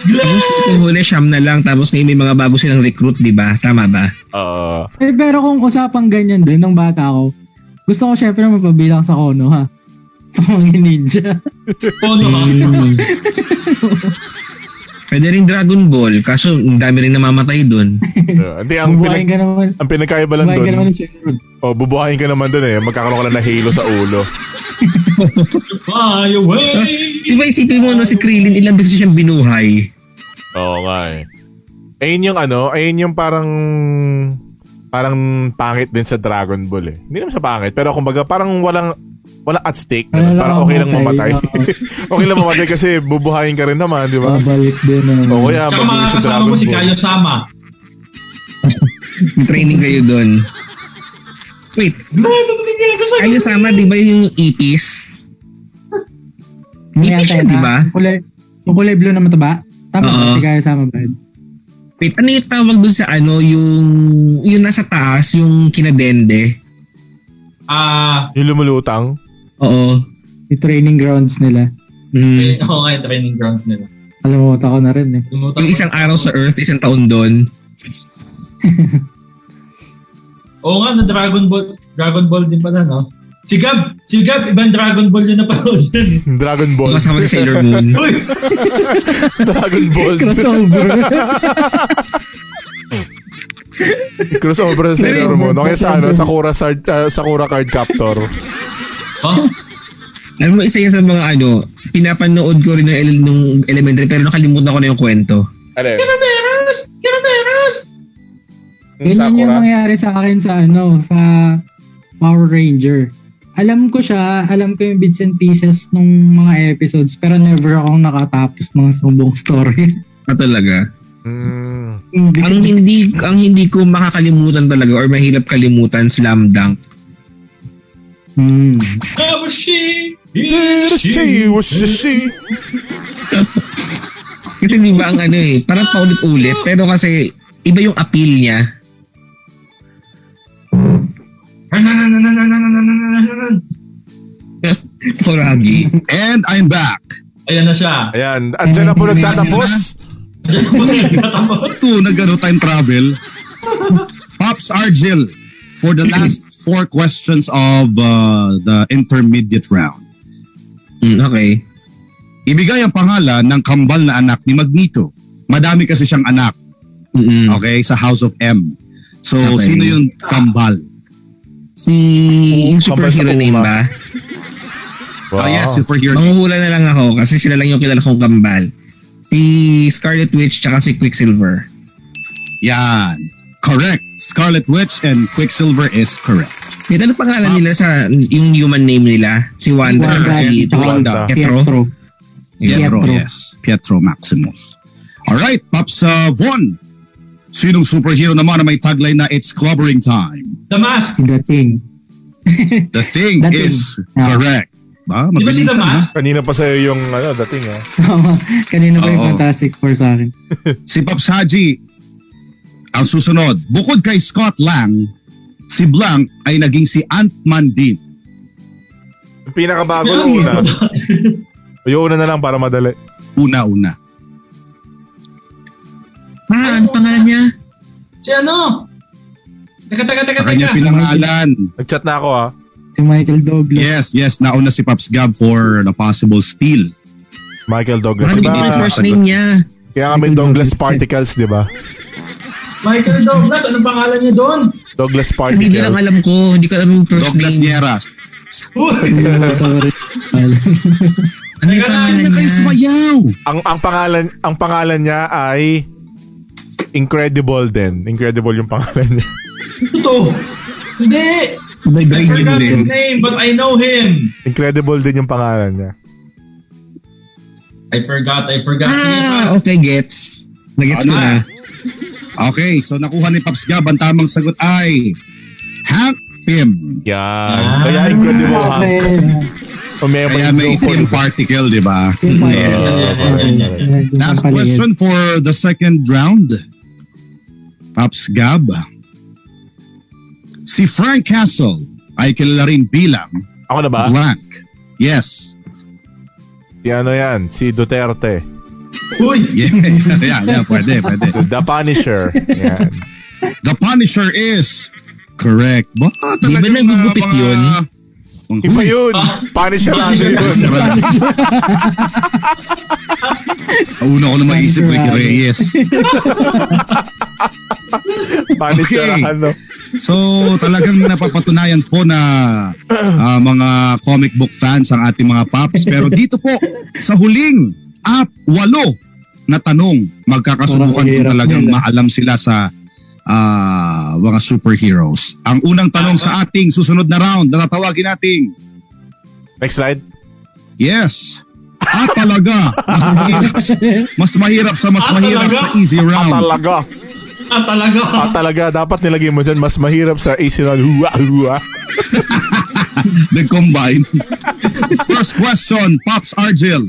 Tapos kung huli, siyam na lang. Tapos ngayon may mga bago silang recruit, di ba? Tama ba? Oo. Eh, pero kung usapang ganyan din, nung bata ako, gusto ko syempre mapabilang sa Kono ha. Sa mga ninja. Oh, no. Mm. Pwede rin Dragon Ball, kaso ang dami rin namamatay dun. Hindi, ang, Bubuhayin pinag- ka naman. ang pinagkaiba lang Bubuhayin doon. ka naman ng Shenron. Oh, bubuhayin ka naman doon eh. Magkakaroon ka lang na halo sa ulo. Fly away. Di ba isipin mo no, si Krillin, ilang beses siyang binuhay? Oo nga eh. Ayun yung ano, ayun yung parang parang pangit din sa Dragon Ball eh. Hindi naman sa pangit, pero kumbaga parang walang walang at stake. naman. Wala Parang okay lang mamatay. mamatay. okay lang mamatay kasi bubuhayin ka rin naman, di ba? Babalik din ano. naman. O kaya Tsaka mabuhay mga sa kasama Ah, Dragon mo si Ball. Kayo Sama. May training kayo dun. Wait, Grabe, tingin ko sa'yo. kayo sama, di ba yung E ipis? Ano yan, Ipis siya, Tena? di ba? Yung kulay- Yung kulay blue na mataba? Tama ba? Oo. Si Kaya sama ba? Wait, ano yung tawag dun sa ano, yung, yung nasa taas, yung kinadende? Ah, Yung lumulutang. Oo. Yung training grounds nila. Mm. eh, oo nga, yung training grounds nila. Alam ko na rin eh. Lumutan Yung ko. isang araw sa Earth, isang taon doon. Oo nga, na Dragon Ball. Dragon Ball din pala, no? Si Gab! Si Gab, ibang Dragon Ball yun na panood yun. Dragon Ball. Kasama si Sailor Moon. Uy! Dragon Ball. Crossover. Crossover sa Sailor Moon. Okay sa ano, Sakura, Sard, ah, Sakura Card Captor. Oh, Alam mo, isa yan sa mga ano, pinapanood ko rin ng ele- nung elementary pero nakalimutan ko na yung kwento. Ano yun? Karameros! Karameros! Yung Ganyan yung Sakura. nangyari sa akin sa ano, sa Power Ranger. Alam ko siya, alam ko yung bits and pieces nung mga episodes, pero never akong nakatapos ng sumbong story. Hmm. Ah, talaga. Mm. Ang Hindi. hindi ang hindi ko makakalimutan talaga or mahirap kalimutan slam dunk. Hmm. Kabushi! She was she. Kasi di ba ang ano eh, parang paulit-ulit pero kasi iba yung appeal niya. Soragi. And I'm back. Ayan na siya. Ayan. At dyan na po nagtatapos. Diyan po siya nagtatapos. Ito, nag-ano time travel. Pops Argil, for the last four questions of uh, the intermediate round. Mm, okay. Ibigay ang pangalan ng kambal na anak ni Magneto. Madami kasi siyang anak, Mm-mm. okay, sa House of M. So, Okay. sino yung kambal? Si yung superhero Kambal sa name Puma. ba? Ah. Oh, yes, superhero. Manghuhula na lang ako kasi sila lang yung kilala kong kambal. Si Scarlet Witch tsaka si Quicksilver. Yan. Correct. Scarlet Witch and Quicksilver is correct. Wait, ano pangalan nila sa yung human name nila? Si Wanda, Wanda. Wanda. si Wanda. Pietro. Pietro. Pietro, Pietro. yes. Pietro Maximus. Alright, Pops uh, Von. Sinong superhero naman na may tagline na It's Clobbering Time? The Mask! Si Dating. The Thing The Thing. is Ah. correct. Ba? Di ba Magaling si The siya, Mask? Kanina pa sa'yo yung ano, dating ah. Tama. Kanina pa yung Oo. Fantastic Four sa akin. no? Si Pops Haji. Ang susunod, bukod kay Scott Lang, si Blank ay naging si Ant-Man din. Yung pinakabago na una. Yung una na lang para madali. Una-una. Ah, ano pangalan niya? Si ano? Teka, teka, teka, Sa kanya teka. pinangalan. Nag-chat na ako ah. Si Michael Douglas. Yes, yes. Nauna si Pops Gab for the possible steal. Michael Douglas. Parang Diba, hindi ko yung first name niya. kaya nga may Michael Douglas Douglas. particles, di ba? Michael Douglas, ano pangalan niya doon? Douglas particles. Hindi lang alam ko. Hindi ko alam yung first Douglas name. Nieras. Uy, Ano yung Teka lang, pangalan Ano kayo niya? sumayaw? Ang ang pangalan ang pangalan niya ay Incredible din. Incredible yung pangalan niya. ito. Hindi. The I Great forgot his Gatsby. name, but I know him. Incredible din yung pangalan niya. I forgot, I forgot. Sige, Ah, Pats. okay, gets. Nagets Ano? ko na. Okay, so nakuha ni Pops Gab. Ang tamang sagot ay Hank Pym. Yan. Ah. Kaya Incredible Hulk. Okay. Umema Kaya yung may joke Pym ko. particle, di ba? Yung Yeah. Michael Douglas. Yeah. Yeah. Yung Last paliit. question for the second round. Pops Gab. Si Frank Castle ay kilala rin bilang Ako na ba? blank. Yes. Si ano yan? Si Duterte. Oh. Uy, Yeah, yeah, yeah, pwede, pwede. The Punisher. Yan. The Punisher is correct. Ba, Di ba talagang nagugupit mga- yun? Mga- Iba yun. Ah. Punisher lang yun. Punisher lang. Una ko na maisip, Ricky Reyes. Punisher Okay. ano. So, talagang napapatunayan po na ah, mga comic book fans ang ating mga paps. Pero dito po, sa huling at walo na tanong, magkakasubukan Parang po hirap talagang nila. maalam sila sa ah, mga superheroes. Ang unang tanong sa ating susunod na round na tatawagin nating Next slide. Yes. Ah, talaga. Mas mahirap, mas mahirap sa mas Ah, mahirap talaga? sa easy Ah, round. talaga. ah, Ah, talaga. talaga. Dapat nilagay mo dyan. Mas mahirap sa AC round. Hua, hua. The combine. First question, Pops Argel.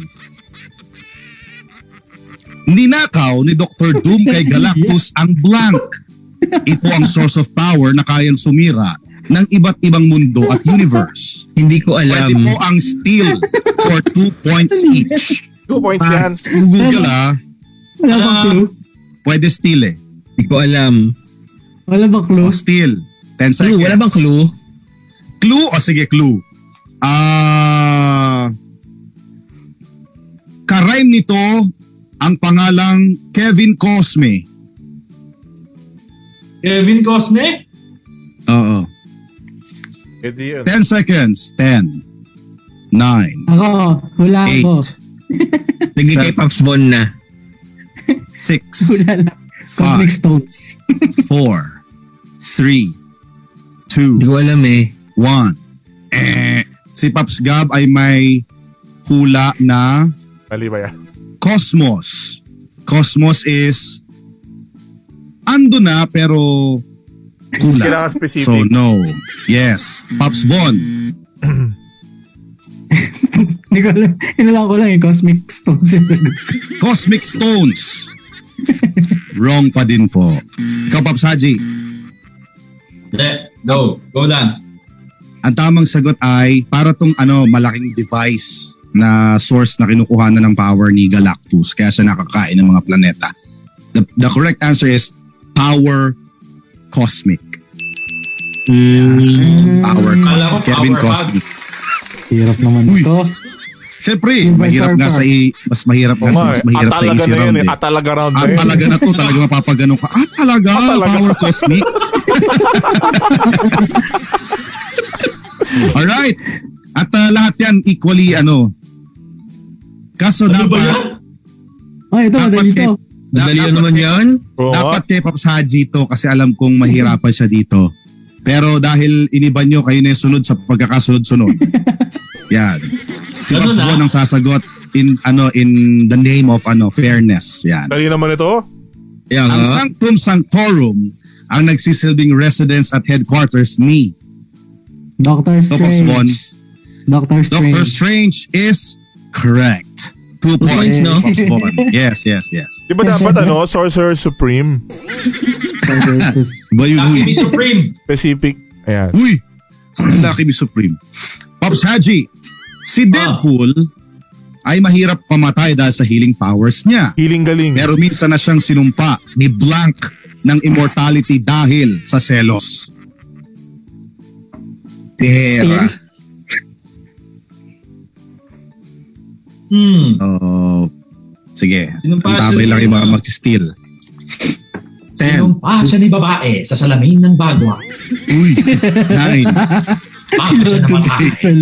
Ninakaw ni Dr. Doom kay Galactus ang blank. Ito ang source of power na kayang sumira ng iba't ibang mundo at universe. Hindi ko Pwede alam. po ang steal for 2 points each. Two points yan. Google ah, Wala bang clue? pwede steal eh. Hindi ko alam. Wala bang clue? O steal. 10 seconds. Clue, wala bang clue? Clue? O sige, clue. Ah... karime nito ang pangalang Kevin Cosme. Kevin Cosme? Oo. Hindi yun. 10 seconds. 10. 9. Ako, wala ako. 8. Sige kay Pops Von na. 6. Wala lang. Cosmic Stones. 4. 3. Hindi 2. ko alam eh. 1. Eh. Si Paps Gab ay may hula na Mali ba yan? Cosmos. Cosmos is ando na pero Kailangan kulang. specific. So no. Yes. Pops Von. Hindi ko alam. Inalang ko lang yung Cosmic Stones yung sagot. Ah. Cosmic Stones. Wrong pa din po. Ikaw, Pops Haji. Hindi. Go. Go lang. Ang tamang sagot ay para tong ano, malaking device na source na kinukuha na ng power ni Galactus kaya siya nakakain ng mga planeta. The, the correct answer is power cosmic. Hmm. Power Kala ko cosmic. Kevin power Cosmic. Hirap naman Uy. ito. Siyempre, Yung by mahirap far nga far. sa i- mas mahirap Oo nga sa nga mas eh. mahirap sa Atalaga easy na yun round. eh. Eh. Atalaga round na At yun. talaga na to, talaga mapapaganong ka. Ah, talaga, Ah, talaga. power cosmic. Alright. At ah, lahat yan equally ano. Kaso Ano ba yan? dapat, Oh, ito, Dapat madali to. eh. da- Madali yun dapat, eh. naman yan. Oo nga. dapat kay Pops Haji to kasi alam kong mahirapan siya dito. Pero dahil iniba nyo, kayo na yung sunod sa pagkakasunod-sunod. yan. Si Ganun Pops ah. Bon ang sasagot in ano in the name of ano fairness. Yan. Dali naman ito. Ayan Ang ha. Sanctum Sanctorum ang nagsisilbing residence at headquarters ni Doctor Pops Bon. Strange. Doctor Strange. Doctor Strange is correct. Two Strange, points, no? Pops Bon. Yes, yes, yes. Di ba dapat ano? Sorcerer Supreme. Doctor Strange. Ba yun, Lucky huy? Me Supreme. Specific. Ayan. Huy! Ang Lucky Be Supreme. Pops Haji, si Deadpool ay mahirap pamatay dahil sa healing powers niya. Hiling galing. Pero minsan na siyang sinumpa ni Blank ng immortality dahil sa selos. Si Hera. Hmm. Oh, sige. Sinong Ang passion tabay lang yung- yung mga mag-steal. Sinong pa siya ni babae sa salamin ng bagwa? Uy, nine, Pa siya na babae.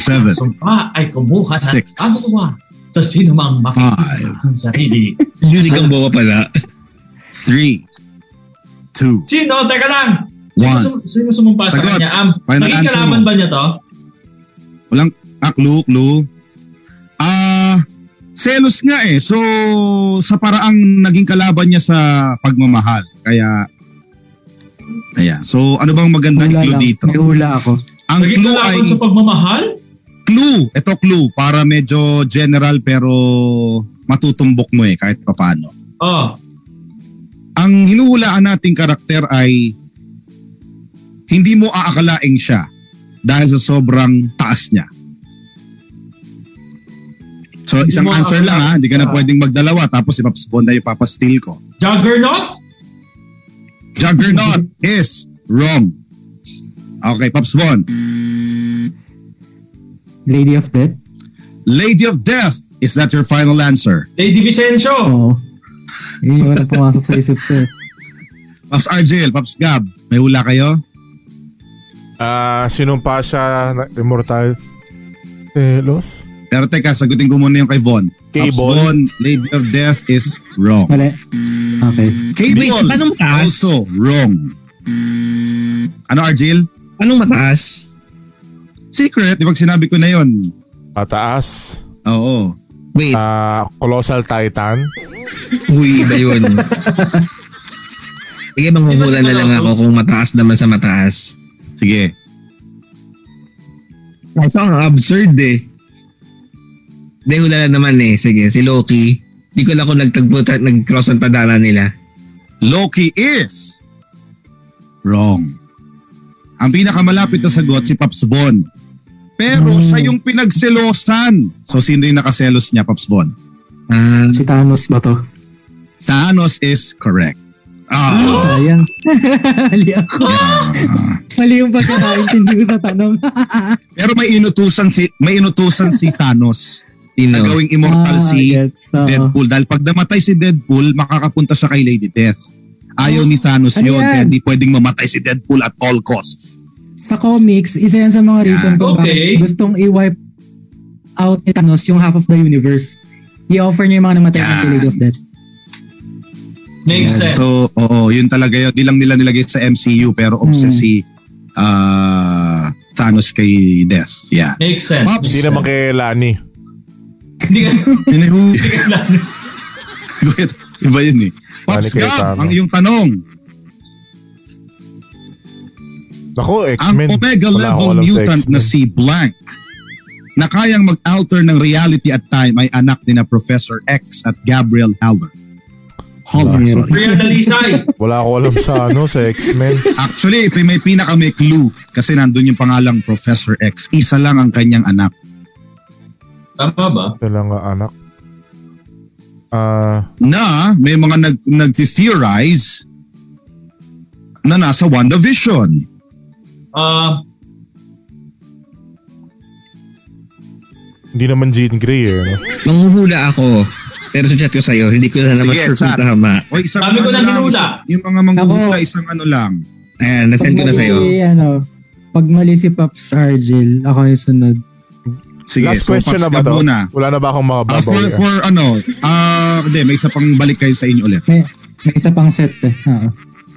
seven, Sumpa ay kumuha ng Six. kagawa sa sinumang Five. makikita ang sarili. Yun ikaw bawa pala. three, two, Sino? Teka lang. Sino, one. sum- sino sumumpa sa Sagot. kanya? Am, Final naging answer kalaban mo. ba niya to? Walang, ah, clue, clue. Ah, selos nga eh. So, sa paraang naging kalaban niya sa pagmamahal. Kaya, ayan. So, ano bang magandang Wala clue lang. dito? May hula ako. Ang Naging clue ay kalaban sa pagmamahal? clue. Ito clue para medyo general pero matutumbok mo eh kahit papano. Oh. ang hinuhulaan nating karakter ay hindi mo aakalaing siya dahil sa sobrang taas niya. So Hindi isang mo answer lang ha, hindi ka na siya. pwedeng magdalawa tapos ipapasbon na yung papastil ko. Juggernaut? Juggernaut is wrong. Okay, Pops Von. Lady of Death? Lady of Death, is that your final answer? Lady Vicencio? Oo. Yun yung unang pumasok sa isip ko. eh. Pops Argel, Pops Gab, may hula kayo? Ah, sinumpa siya na immortal. Telos? Pero teka, sagutin ko muna yung kay Von. Kay Pops Von. Von, Lady of Death is wrong. Mali. Okay. Cable Wait, anong taas? also wrong. Ano, Argel? Anong mataas? Secret, di ba sinabi ko na yon? Pataas. Oo. Wait, Ah, Colossal Titan. uy, iba yun. Sige, manghumula na lang ako kung mataas naman sa mataas. Sige. Ito ang absurd eh. Hindi, hula na naman eh. Sige, si Loki. Hindi ko lang kung nagtagpo, ta- nag-cross ang tadana nila. Loki is wrong. Ang pinakamalapit na sagot si Pops Von. Pero siya yung pinagselosan. So sino yung nakaselos niya, Pops Von? Ah, Si Thanos ba to? Thanos is correct. Ay, Ah. sayang. Mali ako. yeah. Mali yung pagkakaintindi ko sa tanong. Pero may inutusan si may inutusan si Thanos sino? na gawing Ah, immortal si gets. Oo. Deadpool. Dahil pag namatay si Deadpool, makakapunta siya kay Lady Death. Ayaw ni Thanos Ano yun, yan? kaya hindi pwedeng mamatay si Deadpool at all costs. Sa comics, isa yan sa mga reason kung Okay. bakit gustong i-wipe out ni Thanos yung half of the universe. I-offer niya yung mga namatay Yan. ng Lady of Death. Makes Ayan. sense. So, oo, yun talaga yun. Di lang nila nilagay sa MCU, pero Hmm. obsessed si ah, Thanos kay Death. Yeah. Makes sense. Pops, Hindi naman kay Lani. Hindi ka Pinahu- lang. Wait, Iba yun eh. Pops Balik kay Gab, Thanos. ang iyong tanong. Naku, Ang X-Men. Omega Wala akong eh. level alam sa mutant X-Men. na si Blank na kayang mag-alter ng reality at time ay anak ni na Professor X at Gabriel Haller. Haller, Nice. sorry. Real Dalisay. Wala akong alam sa ano, sa X-Men. Actually, ito yung may pinaka may clue kasi nandun yung pangalang Professor X. Isa lang ang kanyang anak. Tama ba? Talaga anak. Ah, Na may mga nag, nag-theorize na nasa WandaVision. Ah, hindi naman Jean Grey eh. No? Manghuhula ako. Pero sa chat ko sa'yo, hindi ko na naman Sige, sure kung chat. tama. O isang ano Dami ko na lang, hinula. isang- yung mga manghuhula, isang ano lang. Ayan, nasend ko na sa'yo. mali, ano, pag mali si Pops Argel, ako yung sunod. Sige, Last so question Pops na ba Gab to? muna. Wala na ba akong Ah, for, makababaw? for ano, ah, hindi, may isa pang balik kayo sa inyo ulit. May, may isa pang set eh. Oo.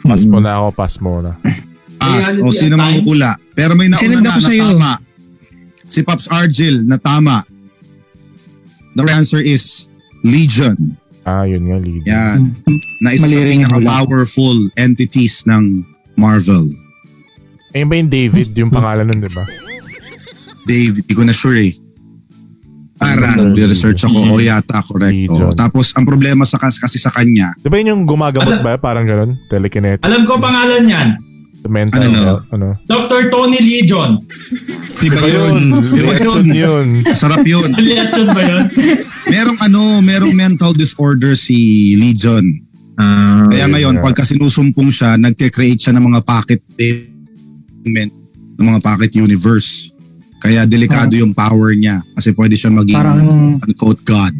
pass mo na ako, pass mo na. As, Reality Ah, o sino at mang ano time? ula. Pero may nauna Sinundan na ko na sa'yo. tama. Si Pops Argil na tama. The answer is Legion. Ah, yun nga, lead. Yan. Na isa sa Mali rin yung hula. pinaka-powerful entities ng Marvel. Ayun ba yung David, yung pangalan nun, di ba? Dave, di ko na sure eh. Para, Legion. research ako. O yata, correct. Legion. O. Tapos, ang problema sa kas- kasi sa kanya, Di ba yun yung gumagamot Ano? ba? Parang ganun? Telekinetic, alam ko pangalan niyan. mental Ano? health, ano? Dr. Tony Legion. iba yun. Iba Reaction yun. yun. Sarap yun. Legion ba yun? Merong ano, merong mental disorder si Legion. Ah, Kaya Ayun ngayon, nga. pagka sinusumpong siya, nagke-create siya ng mga pocket payment ng mga pocket universe. Kaya delikado yung power niya kasi pwede siya maging Parang- unquote god.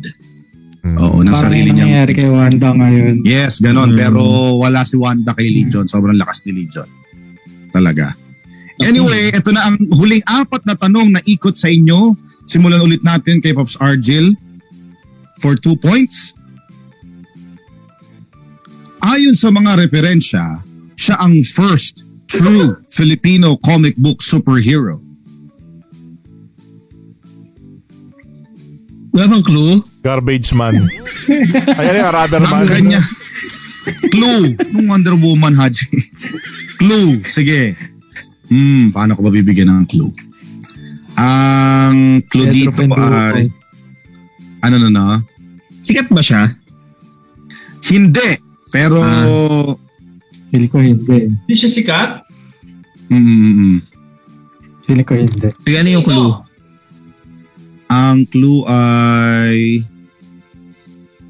Mm. Oo, ng Parang yung sarili niyang nangyayari kay Wanda ngayon. Yes, Mm. ganon. Pero wala si Wanda kay Legion. Sobrang lakas ni Legion. Talaga. Anyway, ito na ang huling apat na tanong na ikot sa inyo. Simulan ulit natin kay Pops Argil for two points. Ayon sa mga referensya, siya ang first true Filipino comic book superhero. Wala bang clue? Garbage man. Ayan yung rubber man. Ang kanya. Clue. Nung Wonder Woman, Haji. Clue. Sige. Hmm, paano ko ba bibigyan ng clue? Ang clue Pedro dito, Penduko. pare. Ano na na? Sikat ba siya? Hindi. Pero, Feel ko hindi. Hindi siya sikat. mm, mm, mm. Feel ko hindi. Kaya ano yung Sino? clue? ang clue ay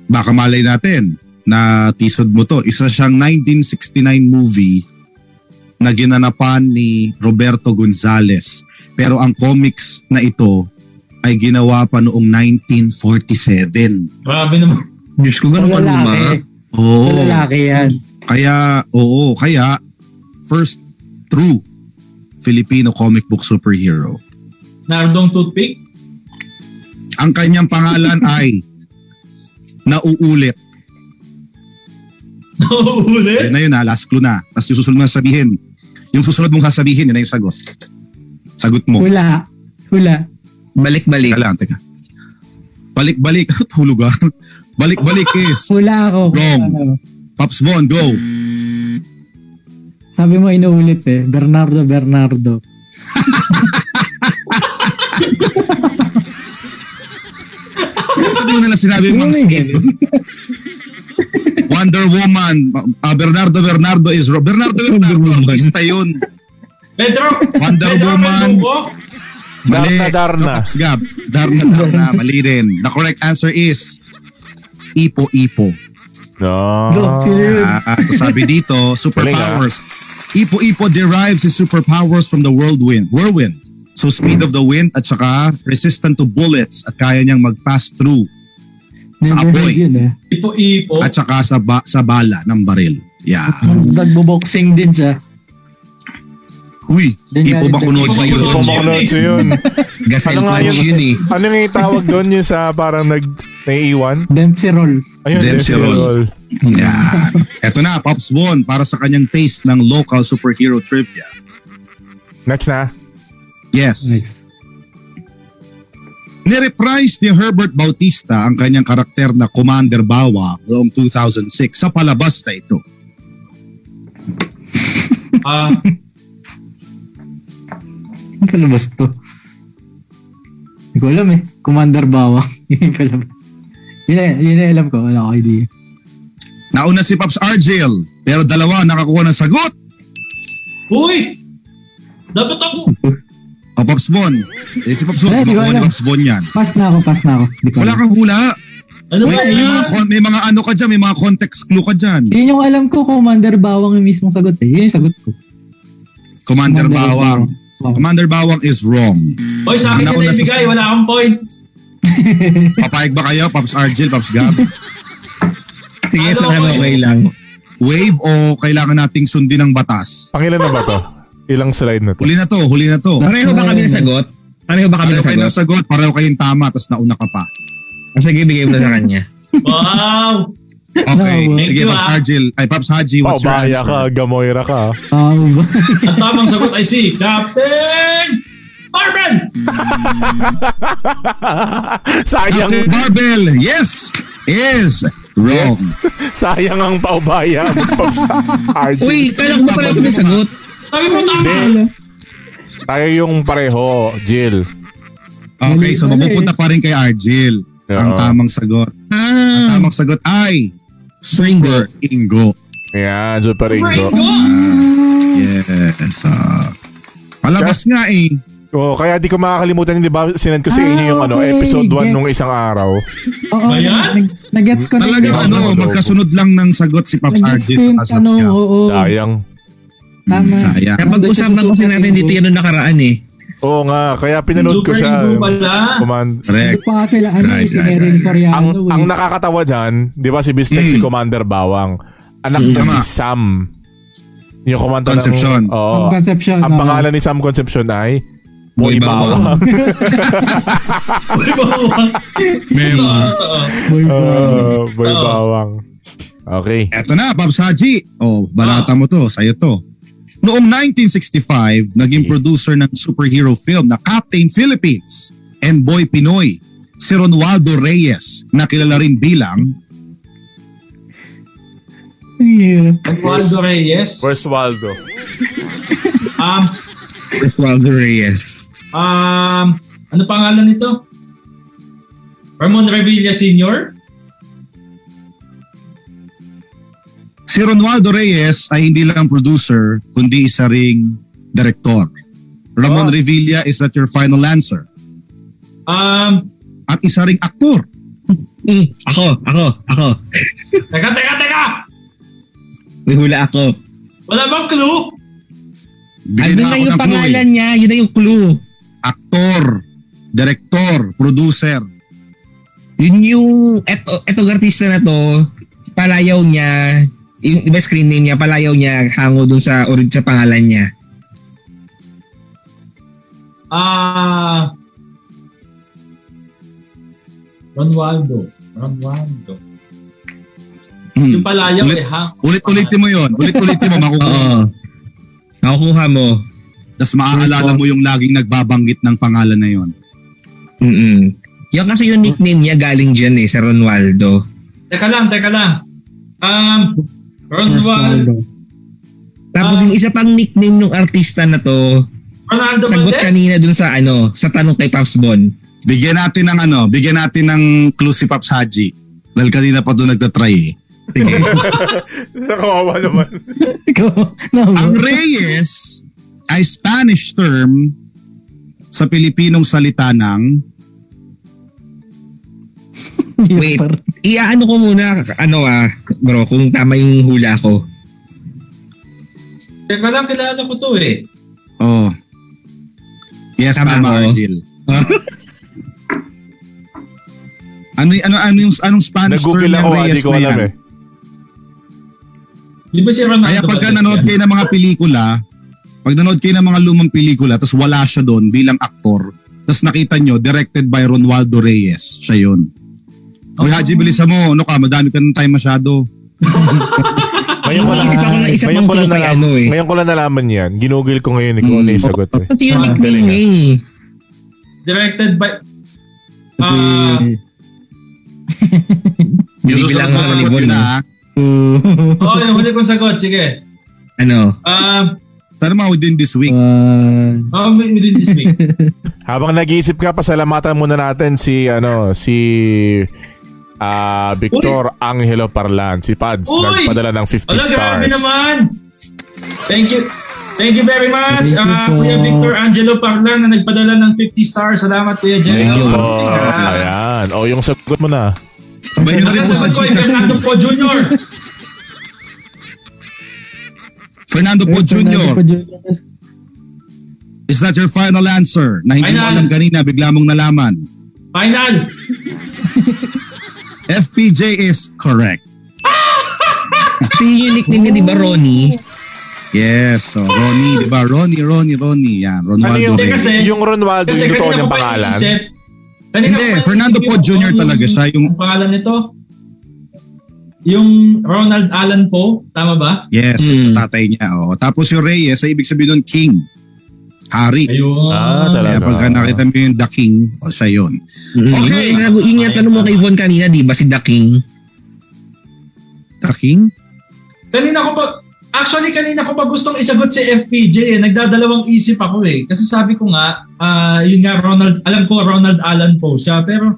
baka malay natin na tisod mo to. Isa siyang 1969 movie na ginanapan ni Roberto Gonzalez. Pero ang comics na ito ay ginawa pa noong 1947. Grabe naman. Diyos ko, ganun Ang ka luma. lalaki. Oo. Ang lalaki yan. Kaya, oo. Kaya, first true Filipino comic book superhero. Nardong toothpick. Ang kanyang pangalan ay Nauulit. Ayun Nauulit. na yun ha, last clue na. Tapos yung susunod mo sabihin. Yung susunod mong sasabihin, yun na yung sagot. Sagot mo. Hula. Hula. Balik-balik. Teka lang, teka. Balik-balik. Tulog ah. Balik-balik is. Hula ako. Wrong. Ano, Pops Von, go. sabi mo inuulit eh. Bernardo, Bernardo. Pwede mo nalang sinabi yung mga Ano skip. yun? Wonder Woman. Ah, Bernardo Bernardo is wrong. Bernardo Bernardo. Artista yun. Pedro. Wonder Pedro Woman. Menduko. Mali. Darna, darna. Pops Gab. Darna, darna. Mali rin. The correct answer is Ipo, ipo. Ah. Go, sino yun? Ah, ah, sabi dito, superpowers. Ipo-ipo derives his superpowers from the whirlwind. Whirlwind. So speed of the wind at saka resistant to bullets at kaya niyang mag-pass through sa Never heard apoy yun eh. Ipo-ipo. at saka sa, ba- sa bala ng baril. Yeah. Nagbo-boxing din siya. Uy, Yan ipo yan, ba yan. kunod sa Ipo iyo? ba- Pumakulot so yun. Gasel Ano nga punch yun? yun eh. Ano yung tawag doon yung sa parang nag naiiwan? Dempsey roll. Ayun, Dempsey Dempsey roll. roll. Yeah. Eto na, Pops Bon, para sa kanyang taste ng local superhero trivia. Next na. Yes. Nice. Nireprise ni Herbert Bautista ang kanyang karakter na Commander Bawa noong 2006 sa palabas na ito. Ah, Ang kalabas to. Hindi ko alam eh. Commander Bawang. Yun yung kalabas. Yun na, yun na alam ko. Wala ko idea. Nauna si Pops Argel, pero dalawa nakakuha ng sagot. uy! Dapat ako. O Pops Bon. Eh, si Pops Bon, Eh, di ko makuha ni alam. Pops Bon yan. Pass na ako, pass na ako. Hindi ko Wala alam. kang hula. Ano May, ba may, mga, yan? kon- may mga ano ka dyan, may mga context clue ka dyan. Yun yung alam ko, Commander Bawang yung mismong sagot eh. Yun yung sagot ko. Commander Bawang. Bawang. Commander Bawang is wrong. Uy, sa akin Nauna yun na sa- ibigay. Wala akong points. Papayag ba kayo, Pops Argel, Pops Gab? Sige, Ano sa akin ako eh? okay lang. Wave o kailangan nating sundin ang batas? Pangilan na ba to? Ilang slide na to? Huli na to, huli na to. Pareho ba kami ng eh. sagot? Pareho ba kami Pareho ng kayo ng sagot? sagot, pareho kayong tama, tapos nauna ka pa. Ah, Sige, bigay mo na sa kanya. Wow! Okay, No, sige, thank you, Pops ah. Argel. Ay, Pops Haji, what's your Paubaya answer? ka, gamoyra ka. Ah, ba? At tamang sagot ay si Captain Marvel! sayang, Dr. Barbel, yes, is wrong. sayang ang paubaya. Pops RG. Uy, kailan ko ba pareho kami ng sagot? Sabi mo tama! Hindi. Tayo yung pareho, Jill. Okay, so Mali, mali. mapupunta pa rin kay Argel. Ang Oo. tamang sagot. Ang Ah, tamang sagot ay Super Ringo. Ingo. Yan, Super Ingo. Ringo! Yes. ah. palabas nga eh. Oh, kaya di ko makakalimutan, di ba, sinad ko sa Ah, inyo yung ano, okay, episode 1 gets. nung isang araw. Oo, Ba yan? nag- nag-gets ko na yun. Talagang Ingo. ano, magkasunod lang ng sagot si Pops Nag-gets ko Argel yung at Pops tanong, Gab. oo. Sayang. Tama. Sayang. Napag-usapan kasi natin dito yan nung nakaraan eh. Oo nga, kaya pinanood ko Super siya. Ego pala. Command. Hindi Correct. pa nga sila, ano, Right, eh, si right, Erin right, right. Mm. Soriano. Ano Ang, eh. ang nakakatawa dyan, di ba si Bistek, Mm. si Commander Bawang. Anak niya Tama. si Sam. Yung komanda Concepcion. ng... ang Oo. conception. Ang ah. pangalan ni Sam Concepcion ay Boy Boy Bawang. Bawang. Mema. Oo. Boy, boy. Oo, Oh, Boy Oo. Bawang. Okay. Eto na, Babs Haji. Oh, balata mo to, sa'yo to. Noong 1965, naging producer ng superhero film na Captain Philippines and Boy Pinoy, si Ronaldo Reyes, na kilala rin bilang Yeah. Oswaldo Reyes. Where's Waldo? Um, Oswaldo Reyes. um, ano pangalan nito? Ramon Revilla Sr.? Si Ronaldo Reyes ay hindi lang producer, kundi isa ring direktor. Oh. Ramon Revilla is that your final answer? Um, At isa ring aktor. Mm, ako, ako, ako. teka, teka, teka! May hula ako. Wala bang clue? Bigyan Ano na ako na yung ng clue. pangalan eh. niya? Yun na yung clue. Aktor, direktor, producer. Yun yung, eto, etong artista na to, palayaw niya, yung iba screen name niya, palayaw niya, hango dun sa, orig sa pangalan niya. Ah... Ronaldo. Ronaldo. Hmm. Yung palayaw Ulit- eh, ha? Ulit-ulitin mo yon. Ulit-ulitin mo, makukuha. Oo. Nakukuha mo. Tapos maaalala mo yung laging nagbabanggit ng pangalan na yon. Mm-mm. Yung kasi yung nickname niya galing dyan eh, sa Ronaldo. Teka lang, teka lang. Um, Ronaldo. Osvaldo. Tapos Ah. yung isa pang nickname ng artista na to, Ronaldo sagot Valdez? kanina dun sa ano, sa tanong kay Pops Bon. Bigyan natin ng ano, bigyan natin ng clue si Pops Haji. Dahil kanina pa doon nagtatry eh. Sige. Nakawawa naman. Ikaw, naman. Ang Reyes ay Spanish term sa Pilipinong salita ng Wait. Iaano ko muna, ano ah, bro, kung tama yung hula ko. Teka lang, kilala ko to eh. Oh. Yes, Tama tama, ako. Argel. Ah. ano y- ano ano yung anong Spanish Nag-google term ako, ng hindi Reyes ko na alam yan? eh. Di ba si Ronaldo Kaya pagka Valdez nanood yan? kayo ng mga pelikula, pag nanood kayo ng mga lumang pelikula, tapos wala siya doon bilang aktor, tapos nakita nyo, directed by Ronaldo Reyes. Siya yun. Uy, Haji, bilisan mo. Ano ka, madami ka ng time masyado. Ngayon ko lang, Iniisip ako ng isa ngayon pang ko lang clue kay nalaman, ano eh. ngayon ko lang nalaman yan. Ginugil ko ngayon eh, kung Mm. ano yung sagot eh. Kasi yung Ah, nickname galing, niya eh. Directed by... Ah, Yung Binibilang susunod na ako ng sagot libon, yun eh. na. Oo, oh, yung huli kong sagot. Sige. Ano? Um, Sana mga within this week. One. oh, within this week. Habang nag-iisip ka, pasalamatan muna natin si, ano, si... ah Victor Angelo Parlan. Si Pads, Uy! nagpadala ng 50 Ala, grabe stars. naman! Thank you. Thank you very much. Thank you Ah, po. Kuya Victor Angelo Parlan na nagpadala ng 50 stars. Salamat Kuya Jerry. Thank you po. Ah, Ayan. O, yung sagot mo na. Sabay nyo na rin po sa Nasa ko Oh. ay Gcash. Fernando po Jr. Fernando po Jr. Junior. Is that your final answer? Na hindi mo Final. alam kanina, bigla mong nalaman. Final. FPJ is correct. Kasi yung nickname niya, di ba, Ronnie? Yes. So, Ronnie, di ba? Ronnie, Ronnie, Ronnie. Yan, Ano Ronaldo yung, Hindi, Reyes. kasi- yung Ronaldo, Kasi yung totoo kanina niyang ko pa pangalan? iniisip. Kanina Hindi, ko pa Fernando po iniisip Jr. yung- talaga siya, yung- Ang pangalan nito? Yung Ronald Allen po. Tama ba? Yes, Mm. tatay niya. Oh. Tapos yung Reyes, ay ibig sabihin nun, king. Hari. Ayun. Ah, Kaya talaga. pagka nakita mo yung the king, o siya yun. Okay. Okay. Hmm. Yung, yung, yung, yung tanong mo kay Von kanina, di ba, si The King? The king? Kanina ko pa, actually kanina ko pa gustong isagot si FPJ eh. Nagdadalawang isip ako eh. Kasi sabi ko nga, ah, yun nga Ronald, alam ko Ronald Allen po siya, pero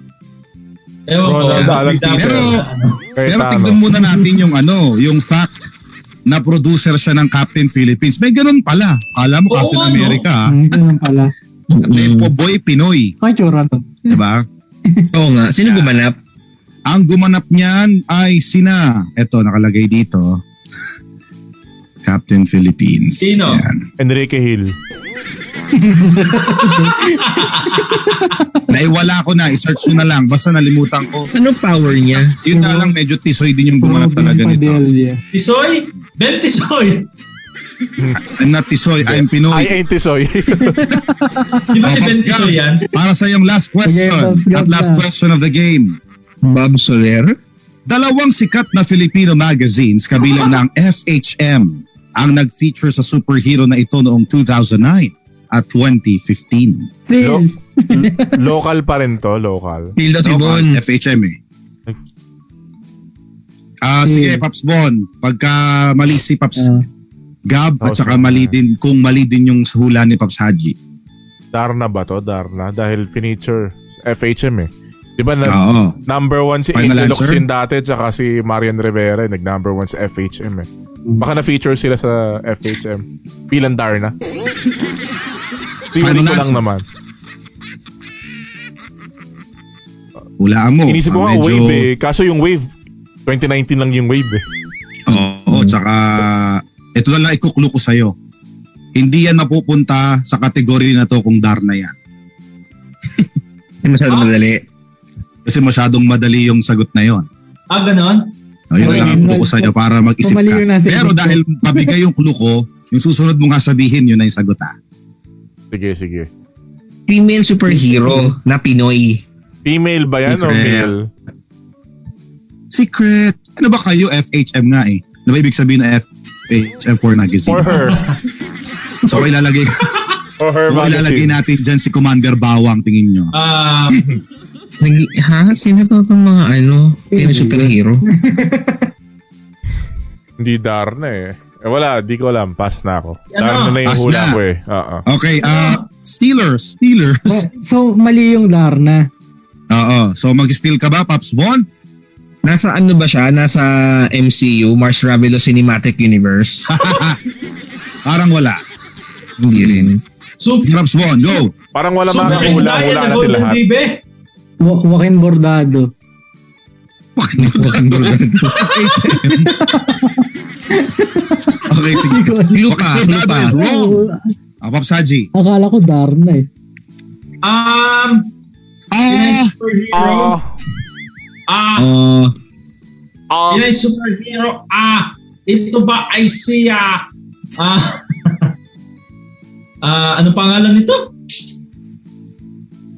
Ewan Ronald ko. Allen bigla po. ko Pero- na ano. Kaya Pero tama. tignan muna natin yung ano, yung fact na producer siya ng Captain Philippines. May ganun pala. Alam mo, Oo, Captain ano? America. ah. Hindi naman pala. At may Mm. po boy Pinoy. Ay, tsura nun. Diba? Oo nga. Sino gumanap? Ang gumanap niyan ay sina. Eto, nakalagay dito. Captain Philippines. Sino? Yan. Enrique Hill. Naiwala ko na. I-search nyo na lang. Basta nalimutan ko. Ano power niya? Yun na lang medyo tisoy din yung gumanap talaga nito. Padilla. Tisoy? Ben Tisoy? I'm not tisoy. I I'm Pinoy. ain't Tisoy. Di ba si Oh, Ben Pops Gab, Tisoy yan? Para sa yung last question. Okay, Pops Gab At last na. question of the game. Bob Soler? Dalawang sikat na Filipino magazines kabilang na ang FHM ang nag-feature sa superhero na ito noong 2009 at 2015. Still. Lo- local pa rin to, local. Pildo si Bon. Local, FHM eh. Ah, Hmm. sige, Paps Bon. Pagka mali si Paps Ah. Gab Oh, at saka sige. mali din, kung mali din yung hula ni Paps Haji. Darna ba to? Darna. Dahil finiture. FHM eh. Di ba na, Oo. number one si Final Angel answer? Locsin dati tsaka si Marian Rivera eh, nag number one sa FHM eh. Baka na-feature sila sa FHM. Bilang Darna. Theory ko Final lang answer? naman. Hulaan mo. Inisip ko nga Ah, medyo- wave eh. Kaso yung wave, 2019 lang yung wave eh. Oo, tsaka ito na lang ikuklo ko sa'yo. Hindi yan mapupunta sa kategory na to kung Darna yan. Ay, Masyado Ah. madali. Kasi masyadong madali yung sagot na yon. Ah, ganon? O, yun Okay. lang ang clue ko sa'yo para mag-isip Kung mali yung ka. nasa Pero isip ko. dahil pabigay yung clue ko, yung susunod mo nga sabihin, yun na yung sagot ah. Sige, sige. Female superhero na Pinoy. Female ba yan o Female. male? Secret. Ano ba kayo? FHM nga eh. Ano ba ibig sabihin na FHM for magazine? For her. So ilalagay, For her so, ilalagay magazine. natin dyan si Commander Bawang tingin nyo. Ah, Nag, ha? Sino ba itong mga ano? Female superhero? Hindi Darna eh. Eh wala, di ko alam. Pass na ako. Ano? Darna na yung Pass hula na. ko eh. Oo. Okay, ah Steelers. Steelers. Well, so, mali yung Darna. Oo. So mag-steal ka ba, Paps Von? Nasa ano ba siya? Nasa MCU, Mars Ravelo Cinematic Universe. Parang wala. Hindi rin. so, Paps Von, go! Parang wala so, so, mga Brian hula. Ryan Hula na natin Golden lahat. Babe. Wa- Joaquin Bordado. FHM. okay, sige. Bakit Clue ba pa, clue pa. is wrong? Ah, Paps Haji. Akala ko Darna eh. Um, Ah! Pinay superhero. Ah, Ah, Oh, ah. Pinay superhero. Ah, ito ba ay siya? Ah, ah, ano pangalan nito?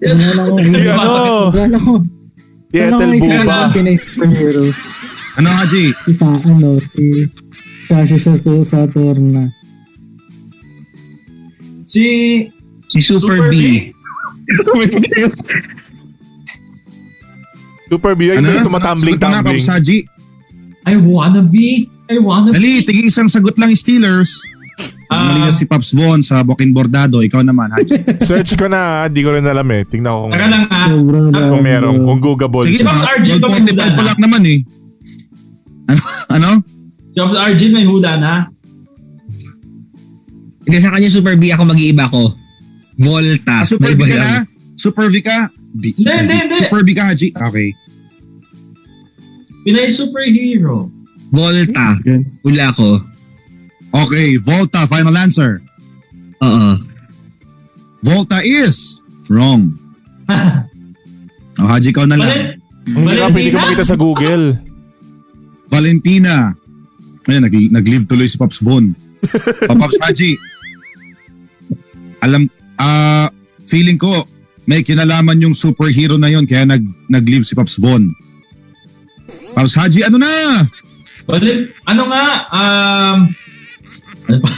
Wala lang akong- Si ano? Akala ko. Yetel Buba. Buba. Superhero. Ano, Haji? Si sa ano, si Sasha Shasu Saturna. Si si Super, B. Super B. Ay, Ano may na? tumatumbling Sagot mo na, tumbling. Paps Haji. I wanna be. I wanna Dali, be. tigil isang sagot lang Steelers. Ah. Mali na si Paps Von sa Bokin Bordado. Ikaw naman, Haji. Search ko na. ah. Di ko rin alam eh. Tingnan ko kung, Taka lang ha. Sobrang Ah, kung meron. Kung googable. Sige, Paps mga RJ, goal pa may 45 hula pa na. lang naman eh. Ano? ano? Jobs Arjun may hula na. Hindi sa kanya Super B, ako mag-iiba ko. Ah, Volta. Super May V iba ka na? lang. Super V ka? B, Hindi, Super V. hindi, hindi. Super V ka, Haji. Ah, Okay. Pinay superhero. Volta. Yun. Hula ko. Okay, Volta, final answer. Oo. Volta is wrong. Oh, Haji, ikaw na lang. Valen- Hindi ka, hindi ka Valentina? makita sa Google. Valentina. Ayun, nag, nag-live tuloy si Pops Von. O, Pops Haji. Alam, ah, feeling ko, may kinalaman yung superhero na yon kaya nag, nag-live si Pops Von. Pops Haji, ano na? Balik, ano nga, um, ano pa?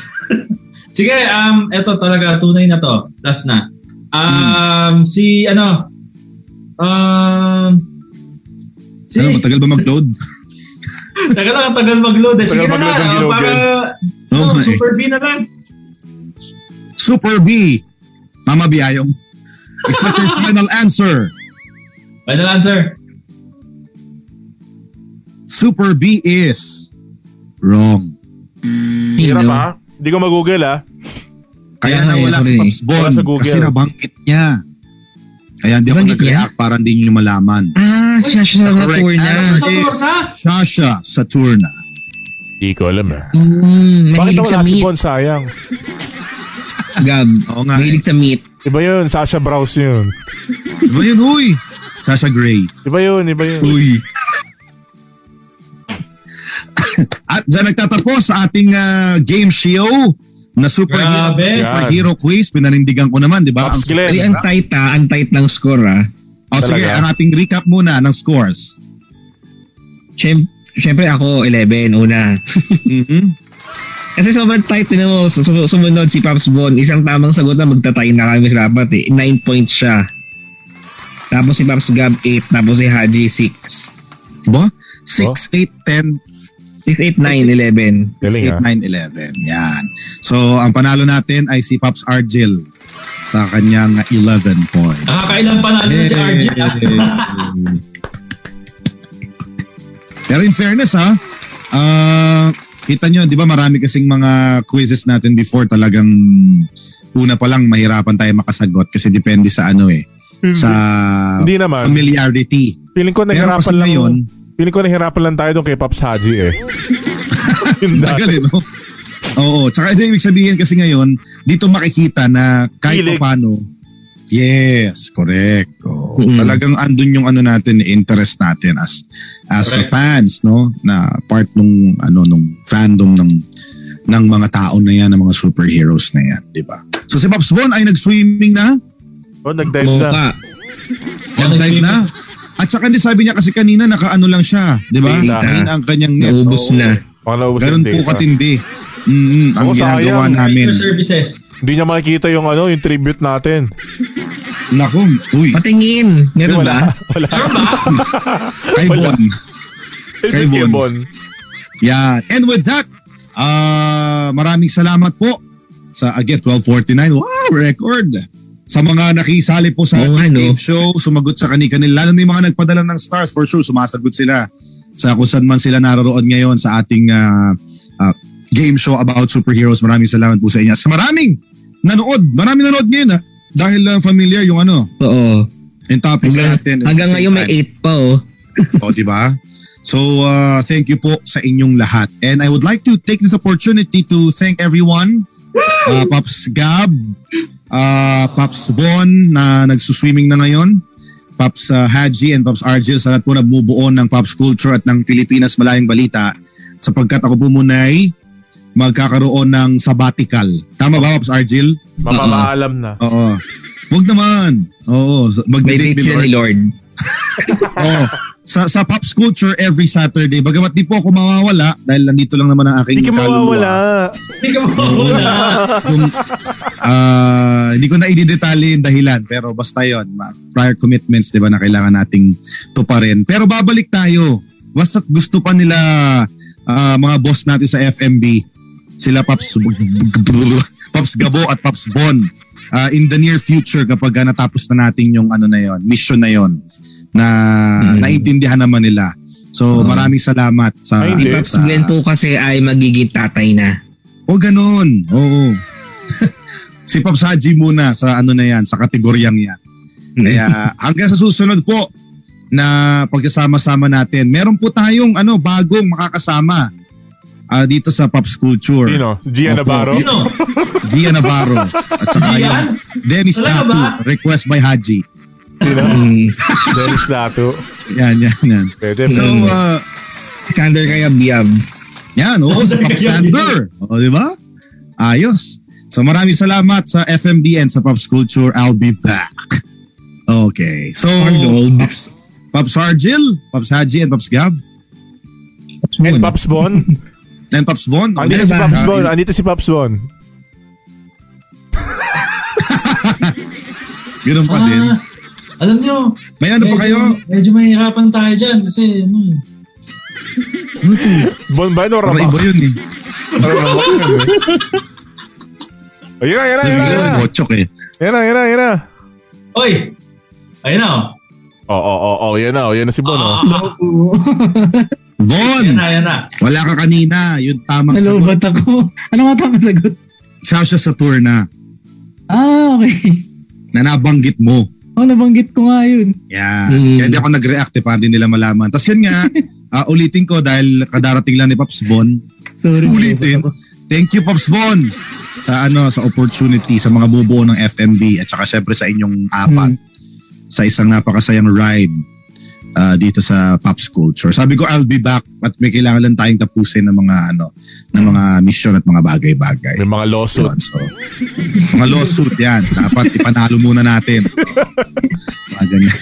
Sige, um, eto talaga, tunay na to. Last na. Hmm. Um, si, ano, um, si, Ano, matagal ba mag-load? tagal lang, ang tagal mag-load. Eh. Sige Tagal na mag-load nga, ang ah, ginugol. para, Oo oh, nga eh. Super B na lang. Super B. Mama Biyayong. Isa your final answer. Final answer. Super B is wrong. Hirap ah. Sino? ha. Hindi ko ah. mag-google ha. Kaya Kaya nga, nawala yun, si sorry. Pops Bon Wala sa Google. kasi nabangkit niya. Kaya hindi ako Nabanggit nag-react para hindi niyo malaman. Ah, siya siya The na correct tour na. answer Saturna? is Sasha Saturna. Hindi ko alam eh. Mm, Bakit mahilig ako sa meat, nasipon? Sayang. Gab. Oo nga eh. Mahilig sa meat. Iba yun, Sasha Browse yun. Ano yun, huy? Sasha Gray. Iba yun, iba yun. Uy. At dyan nagtatapos sa ating ah, game show na superhero, Grabe. superhero quiz. Pinanindigan ko naman, di ba? Pops Ang- Ay, Glenn. ang tight ah. Ang tight ng score ah. O sige, Talaga? ang ating recap muna ng scores. Siyem- Siyempre ako, 11, una. Mhm. Kasi sobrang tight din mo. Su- su- Sumunod si Pops Bon. Isang tamang sagot na magtatay na kami sa dapat eh. 9 points siya. Tapos si Pops Gab 8. Tapos si Haji 6. Ba? 6, 8, 10, 6, 8, 9, 11. Oh. Galing ah. 9-11. Yan. So, ang panalo natin ay si Pops Argel sa kanyang 11 points. Nakakailan pa natin Ano si ah. RJ. Pero in fairness ha, ah, kita nyo, di ba marami kasing mga quizzes natin before talagang una pa lang mahirapan tayo makasagot kasi depende sa ano eh, sa Hmm. Hindi naman. familiarity. Feeling ko Pero kasi nahirapan lang ngayon, yun. Feeling ko nahirapan lang tayo doon kay Pops Haji eh. Yun Tagal dati. eh, no? Oo. Tsaka ito yung ibig sabihin kasi ngayon, dito makikita na kahit Kilig. paano, yes, correct. Oo. Mm. Talagang andun yung ano natin, interest natin as as Correct. fans, no? Na part nung ano nung fandom ng ng mga tao na yan, ng mga superheroes na yan, di ba? So si Pops Bon ay nag-swimming na, Oh, nag-dive na. Mocha. nag-dive na. At saka hindi sabi niya kasi kanina nakaano lang siya, di ba? Data. Kanina ang kanyang net. Naubos Oo. na. Baka naubos Ganun yung po data. katindi. Mm-hmm. Ang Oo, sayang. ginagawa namin. Extra services. Hindi niya makikita yung ano, yung tribute natin. Naku, uy, Patingin. Di, Meron wala. ba? Wala. Meron ba? kay Wala. Bon. Kay Kay Bon. Bon. Yan. And with that, ah maraming salamat po sa again 1249. Wow, record. Sa mga nakisali po sa Oo nga, ating no? game show, sumagot sa kanila. Lalo na yung mga nagpadala ng stars, for sure, sumasagot sila sa kung saan man sila naroon ngayon sa ating ah, ah, game show about superheroes. Maraming salamat po sa inyo. Sa maraming nanood, maraming nanood ngayon ah. Dahil ah, familiar yung ano, Oo. yung topics Hanggang, natin. at hanggang the same ngayon may time. 8 pa oh. O, di ba? So, uh, thank you po sa inyong lahat. And I would like to take this opportunity to thank everyone. Uh, Pops Gab, uh, Pops Bon na nagsuswimming na ngayon, Pops uh, Haji and Pops Argel sa lahat po na bumubuo ng Pops Culture at ng Pilipinas Malayang Balita sapagkat ako po muna ay magkakaroon ng sabbatical. Tama ba, Pops Argel? Mapapaalam na. Oo. Huwag naman. Oo. May Magdedate date ni sila Lord. ni Lord. Oo. Oh, Sa, sa pop culture every Saturday. Bagamat di po ako mawawala dahil nandito lang naman ang aking Hindi ka mawawala. Hindi ka mawawala. Kung, ah, hindi ko na ididetalye yung dahilan pero basta yon ma- prior commitments di ba na kailangan nating tuparin. Pero babalik tayo. Basta't gusto pa nila ah, mga boss natin sa FMB sila Pops Pops Gabo at Pops Bon ah, in the near future kapag ah, natapos na natin yung ano na yon, mission na yon na Mm. naintindihan naman nila. So Oo. maraming salamat Mm. Ay, sa Si hindi. Pops Glenn po kasi ay magiging tatay na. o Oh, ganun. Oo. si Pops Haji muna sa ano na yan, sa kategoryang yan. Kaya hanggang sa susunod po na pagkasama-sama natin, meron po tayong ano bagong makakasama ah, dito sa Pops Culture. Sino? Gia Opo. Navarro? Sino? Gia Navarro. At saka Gian? yung Dennis Tatu. Talaga ba? Request by Haji. Sino? Mm. Dennis Dato. Yan, yan, yan. Pwede. So, pwede. ah, Skander kaya biyab. Yan, oo, sa Pops Sander. O, di ba? Ayos. So maraming salamat sa FMBN sa Pops Culture. I'll be back. Okay. So, Arnold. Pops, Pops Argil, Pops Haji, and Pops Gab, And Pops Bon? and Pops Von. Andito Ano si ba? Pops Bon. Andito si Pops Bon. Ganun pa din. Ah, alam nyo, May ano pa medyo, kayo? medyo mahirapan tayo dyan kasi ano eh. Bon ba yun o Para iba Rabak? yun eh. Ayun na, ayun na, Yung ayun na, isa ayun may na. botsok eh. Ayun na, ayun na, ayun na. Oy! Ayun na oh. Oo, oo, oo, oo, yan na, oh, yan na si Bon. Oh. Ah, Von! Ayun na, ayun na. Wala ka kanina. Yung tamang Hello, sagot. ba't ako? Ano nga tamang sagot? Siya siya sa tour na. Ah, okay. Na nabanggit mo. Oh, nabanggit ko nga yun. Yeah. Hmm. Kaya di ako nag-react eh, para di nila malaman. Tapos yun nga, ah, ulitin ko dahil kadarating lang ni Pops Bon, Sorry. Ulitin. Thank you Pops Bon sa ano sa opportunity sa mga bubuo ng FMB at saka syempre sa inyong apat sa isang napakasayang ride ah, dito sa Pops Culture. Sabi ko I'll be back at may kailangan lang tayong tapusin ng mga ano ng mga mission at mga bagay-bagay. May mga lawsuit. Yun, so, mga lawsuit yan. Dapat ipanalo muna natin. Mga ganyan.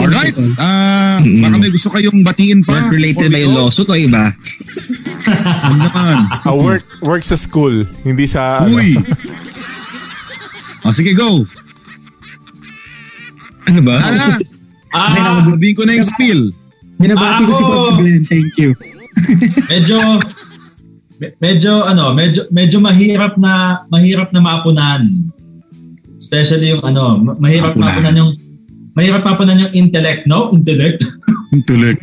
Alright. ah baka may gusto kayong batiin pa. Work-related before ba we yung go? lawsuit o iba? Ano naman? Ah, work, work sa school. Hindi sa... ano. Uy! O sige, go! Ano ba? Tara! Ah, Sabihin ko na yung spill. Binabati ko si Pops Ako! Glenn. Thank you. medyo me- medyo ano, medyo medyo mahirap na mahirap na maapunan. Especially yung ano, ma- mahirap Maapunan. maapunan yung mahirap maapunan yung intellect, no? Intellect. Intellect.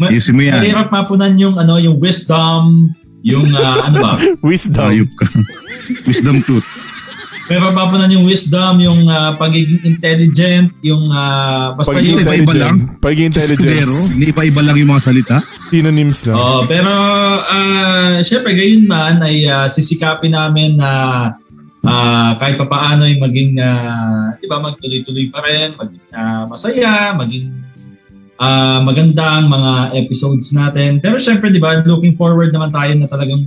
Ma- Ayusin mo yan. Mahirap mapunan yung ano, yung wisdom, yung ah, ano ba? Wisdom. Ayup ka. Wisdom tooth. Mahirap mapunan yung wisdom, yung ah, pagiging intelligent, yung ah, basta Pagiging- yung Iba-iba lang? Pagiging Escudero. intelligence. Hindi pa iba lang yung mga salita. Synonyms lang. Oh, pero ah syempre gayon man ay ah, sisikapin namin na ah, kahit papaano ay maging ah, di ba magtuloy-tuloy pa rin, maging ah, masaya, maging ah, maganda ang mga episodes natin. Pero syempre di ba looking forward naman tayo na talagang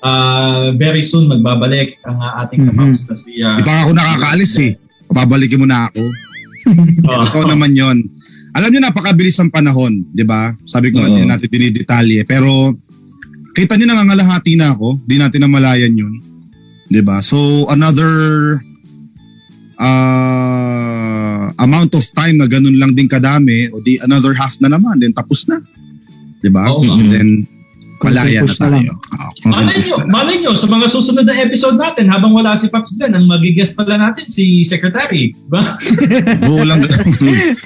ah, very soon magbabalik ang ah, Mhm. ating kapaps na si ah, Di pa ako nakakaalis eh. Babalikin mo na ako. oh, Totoo naman yon. Alam nyo, napakabilis ang panahon, di ba? Sabi ko, Oo. hindi natin dinidetalye. Pero, kita nyo nangangalahati na ako. Di natin namalayan yun. Di ba? So, another ah, amount of time na ganun lang din kadami o di another half na naman then tapos na di ba Oo nga. and then Content palaya na push na tayo Ah, content Malay push nyo, na lang. malay nyo, sa mga susunod na episode natin, habang wala si Pops Glenn, ang magigest pala natin si Secretary. Ba? oo lang ganun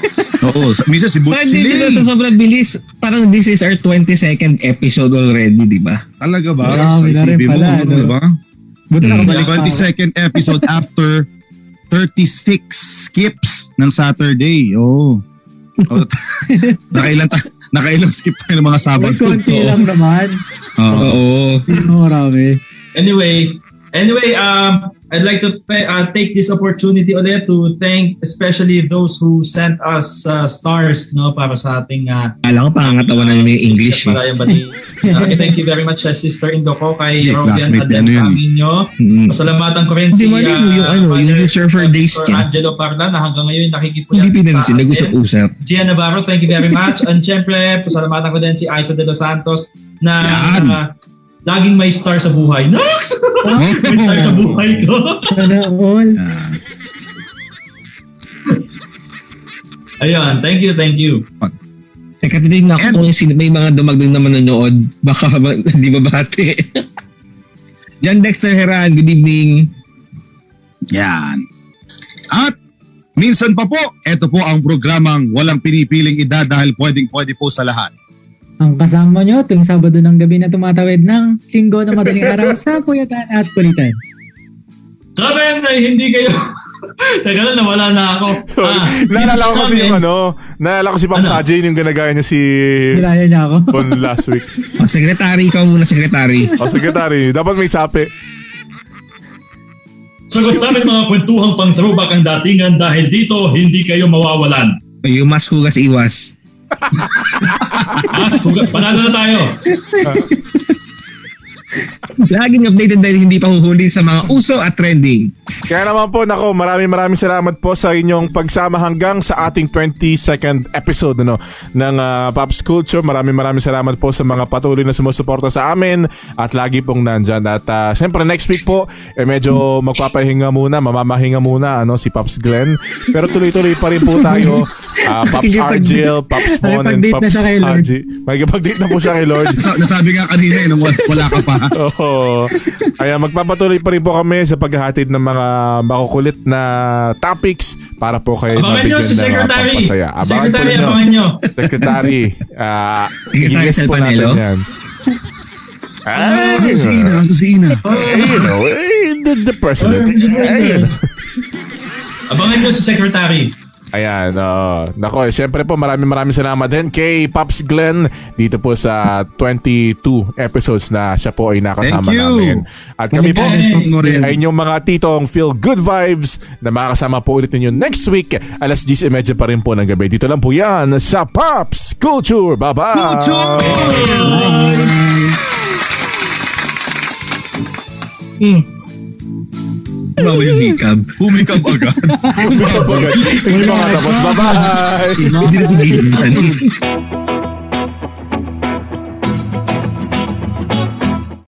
oo minsan si, Bu- Parang si dito na Ling sa sobrang bilis, parang this is our 22nd episode already, di ba? talaga ba Yeah, sa wala rin isipin mo ano, pala, ano? no? di ba Buti Hmm. Mm. nakabalik pa ako. 22nd episode after 36 skips ng Saturday. Oo. Oh. nakailang, ta- nakailang skip tayo ng Ay, mga Sabado. konti Oo. lang naman. Oo. Oo. Hindi mo marami. Anyway, anyway, um, I'd like to th- uh, take this opportunity ulit to thank especially those who sent us uh, stars no para sa ating uh, Alam ko pangangatawa na yung English eh. para yung bati. Uh, thank you very much uh, Sister Indoco kay Yeah, Robian classmate Aden niya yun. Camino. Mm. Pasalamatan ko rin ano Hindi si uh, mo alam yung ano, yung Father user for days Dr. niya. Angelo Parla na hanggang ngayon Hindi nakikipuyat pinansin, nag-usap-usap. Gia Navarro, thank you very much. And syempre, pasalamatan ko din si Isa de los Santos na Yan. uh, laging may star sa buhay. Nox! Oh. may star sa buhay ko. Sana Ano, all. Ah, Ayun, thank you, thank you. Teka, titignan ako And- kung sino, may mga dumagdag na manonood. Baka ba- hindi ba bate? John Dexter Heran, good evening. yan. At minsan pa po, ito po ang programang walang pinipiling edad dahil pwedeng-pwede po sa lahat. Ang kasama nyo tuwing Sabado ng gabi na tumatawid ng linggo na madaling araw sa Puyatan at Kulitan. Karen, ay hindi kayo... Teka lang, nawala na ako. So, Ah, naalala ko kasi yung ano, naalala ko si Pam Ano? Sajin yung ginagaya niya si Nilaya niya ako. Bon last week. O, Oh, secretary, ikaw muna, secretary. O, secretary, dapat may sape. Sagot namin mga kwentuhang pang throwback ang datingan dahil dito hindi kayo mawawalan. O, yung mas Oh, hugas iwas. Mas, huga- Ah, panalo na tayo. Laging updated dahil hindi pa huhuli sa mga uso at trending. Kaya naman po, nako, maraming maraming salamat po sa inyong pagsama hanggang sa ating 22nd episode ano, ng ah, Pops Culture. Maraming maraming salamat po sa mga patuloy na sumusuporta sa amin at lagi pong nandyan. At ah, syempre, next week po, eh, medyo magpapahinga muna, mamamahinga muna ano, si Pops Glenn. Pero tuloy-tuloy pa rin po tayo. Ah, Pops Nakikipag- Argel, Pops Von, and Nakikipag-date na Pops siya kay Lord. Argy. Magkipag-date na po siya kay Lord. Sa- nasabi nga kanina eh, nung wa- wala ka pa. Oo. Kaya magpapatuloy pa rin po kami sa paghahatid ng mga makukulit na topics para po kayo Abangan nyo mabigyan ng si mga Secretary. pampasaya. Abangan po Secretary, ninyo. abangan nyo. Secretary. ah, Secretary i-guess po Salpanelo? natin yan. Ay, Ay, si Ina, si Ina. ay, you know, eh, the, the president. Ay, Abangan nyo si Secretary. Ayan, oo. Nako, eh, syempre po maraming maraming salamat din kay Pops Glenn dito po sa 22 episodes na siya po ay nakasama Thank you. namin. At kami po Talaga, Pop Norel. ay inyong mga titong feel good vibes na makakasama po ulit ninyo next week alas 10.30 pa rin po ng gabi. Dito lang po yan sa Pops Culture. Bye-bye! Ah. Culture! Bawa yung hiccup. Humikab agad. Hindi pa nga tapos. Bye-bye! Hani Hindi na tigilan.